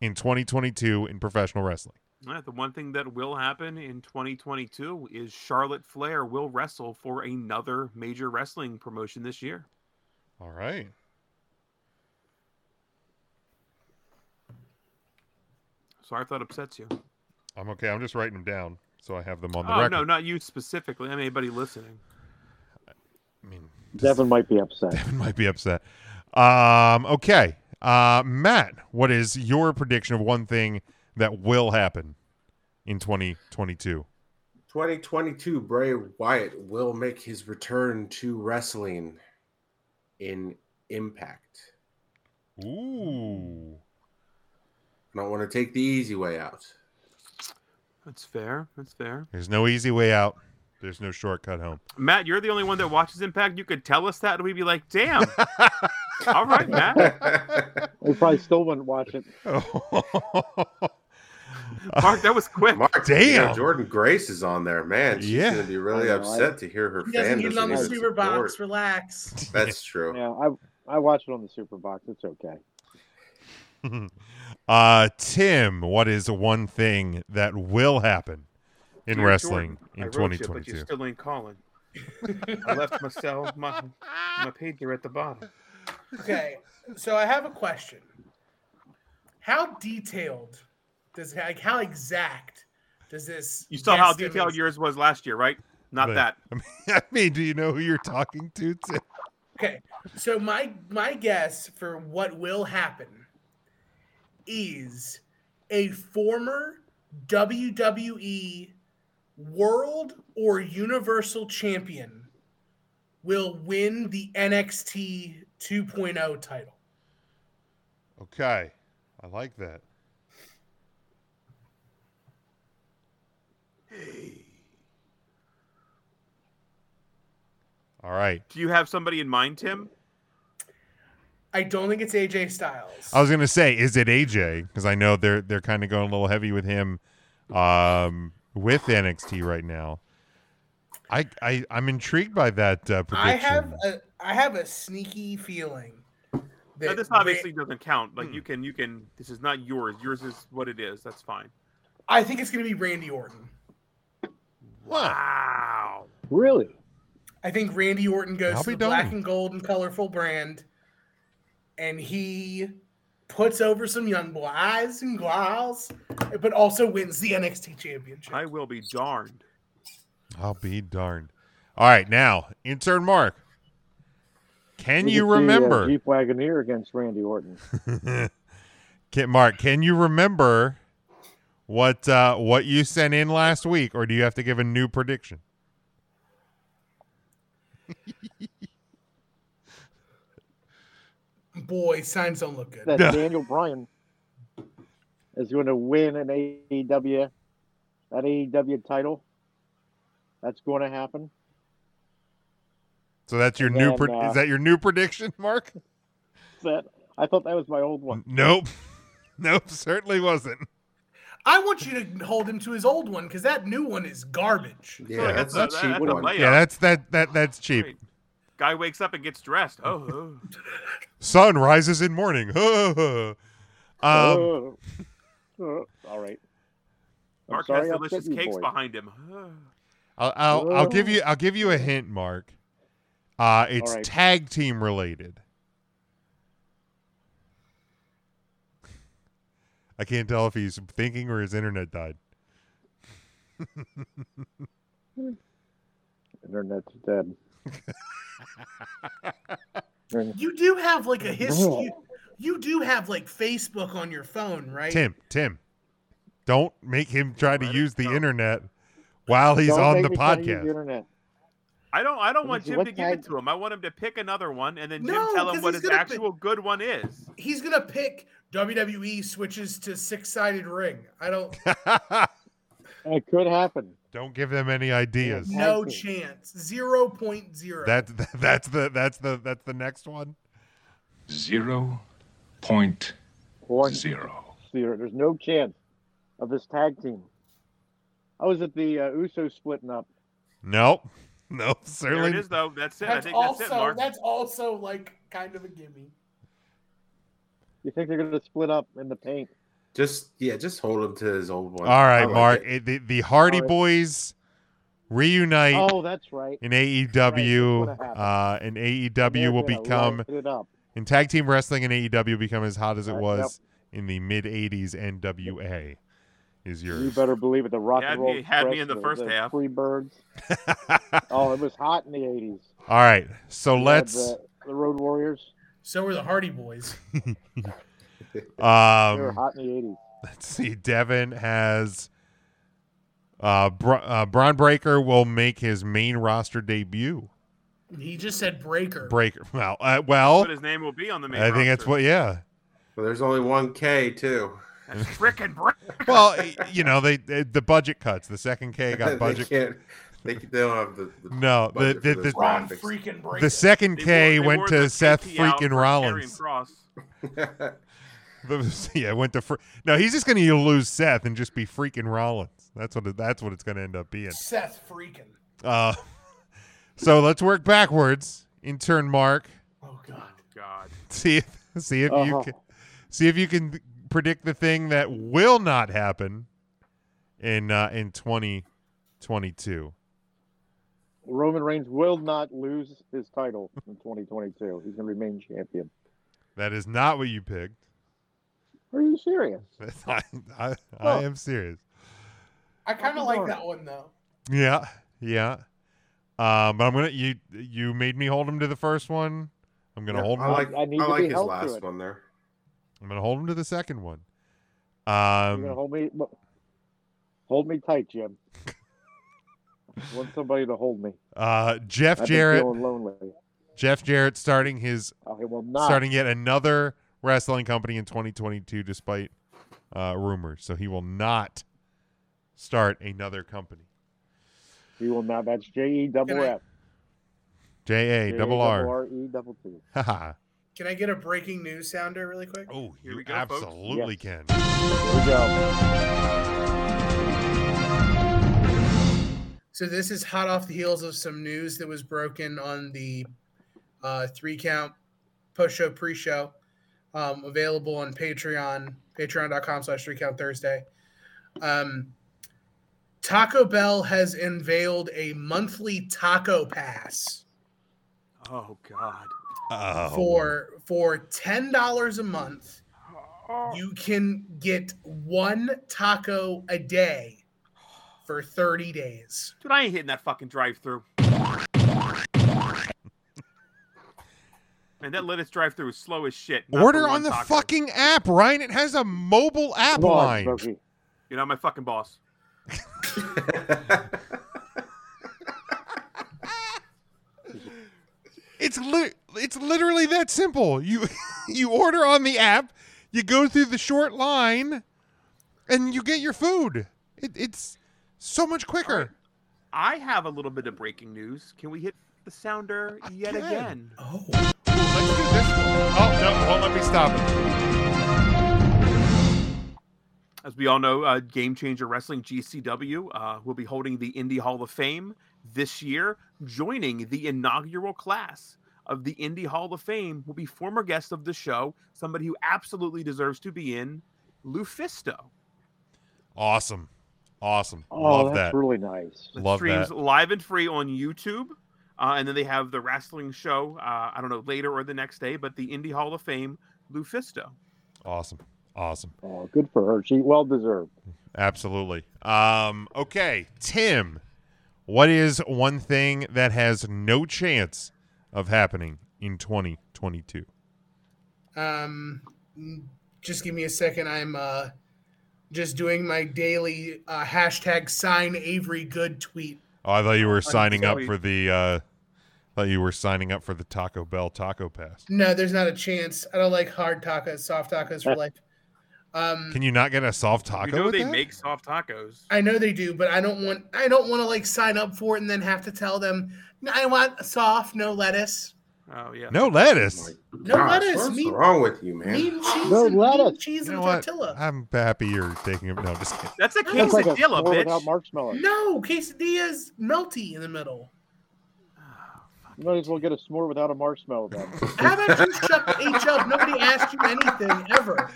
in 2022 in professional wrestling? All right, the one thing that will happen in 2022 is Charlotte Flair will wrestle for another major wrestling promotion this year. All right. Sorry if that upsets you. I'm okay. I'm just writing them down so I have them on the oh record. no, not you specifically. I mean, anybody listening. Devin might be upset. Devin might be upset. Um, okay. Uh, Matt, what is your prediction of one thing that will happen in 2022? 2022, Bray Wyatt will make his return to wrestling in Impact. Ooh. I don't want to take the easy way out. That's fair. That's fair. There's no easy way out. There's no shortcut home. Matt, you're the only one that watches Impact. You could tell us that, and we'd be like, "Damn." All right, Matt. We probably still wouldn't watch it. Mark, that was quick. Mark, Damn. you know, Jordan Grace is on there, man. She's Yeah. gonna be really I know, I- upset to hear her He fan doesn't need it on doesn't the even super support. box. Relax. That's true. Yeah, I I watch it on the super box. It's okay. uh, Tim, what is one thing that will happen in Dear wrestling Jordan, I in wrote You, but 2022? you still ain't calling. I left my cell, my my pager at the bottom. Okay, so I have a question. How detailed does like how exact does this? You saw how guesstimate- detailed yours was last year, right? Not But- that. I mean, I mean, do you know who you're talking to? Tim? Okay, so my my guess for what will happen is a former WWE World or Universal Champion will win the NXT 2.0 title. Okay. I like that. All right. Do you have somebody in mind, Tim? I don't think it's AJ Styles. I was gonna say, is it AJ? Because I know they're they're kind of going a little heavy with him, um, with NXT right now. I I I'm intrigued by that uh, prediction. I have a I have a sneaky feeling No, that this obviously doesn't count. Like you can, you can. This is not yours. Yours is what it is. That's fine. I think it's going to be Randy Orton. Wow. Really? I think Randy Orton goes I'll to be the black darned. and gold and colorful brand, and he puts over some young boys and girls, but also wins the NXT championship. I will be darned. I'll be darned. All right, now intern Mark, can We you could see, uh, remember? Jeep Wagoneer against Randy Orton? Can, Mark, can you remember what uh, what you sent in last week, or do you have to give a new prediction? Boy, signs don't look good. That Daniel Bryan is going to win an AEW, that AEW title. That's going to happen. So that's your And new then, pred- uh, is that your new prediction, Mark? That I thought that was my old one. Nope, nope, certainly wasn't. I want you to hold him to his old one because that new one is garbage. Yeah, that's, that's a a- cheap that's a one. layup. Yeah, that's that that that's cheap. Guy wakes up and gets dressed. Oh, oh. Sun rises in morning. um, Uh, all right. I'm Mark sorry I upset has delicious you cakes boys. behind him. Oh. I'll, I'll, I'll give Oh. you I'll give you a hint, Mark. Uh, it's right. tag team related. I can't tell if he's thinking or his internet died. Internet's dead. Internet- You do have like a history. You, you do have like Facebook on your phone, right? Tim, Tim, don't make him try to use the internet while he's Don't on make the me try to use the podcast. internet. I don't. I don't want see, Jim what to give it tag- to him. I want him to pick another one and then Jim No, tell him 'cause what he's his gonna pick- actual good one is. He's gonna pick WWE switches to six sided ring. I don't. It could happen. Don't give them any ideas. No chance. Zero point zero. That, that that's the that's the that's the next one. Zero point Boy, zero. zero. There's no chance of this tag team. I was at the uh, Uso splitting up. Nope. Nope. There Certainly. it is, though. That's it. that's I think also that's it, Mark. also like kind of a gimme. You think they're going to split up in the paint? Just yeah, just hold him to his old one. All I right, like Mark. it. It- the, the Hardy All right. Boys reunite Oh, that's right. in Right, AEW. that's what happened. uh, and They're AEW will gonna become light it up. in tag team wrestling and AEW E become as hot as it Right, was in the mid 80s NWA is yours. You better believe it. The rock Had and roll me- had me in the Express, first half. Freebirds. oh, it was hot in the '80s. All right. So You had let's the, the Road Warriors. So were the Hardy Boys. um, they um, were hot in the '80s. Let's see. Devin has uh, Br- uh Braun Breaker will make his main roster debut. He just said breaker. Breaker. Well, uh, well, But his name will be on the main I think that's what. Yeah. Well, there's only one K too. Frickin' breaker. well, y- you know they, they the budget cuts. The second K They got budget. can't- They, they don't have the, the No, the budget the, for the, those graphics. the second They K wore- they went wore to the Seth KP out freaking for Rollins. Cross. The- yeah, went to fr- no. He's just going to lose Seth and just be freaking Rollins. That's what it, that's what it's going to end up being. Seth freaking. Uh, so let's work backwards. Intern Mark, oh, God. see if, see if you Uh-huh. can, see if you can predict the thing that will not happen in uh, in twenty twenty two. Roman Reigns will not lose his title in 2022. He's going to remain champion. That is not what you picked. Are you serious? I, I, I Oh. am serious. I kind of like that one though. Yeah, yeah. Um, but I'm gonna you you made me hold him to the first one. I'm gonna Yeah, hold. I him. like- I need I to like be his held to last it. one there. I'm gonna hold him to the second one. You're going to Um, hold me. look, Hold me tight, Jim. I want somebody to hold me. uh, Jeff I've Jarrett. Been feeling lonely. Jeff Jarrett starting his I will not. starting yet another wrestling company in 2022, despite uh, rumors. So he will not start another company. He will not. That's J E double F. J A double R. R E double T. Haha. Can I get a breaking news sounder really quick? Oh, here we Absolutely can. Here we So this is hot off the heels of some news that was broken on the uh, three count post show pre show, um, available on Patreon, patreon.com slash three count Thursday. Um, Taco Bell has unveiled a monthly taco pass Oh God. Oh. for for ten dollars a month. You can get one taco a day for thirty days. Dude, I ain't hitting that fucking drive-through. Man, that lettuce drive-through is slow as shit. Not Order for on one the taco. fucking app, Ryan. It has a mobile app line. You're not my fucking boss. It's li- it's literally that simple. You you order on the app, you go through the short line, and you get your food. It, it's so much quicker. I have a little bit of breaking news. Can we hit the sounder yet can. again? Oh. Let's do this. Oh no! Won't let me stop it. As we all know, uh, Game Changer Wrestling (GCW) uh, will be holding the Indie Hall of Fame this year. Joining the inaugural class of the Indie Hall of Fame will be former guest of the show, somebody who absolutely deserves to be in, Lufisto. Awesome, awesome. Oh, Love that's that. really nice. It Love streams that. live and free on YouTube. Uh, and then they have the wrestling show, uh, I don't know, later or the next day, but the Indie Hall of Fame, Lufisto. Awesome, awesome. Oh, good for her. She well deserved. Absolutely. Um, okay, Tim, what is one thing that has no chance of happening in 2022? Um, n- just give me a second. I'm uh, just doing my daily uh, hashtag sign Avery good tweet. Oh, I thought you were On signing up Zoe. for the. Uh, thought you were signing up for the Taco Bell Taco Pass. No, there's not a chance. I don't like hard tacos, soft tacos Uh, for life. Um, Can you not get a soft taco? You know with they that? make soft tacos. I know they do, but I don't want I don't want to like sign up for it and then have to tell them "No, I want soft, no lettuce. Oh yeah. No lettuce. No Gosh, lettuce. What's meat, wrong with you, man? meat and cheese No and meat and lettuce. cheese You and know what? tortilla. I'm happy you're taking it. No, just kidding. That's a That's like a quesadilla, s'more bitch. without marshmallow. No, quesadilla's melty in the middle. You might as well get a s'more without a marshmallow then. How about you shut the H up? Nobody asked you anything ever.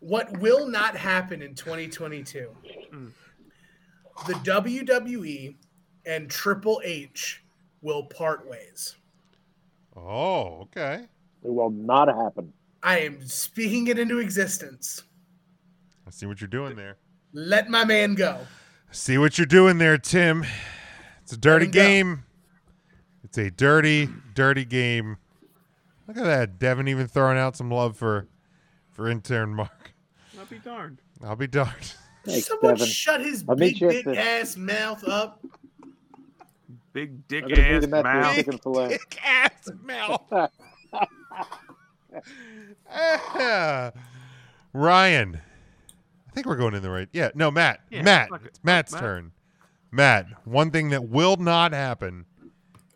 what will not happen in 2022? The E WWE and Triple H will part ways. Oh, okay. It will not happen. I am speaking it into existence. I see what you're doing there. Let my man go. See what you're doing there, Tim. It's a dirty game. It's a dirty, dirty game. Look at that. Devin even throwing out some love for for intern Mark. I'll be darned. I'll be darned. Someone shut his I'll meet big, you at big the- ass mouth up. Big dick I'm gonna ass beat him at the mouth. chicken fillet. Dick ass mouth. Yeah. Ryan. I think we're going in the right. Yeah, no, Matt. Yeah, Matt. fuck it. It's Matt's Matt. turn. Matt, one thing that will not happen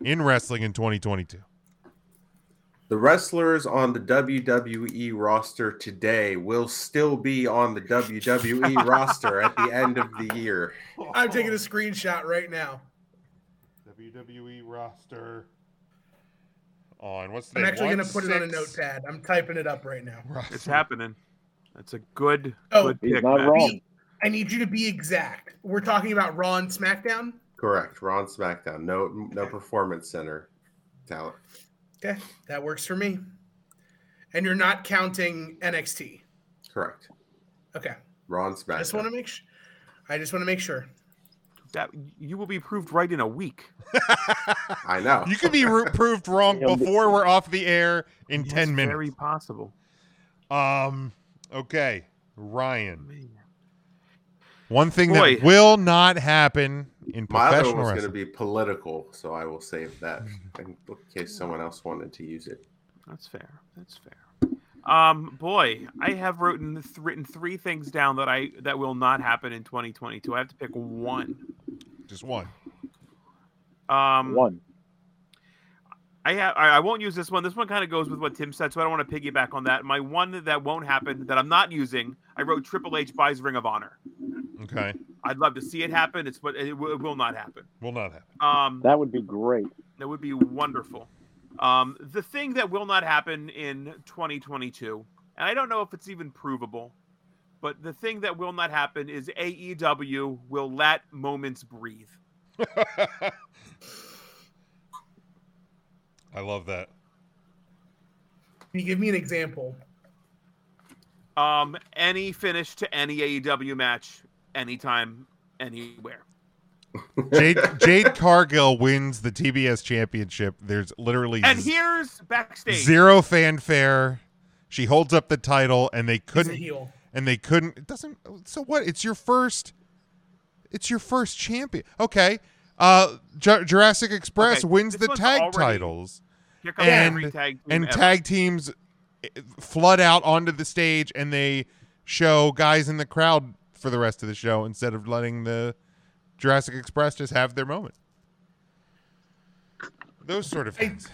in wrestling in 2022. The wrestlers on the WWE roster today will still be on the WWE roster at the end of the year. I'm taking a screenshot right now. WWE roster. On Oh, what's the I'm name? actually going One to put it on a six- notepad. I'm typing it up right now. It's happening. That's a good, Oh, good He's pick. not Matt. wrong. I need you to be exact. We're talking about Raw and SmackDown. Correct. Ron SmackDown. No, no performance center talent. Okay, that works for me. And you're not counting NXT. Correct. Okay, Ron I just SmackDown. want to make sure. I just want to make sure. That you will be proved right in a week. I know. You could be ro- proved wrong It'll be- before we're off the air in Yes, 10 minutes. Very possible. Um. Okay, Ryan. One thing that Boy. will not happen in My other one professional was going to wrestling. be political, so I will save that in case someone else wanted to use it. That's fair. That's fair. Um, boy, I have written th- written three things down that I that will not happen in 2022. I have to pick one. Just one. Um, One. I have. I, I won't use this one. This one kind of goes with what Tim said, so I don't want to piggyback on that. My one that won't happen that I'm not using. I wrote Triple H buys Ring of Honor. Okay, I'd love to see it happen. It's but it, w- it will not happen. will not happen. Um, That would be great. That would be wonderful. Um, the thing that will not happen in 2022, and I don't know if it's even provable, but the thing that will not happen is AEW will let moments breathe. I love that. Can you give me an example? Um, any finish to any AEW match, anytime, anywhere. Jade Jade Cargill wins the TBS championship. There's literally And z- here's backstage. zero fanfare. She holds up the title, and they couldn't. heel. And they couldn't. It doesn't. So what? It's your first. It's your first champion. Okay. Uh, Ju- Jurassic Express Okay, wins this the one's tag already- titles, Here comes every and tag team and ever. tag teams eh, flood out onto the stage, and they show guys in the crowd for the rest of the show instead of letting the Jurassic Express just have their moment. Those sort of things.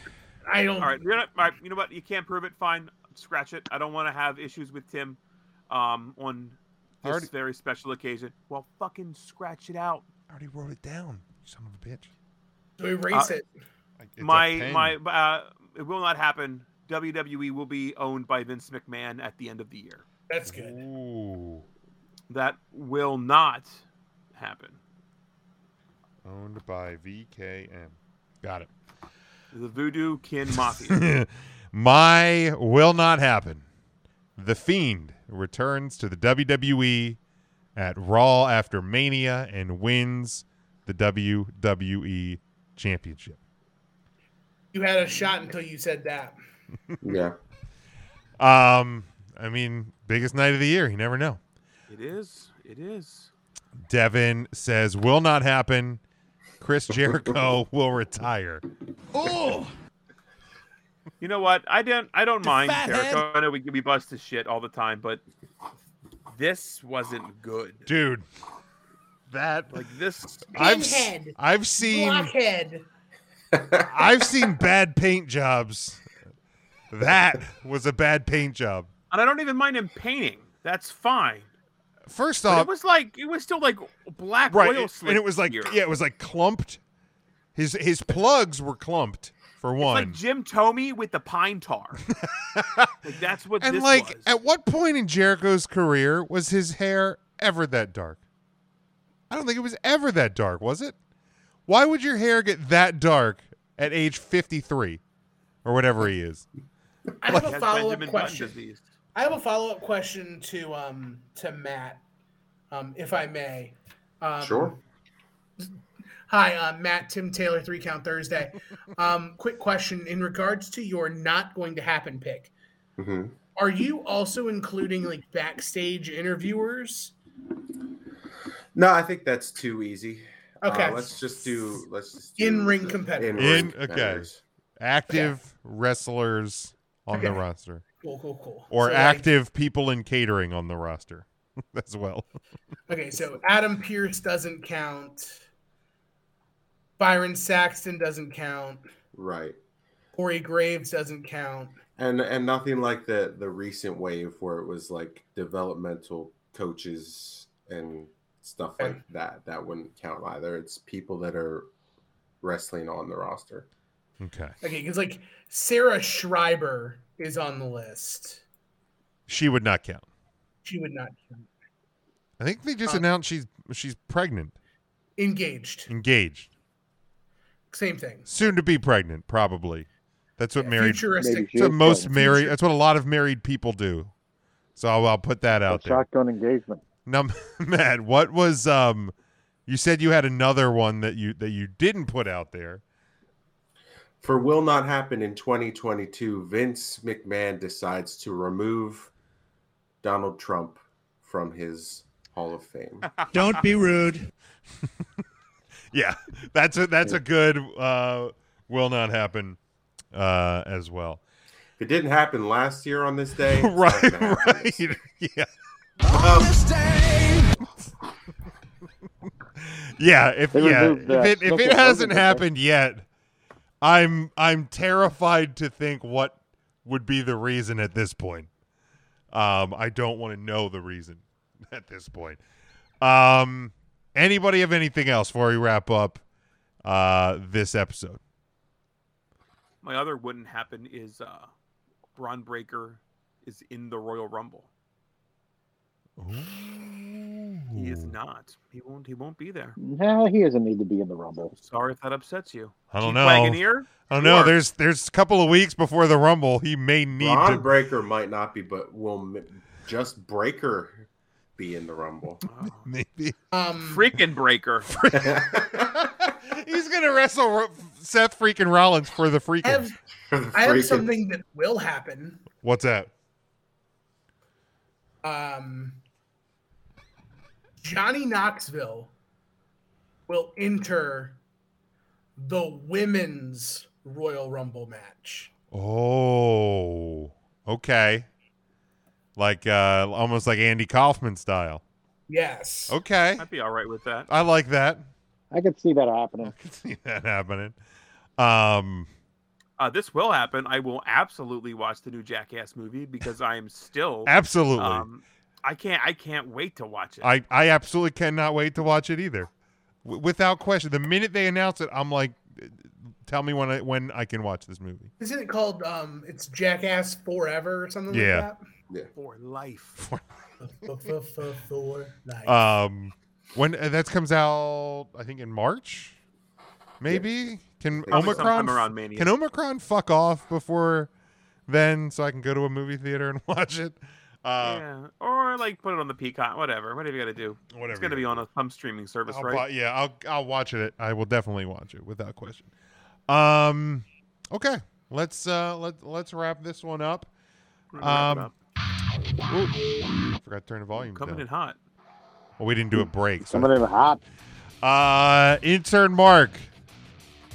I don't. All right, you're not, all right, you know what? You can't prove it. Fine, scratch it. I don't want to have issues with Tim um, on this Already- very special occasion. Well, fucking scratch it out. I already wrote it down. You son of a bitch. So erase Uh, it. It's a My pain. my uh, it will not happen. WWE will be owned by Vince McMahon at the end of the year. That's good. Ooh. That will not happen. Owned by VKM. Got it. The Voodoo Kin Mafia. My will not happen. The Fiend returns to the WWE at Raw after Mania and wins the WWE Championship. You had a shot until you said that. Yeah. Um, I mean, biggest night of the year. You never know. it is. It is. Devin says will not happen. Chris Jericho will retire. Oh. You know what? I don't. I don't mind fathead. Jericho. I know we we bust his shit all the time, but this wasn't good. Dude, that like this. I've s- Pinhead. I've seen- Blockhead. I've seen bad paint jobs. That was a bad paint job. and I don't even mind him painting. That's fine. First But off, it was like it was still like black Uh, right, oil it- slick. and it was like here. yeah, it was like clumped. His his plugs were clumped for It's like one. Jim Tomey with the pine tar. like that's what and this like was. at what point in Jericho's career was his hair ever that dark? I don't think it was ever that dark, was it? Why would your hair get that dark at age 53? or whatever he is. I have a Has follow up Benjamin Button question. I have a follow up question to um to Matt, um, if I may. Um, Sure. Hi, uh, Matt. Tim Taylor, Three Count Thursday. Um, quick question in regards to your not going to happen pick. Mhm. Are you also including like backstage interviewers? No, I think that's too easy. Uh, Okay. let's just do. Let's just do In ring the competitors. in-ring In okay, competitors. active wrestlers on the Okay. roster, Cool, cool, cool. or So, like- active people in catering on the roster as well. Okay, so Adam Pierce doesn't count. Byron Saxton doesn't count. Right. Corey Graves doesn't count. And and nothing like the the recent wave where it was like developmental coaches and stuff like that. That wouldn't count either. It's people that are wrestling on the roster. Okay, Okay, because like Sarah Schreiber is on the list. she would not count. She would not count. I think they just Uh, announced she's she's pregnant, Engaged. engaged, Same thing. soon to be pregnant, probably. That's what married. futuristic. Maybe she That's what is most pregnant. married. Future- That's what a lot of married people do. So I'll, I'll put that out there. Shotgun engagement. Now, Matt, what was um? You said you had another one that you that you didn't put out there. For will not happen in 2022, Vince McMahon decides to remove Donald Trump from his Hall of Fame. Don't be rude. yeah, that's a that's a good uh, will not happen uh, as well. It didn't happen last year on this day. Right, right. Yeah. Um, Yeah, if They yeah, removed the if it, if snooker. it That was hasn't a good happened yet, I'm I'm terrified to think what would be the reason at this point. Um, I don't want to know the reason at this point. Um, anybody have anything else before we wrap up uh this episode? My other wouldn't happen is uh, Braun Breaker is in the Royal Rumble. He is not. He won't. He won't be there. No, he doesn't need to be in the rumble. Sorry if that upsets you. I don't Keith know. Wagoneer? I don't know. Sure. There's there's a couple of weeks before the Rumble. He may need Braun to. Breaker might not be, but will m- just Breaker be in the Rumble? Maybe. Um, Freaking Breaker. He's gonna wrestle Ro- Seth freaking Rollins for the freaking. have- I have something that will happen. What's that? Um, Johnny Knoxville will enter the women's Royal Rumble match. Oh, okay. Like uh almost like Andy Kaufman style. Yes. Okay. I'd be all right with that. I like that. I could see that happening. I could see that happening. Um Uh, this will happen. I will absolutely watch the new Jackass movie because I am still Absolutely. Um, I can't. I can't wait to watch it. I I absolutely cannot wait to watch it either. W- without question. The minute they announce it, I'm like tell me when I when I can watch this movie. Isn't it called um it's Jackass Forever or something Yeah. like that? Yeah. For life. For, for, for, for life. Um when uh, that comes out I think in March. Maybe can Probably Omicron sometime around Mania. can Omicron fuck off before then so I can go to a movie theater and watch it. Uh yeah, or like put it on the Peacock, whatever, whatever you got to do. Whatever you It's gonna be on a, some streaming service, I'll right? bu- yeah, I'll I'll watch it. I will definitely watch it without question. Um, okay, let's uh let let's wrap this one up. We're gonna Um, wrap ooh, forgot to turn the volume Coming down. in hot. Well, we didn't do a break. So. Somebody hot. Uh, intern Mark,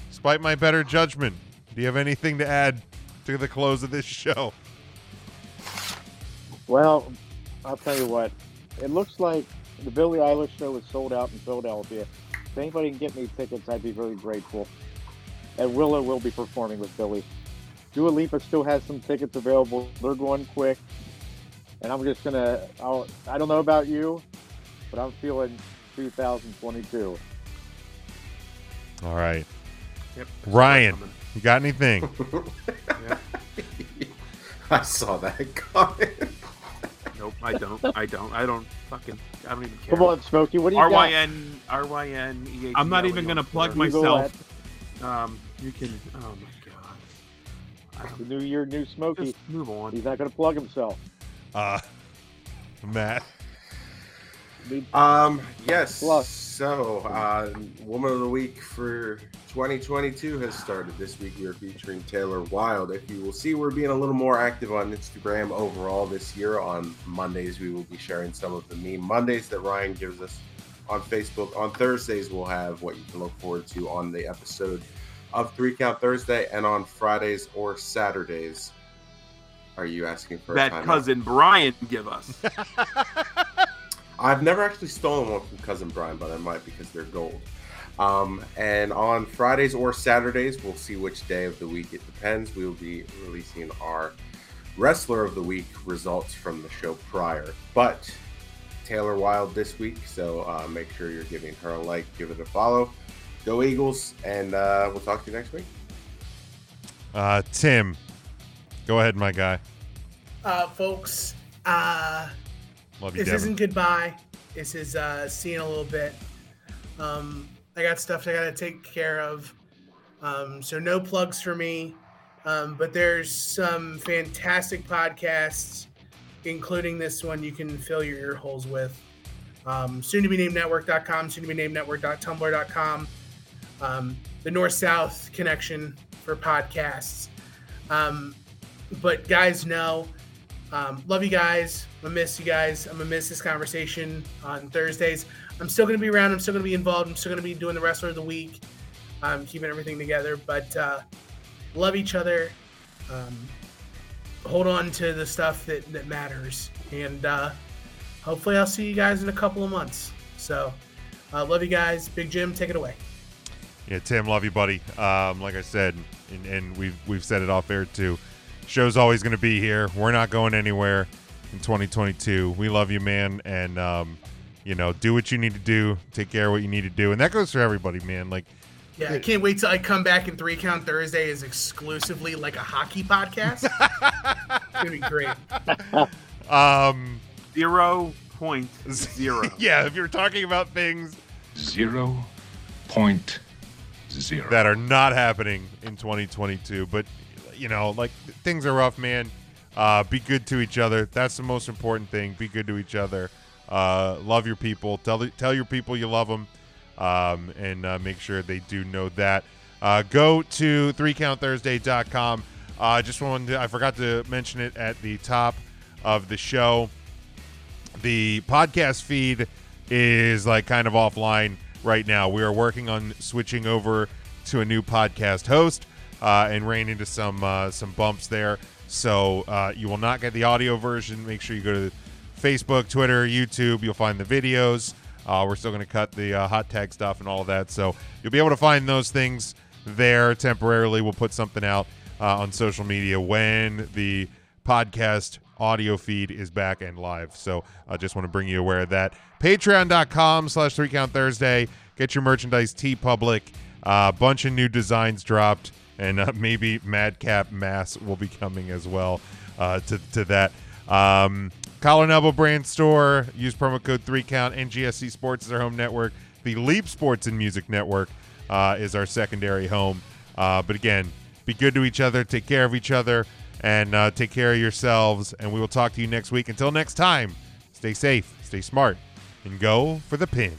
despite my better judgment, do you have anything to add to the close of this show? Well, I'll tell you what. It looks like the Billie Eilish show is sold out in Philadelphia. If anybody can get me tickets, I'd be very grateful. And Willow will be performing with Billy. Dua Lipa still has some tickets available. They're going quick. And I'm just gonna. I'll, I don't know about you, but I'm feeling 2022. All right, Yep. Ryan, you got anything? I saw that comment. Nope, I don't. I don't. I don't fucking. I don't even care. Come on, Smokey. What do you got? RYN, RYN, EATL, I'm not even you gonna know, plug whatever. myself. Um, you can. Oh my god. The new year, new Smokey. move on. He's not going to plug himself. Uh, Matt. Um, yes. So, uh, Woman of the Week for 2022 has started this week. We are featuring Taylor Wilde. If you will see, we're being a little more active on Instagram overall this year. On Mondays, we will be sharing some of the meme Mondays that Ryan gives us on Facebook. On Thursdays, we'll have what you can look forward to on the episode of Three Count Thursday, and on Fridays or Saturdays. Are you asking for a that timeout? cousin Brian give us. I've never actually stolen one from cousin Brian, but I might because they're gold. Um, and on Fridays or Saturdays, we'll see which day of the week it depends. We will be releasing our wrestler of the week results from the show prior. But Taylor Wilde this week, so uh, make sure you're giving her a like, give it a follow. Go Eagles, and uh, we'll talk to you next week. Uh, Tim. Go ahead, my guy. Uh, folks, uh, Love you, this Devin. isn't goodbye. This is uh, seeing a little bit. Um, I got stuff I got to take care of. Um, so no plugs for me. Um, but there's some fantastic podcasts, including this one you can fill your ear holes with. Um, soon to be named network.com, soon to be named network.tumblr.com. Um, the North South connection for podcasts. Um, but guys, no. Um, love you guys. I'm gonna miss you guys. I'm gonna miss this conversation on Thursdays. I'm still gonna be around. I'm still gonna be involved. I'm still gonna be doing the wrestler of the week. Um, keeping everything together. But uh, love each other. Um, hold on to the stuff that that matters. And uh, hopefully, I'll see you guys in a couple of months. So, uh, love you guys. Big Jim, take it away. Yeah, Tim, love you, buddy. Um, like I said, and, and we've we've said it off air too. Show's always going to be here. We're not going anywhere in 2022. We love you, man, and um, you know, do what you need to do. Take care of what you need to do, and that goes for everybody, man. Like, Yeah, I can't wait till I come back and three count Thursday is exclusively like a hockey podcast. it's gonna be great. um, zero point zero. yeah, if you're talking about things Zero point zero. that are not happening in 2022. But you know, like th- things are rough, man. Uh, be good to each other. That's the most important thing. Be good to each other. Uh, love your people. Tell the- tell your people you love them, um, and uh, make sure they do know that. Uh, go to threecounthursday.com. Uh, I just wanted to, I forgot to mention it at the top of the show the podcast feed is like kind of offline right now. We are working on switching over to a new podcast host uh, and ran into some uh, some bumps there. So uh, you will not get the audio version. Make sure you go to Facebook, Twitter, YouTube. You'll find the videos. Uh, we're still going to cut the uh, hot tag stuff and all of that. So you'll be able to find those things there temporarily. We'll put something out uh, on social media when the podcast audio feed is back and live. So I just want to bring you aware of that. Patreon.com slash three count Thursday. Get your merchandise, T Public. A bunch of new designs dropped, and uh, maybe Madcap Mass will be coming as well uh, to, to that. Um, Collar and Elbow Brand Store. Use promo code 3Count. NGSC Sports is our home network. The Leap Sports and Music Network uh, is our secondary home. Uh, but again, be good to each other. Take care of each other. And uh, take care of yourselves. And we will talk to you next week. Until next time, stay safe, stay smart, and go for the pin.